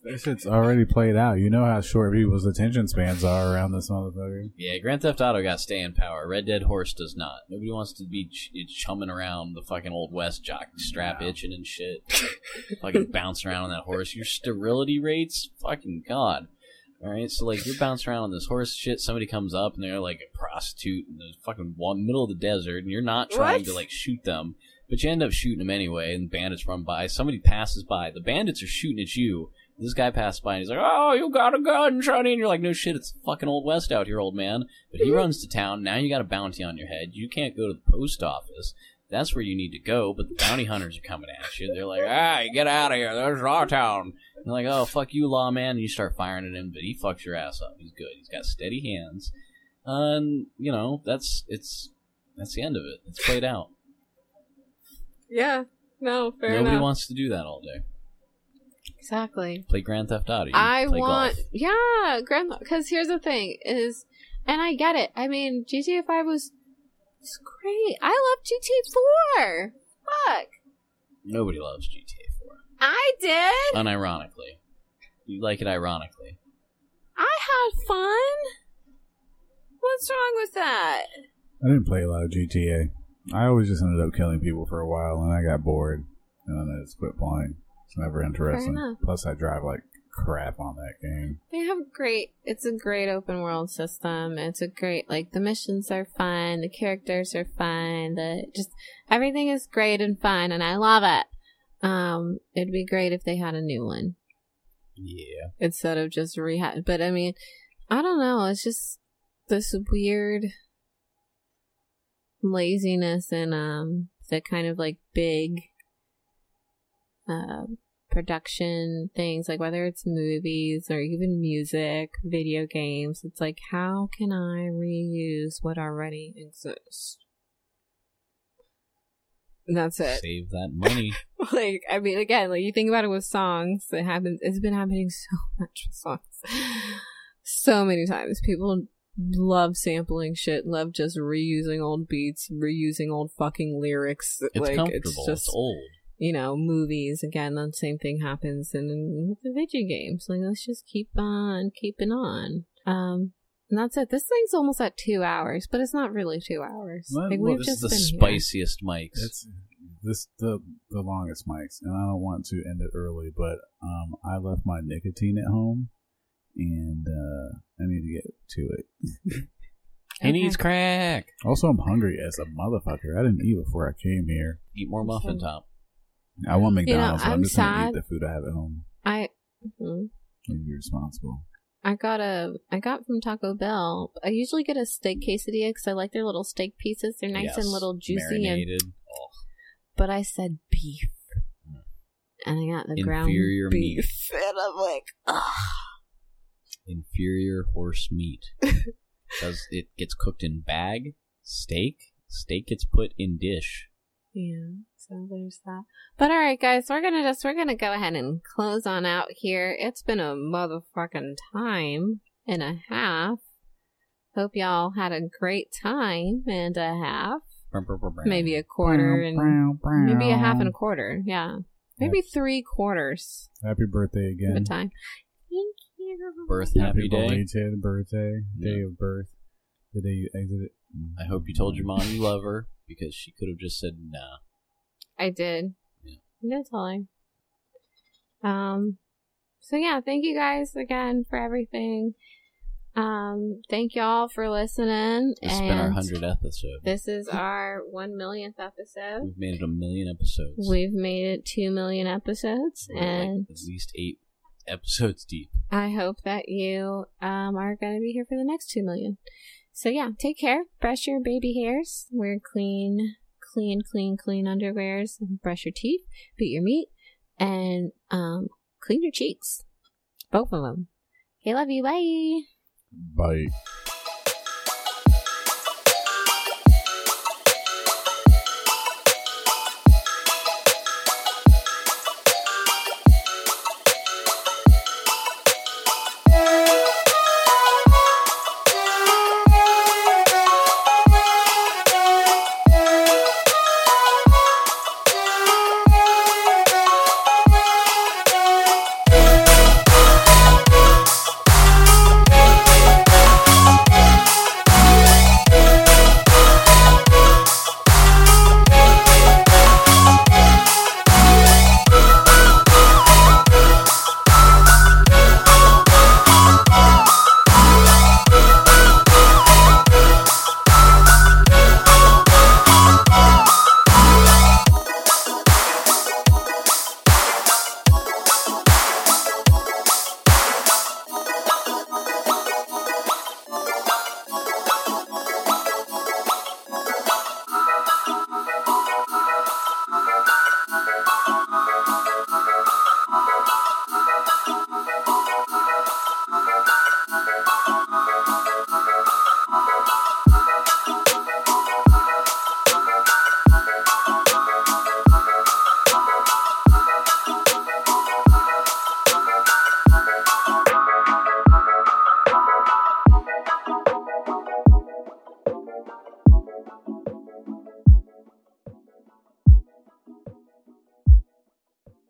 C: This shit's already played out. You know how short people's attention spans are around this motherfucker.
A: Yeah, Grand Theft Auto got staying power. Red Dead Horse does not. Nobody wants to be ch- chumming around the fucking old west jock strap itching and shit. fucking bouncing around on that horse. Your sterility rates, fucking god. All right, so like you're bouncing around on this horse shit. Somebody comes up and they're like a prostitute in the fucking wa- middle of the desert, and you're not trying
B: What?
A: to like shoot them, but you end up shooting them anyway. And bandits run by. Somebody passes by. The bandits are shooting at you. This guy passed by and he's like, "Oh, you got a gun, Sonny?" And you're like, "No shit, it's the fucking old west out here, old man." But
B: Mhm.
A: he runs to town. Now you got a bounty on your head. You can't go to the post office. That's where you need to go. But the bounty hunters are coming at you. They're like, "Ah, get out of here! There's our town." And they're like, "Oh, fuck you, lawman!" And you start firing at him, but he fucks your ass up. He's good. He's got steady hands. And you know that's it's that's the end of it. It's played out.
B: Yeah. No, fair
A: Nobody wants to do that all day.
B: exactly.
A: Play Grand Theft Auto. You
B: I
A: play golf.
B: want, yeah, Grand. Because here's the thing: is, and I get it. I mean, GTA Five was, it's great. I love GTA Four. Fuck,
A: Nobody loves GTA 4.
B: I did.
A: unironically. You like it ironically.
B: I had fun. What's wrong with that?
C: I didn't play a lot of GTA. I always just ended up killing people for a while, and I got bored, and then I just quit playing. It's never interesting.
B: enough.
C: Plus, I drive like crap on that game.
B: They have great. It's a great open world system. It's a great like the missions are fun, the characters are fun, the just everything is great and fun, and I love it. Um, it'd be great if they had a new one.
A: Yeah.
B: instead of just rehash. But I mean, I don't know. It's just this weird laziness and um the kind of like big um production things like whether it's movies or even music video games it's like how can i reuse what already exists And that's it
A: Save that
B: [laughs]
A: money.
B: like I mean, again, like you think about it with songs, it happens. It's been happening so [laughs] much with songs, so many times. People love sampling shit, love just reusing old beats, reusing old fucking lyrics.
A: It's
B: like
A: comfortable.
B: it's
A: It's,
B: just
A: old.
B: you know movies. Again, the same thing happens in, in with the video games. Like let's just keep on keeping on. Um. And that's it. This thing's almost at two hours, but it's not really two hours.
C: Well,
B: Like
C: well,
B: we've
A: This is
B: just
A: the
B: been here.
A: spiciest mics.
C: It's this the the longest mics, and I don't want to end it early, but um, I left my nicotine at home, and uh, I need to get to it.
A: He needs crack.
C: Also, I'm hungry as a motherfucker. I didn't eat before I came here.
A: Eat more muffin top.
C: I want
B: know,
C: McDonald's. but I'm,
B: I'm
C: just gonna eat
B: sad.
C: the food I have at home
B: I. mhm.
C: and be responsible.
B: I got a I got from Taco Bell. I usually get a steak quesadilla because I like their little steak pieces. They're nice and
A: Yes.
B: little juicy. And,
A: Marinated. Oh,
B: but I said beef, and I got the ground
A: Inferior meat.
B: beef, and I'm like, ah,
A: inferior horse
B: [laughs]
A: meat. Because it gets cooked in bag, steak. Steak gets put in dish.
B: yeah. So there's that. But all right, guys, we're gonna just we're gonna go ahead and close on out here. It's been a motherfucking time and a half. Hope y'all had a great time and a half, maybe a quarter and Maybe a half and a quarter. Yeah. Maybe three quarters
C: Happy birthday
B: of a
C: again.
B: time. Thank you.
A: birth happy day.
C: belated birthday, day of birth, the day you exit.
A: I hope you told your mom you love her because she could have just said nah.
B: I did.
A: Yeah.
B: That's all I. Um, so yeah, thank you guys again for everything. Um, thank y'all for listening.
A: This has
B: and
A: been our hundredth episode.
B: This is our one millionth episode.
A: We've made it a million episodes.
B: We've made it two million episodes,
A: We're
B: and
A: like at least eight episodes deep.
B: I hope that you um, are going to be here for the next 2 million. So, yeah, take care. Brush your baby hairs. Wear clean, clean, clean, clean underwears. And brush your teeth. Beat your meat. And um, clean your cheeks. Both of them. Okay, love you. Bye.
C: Bye.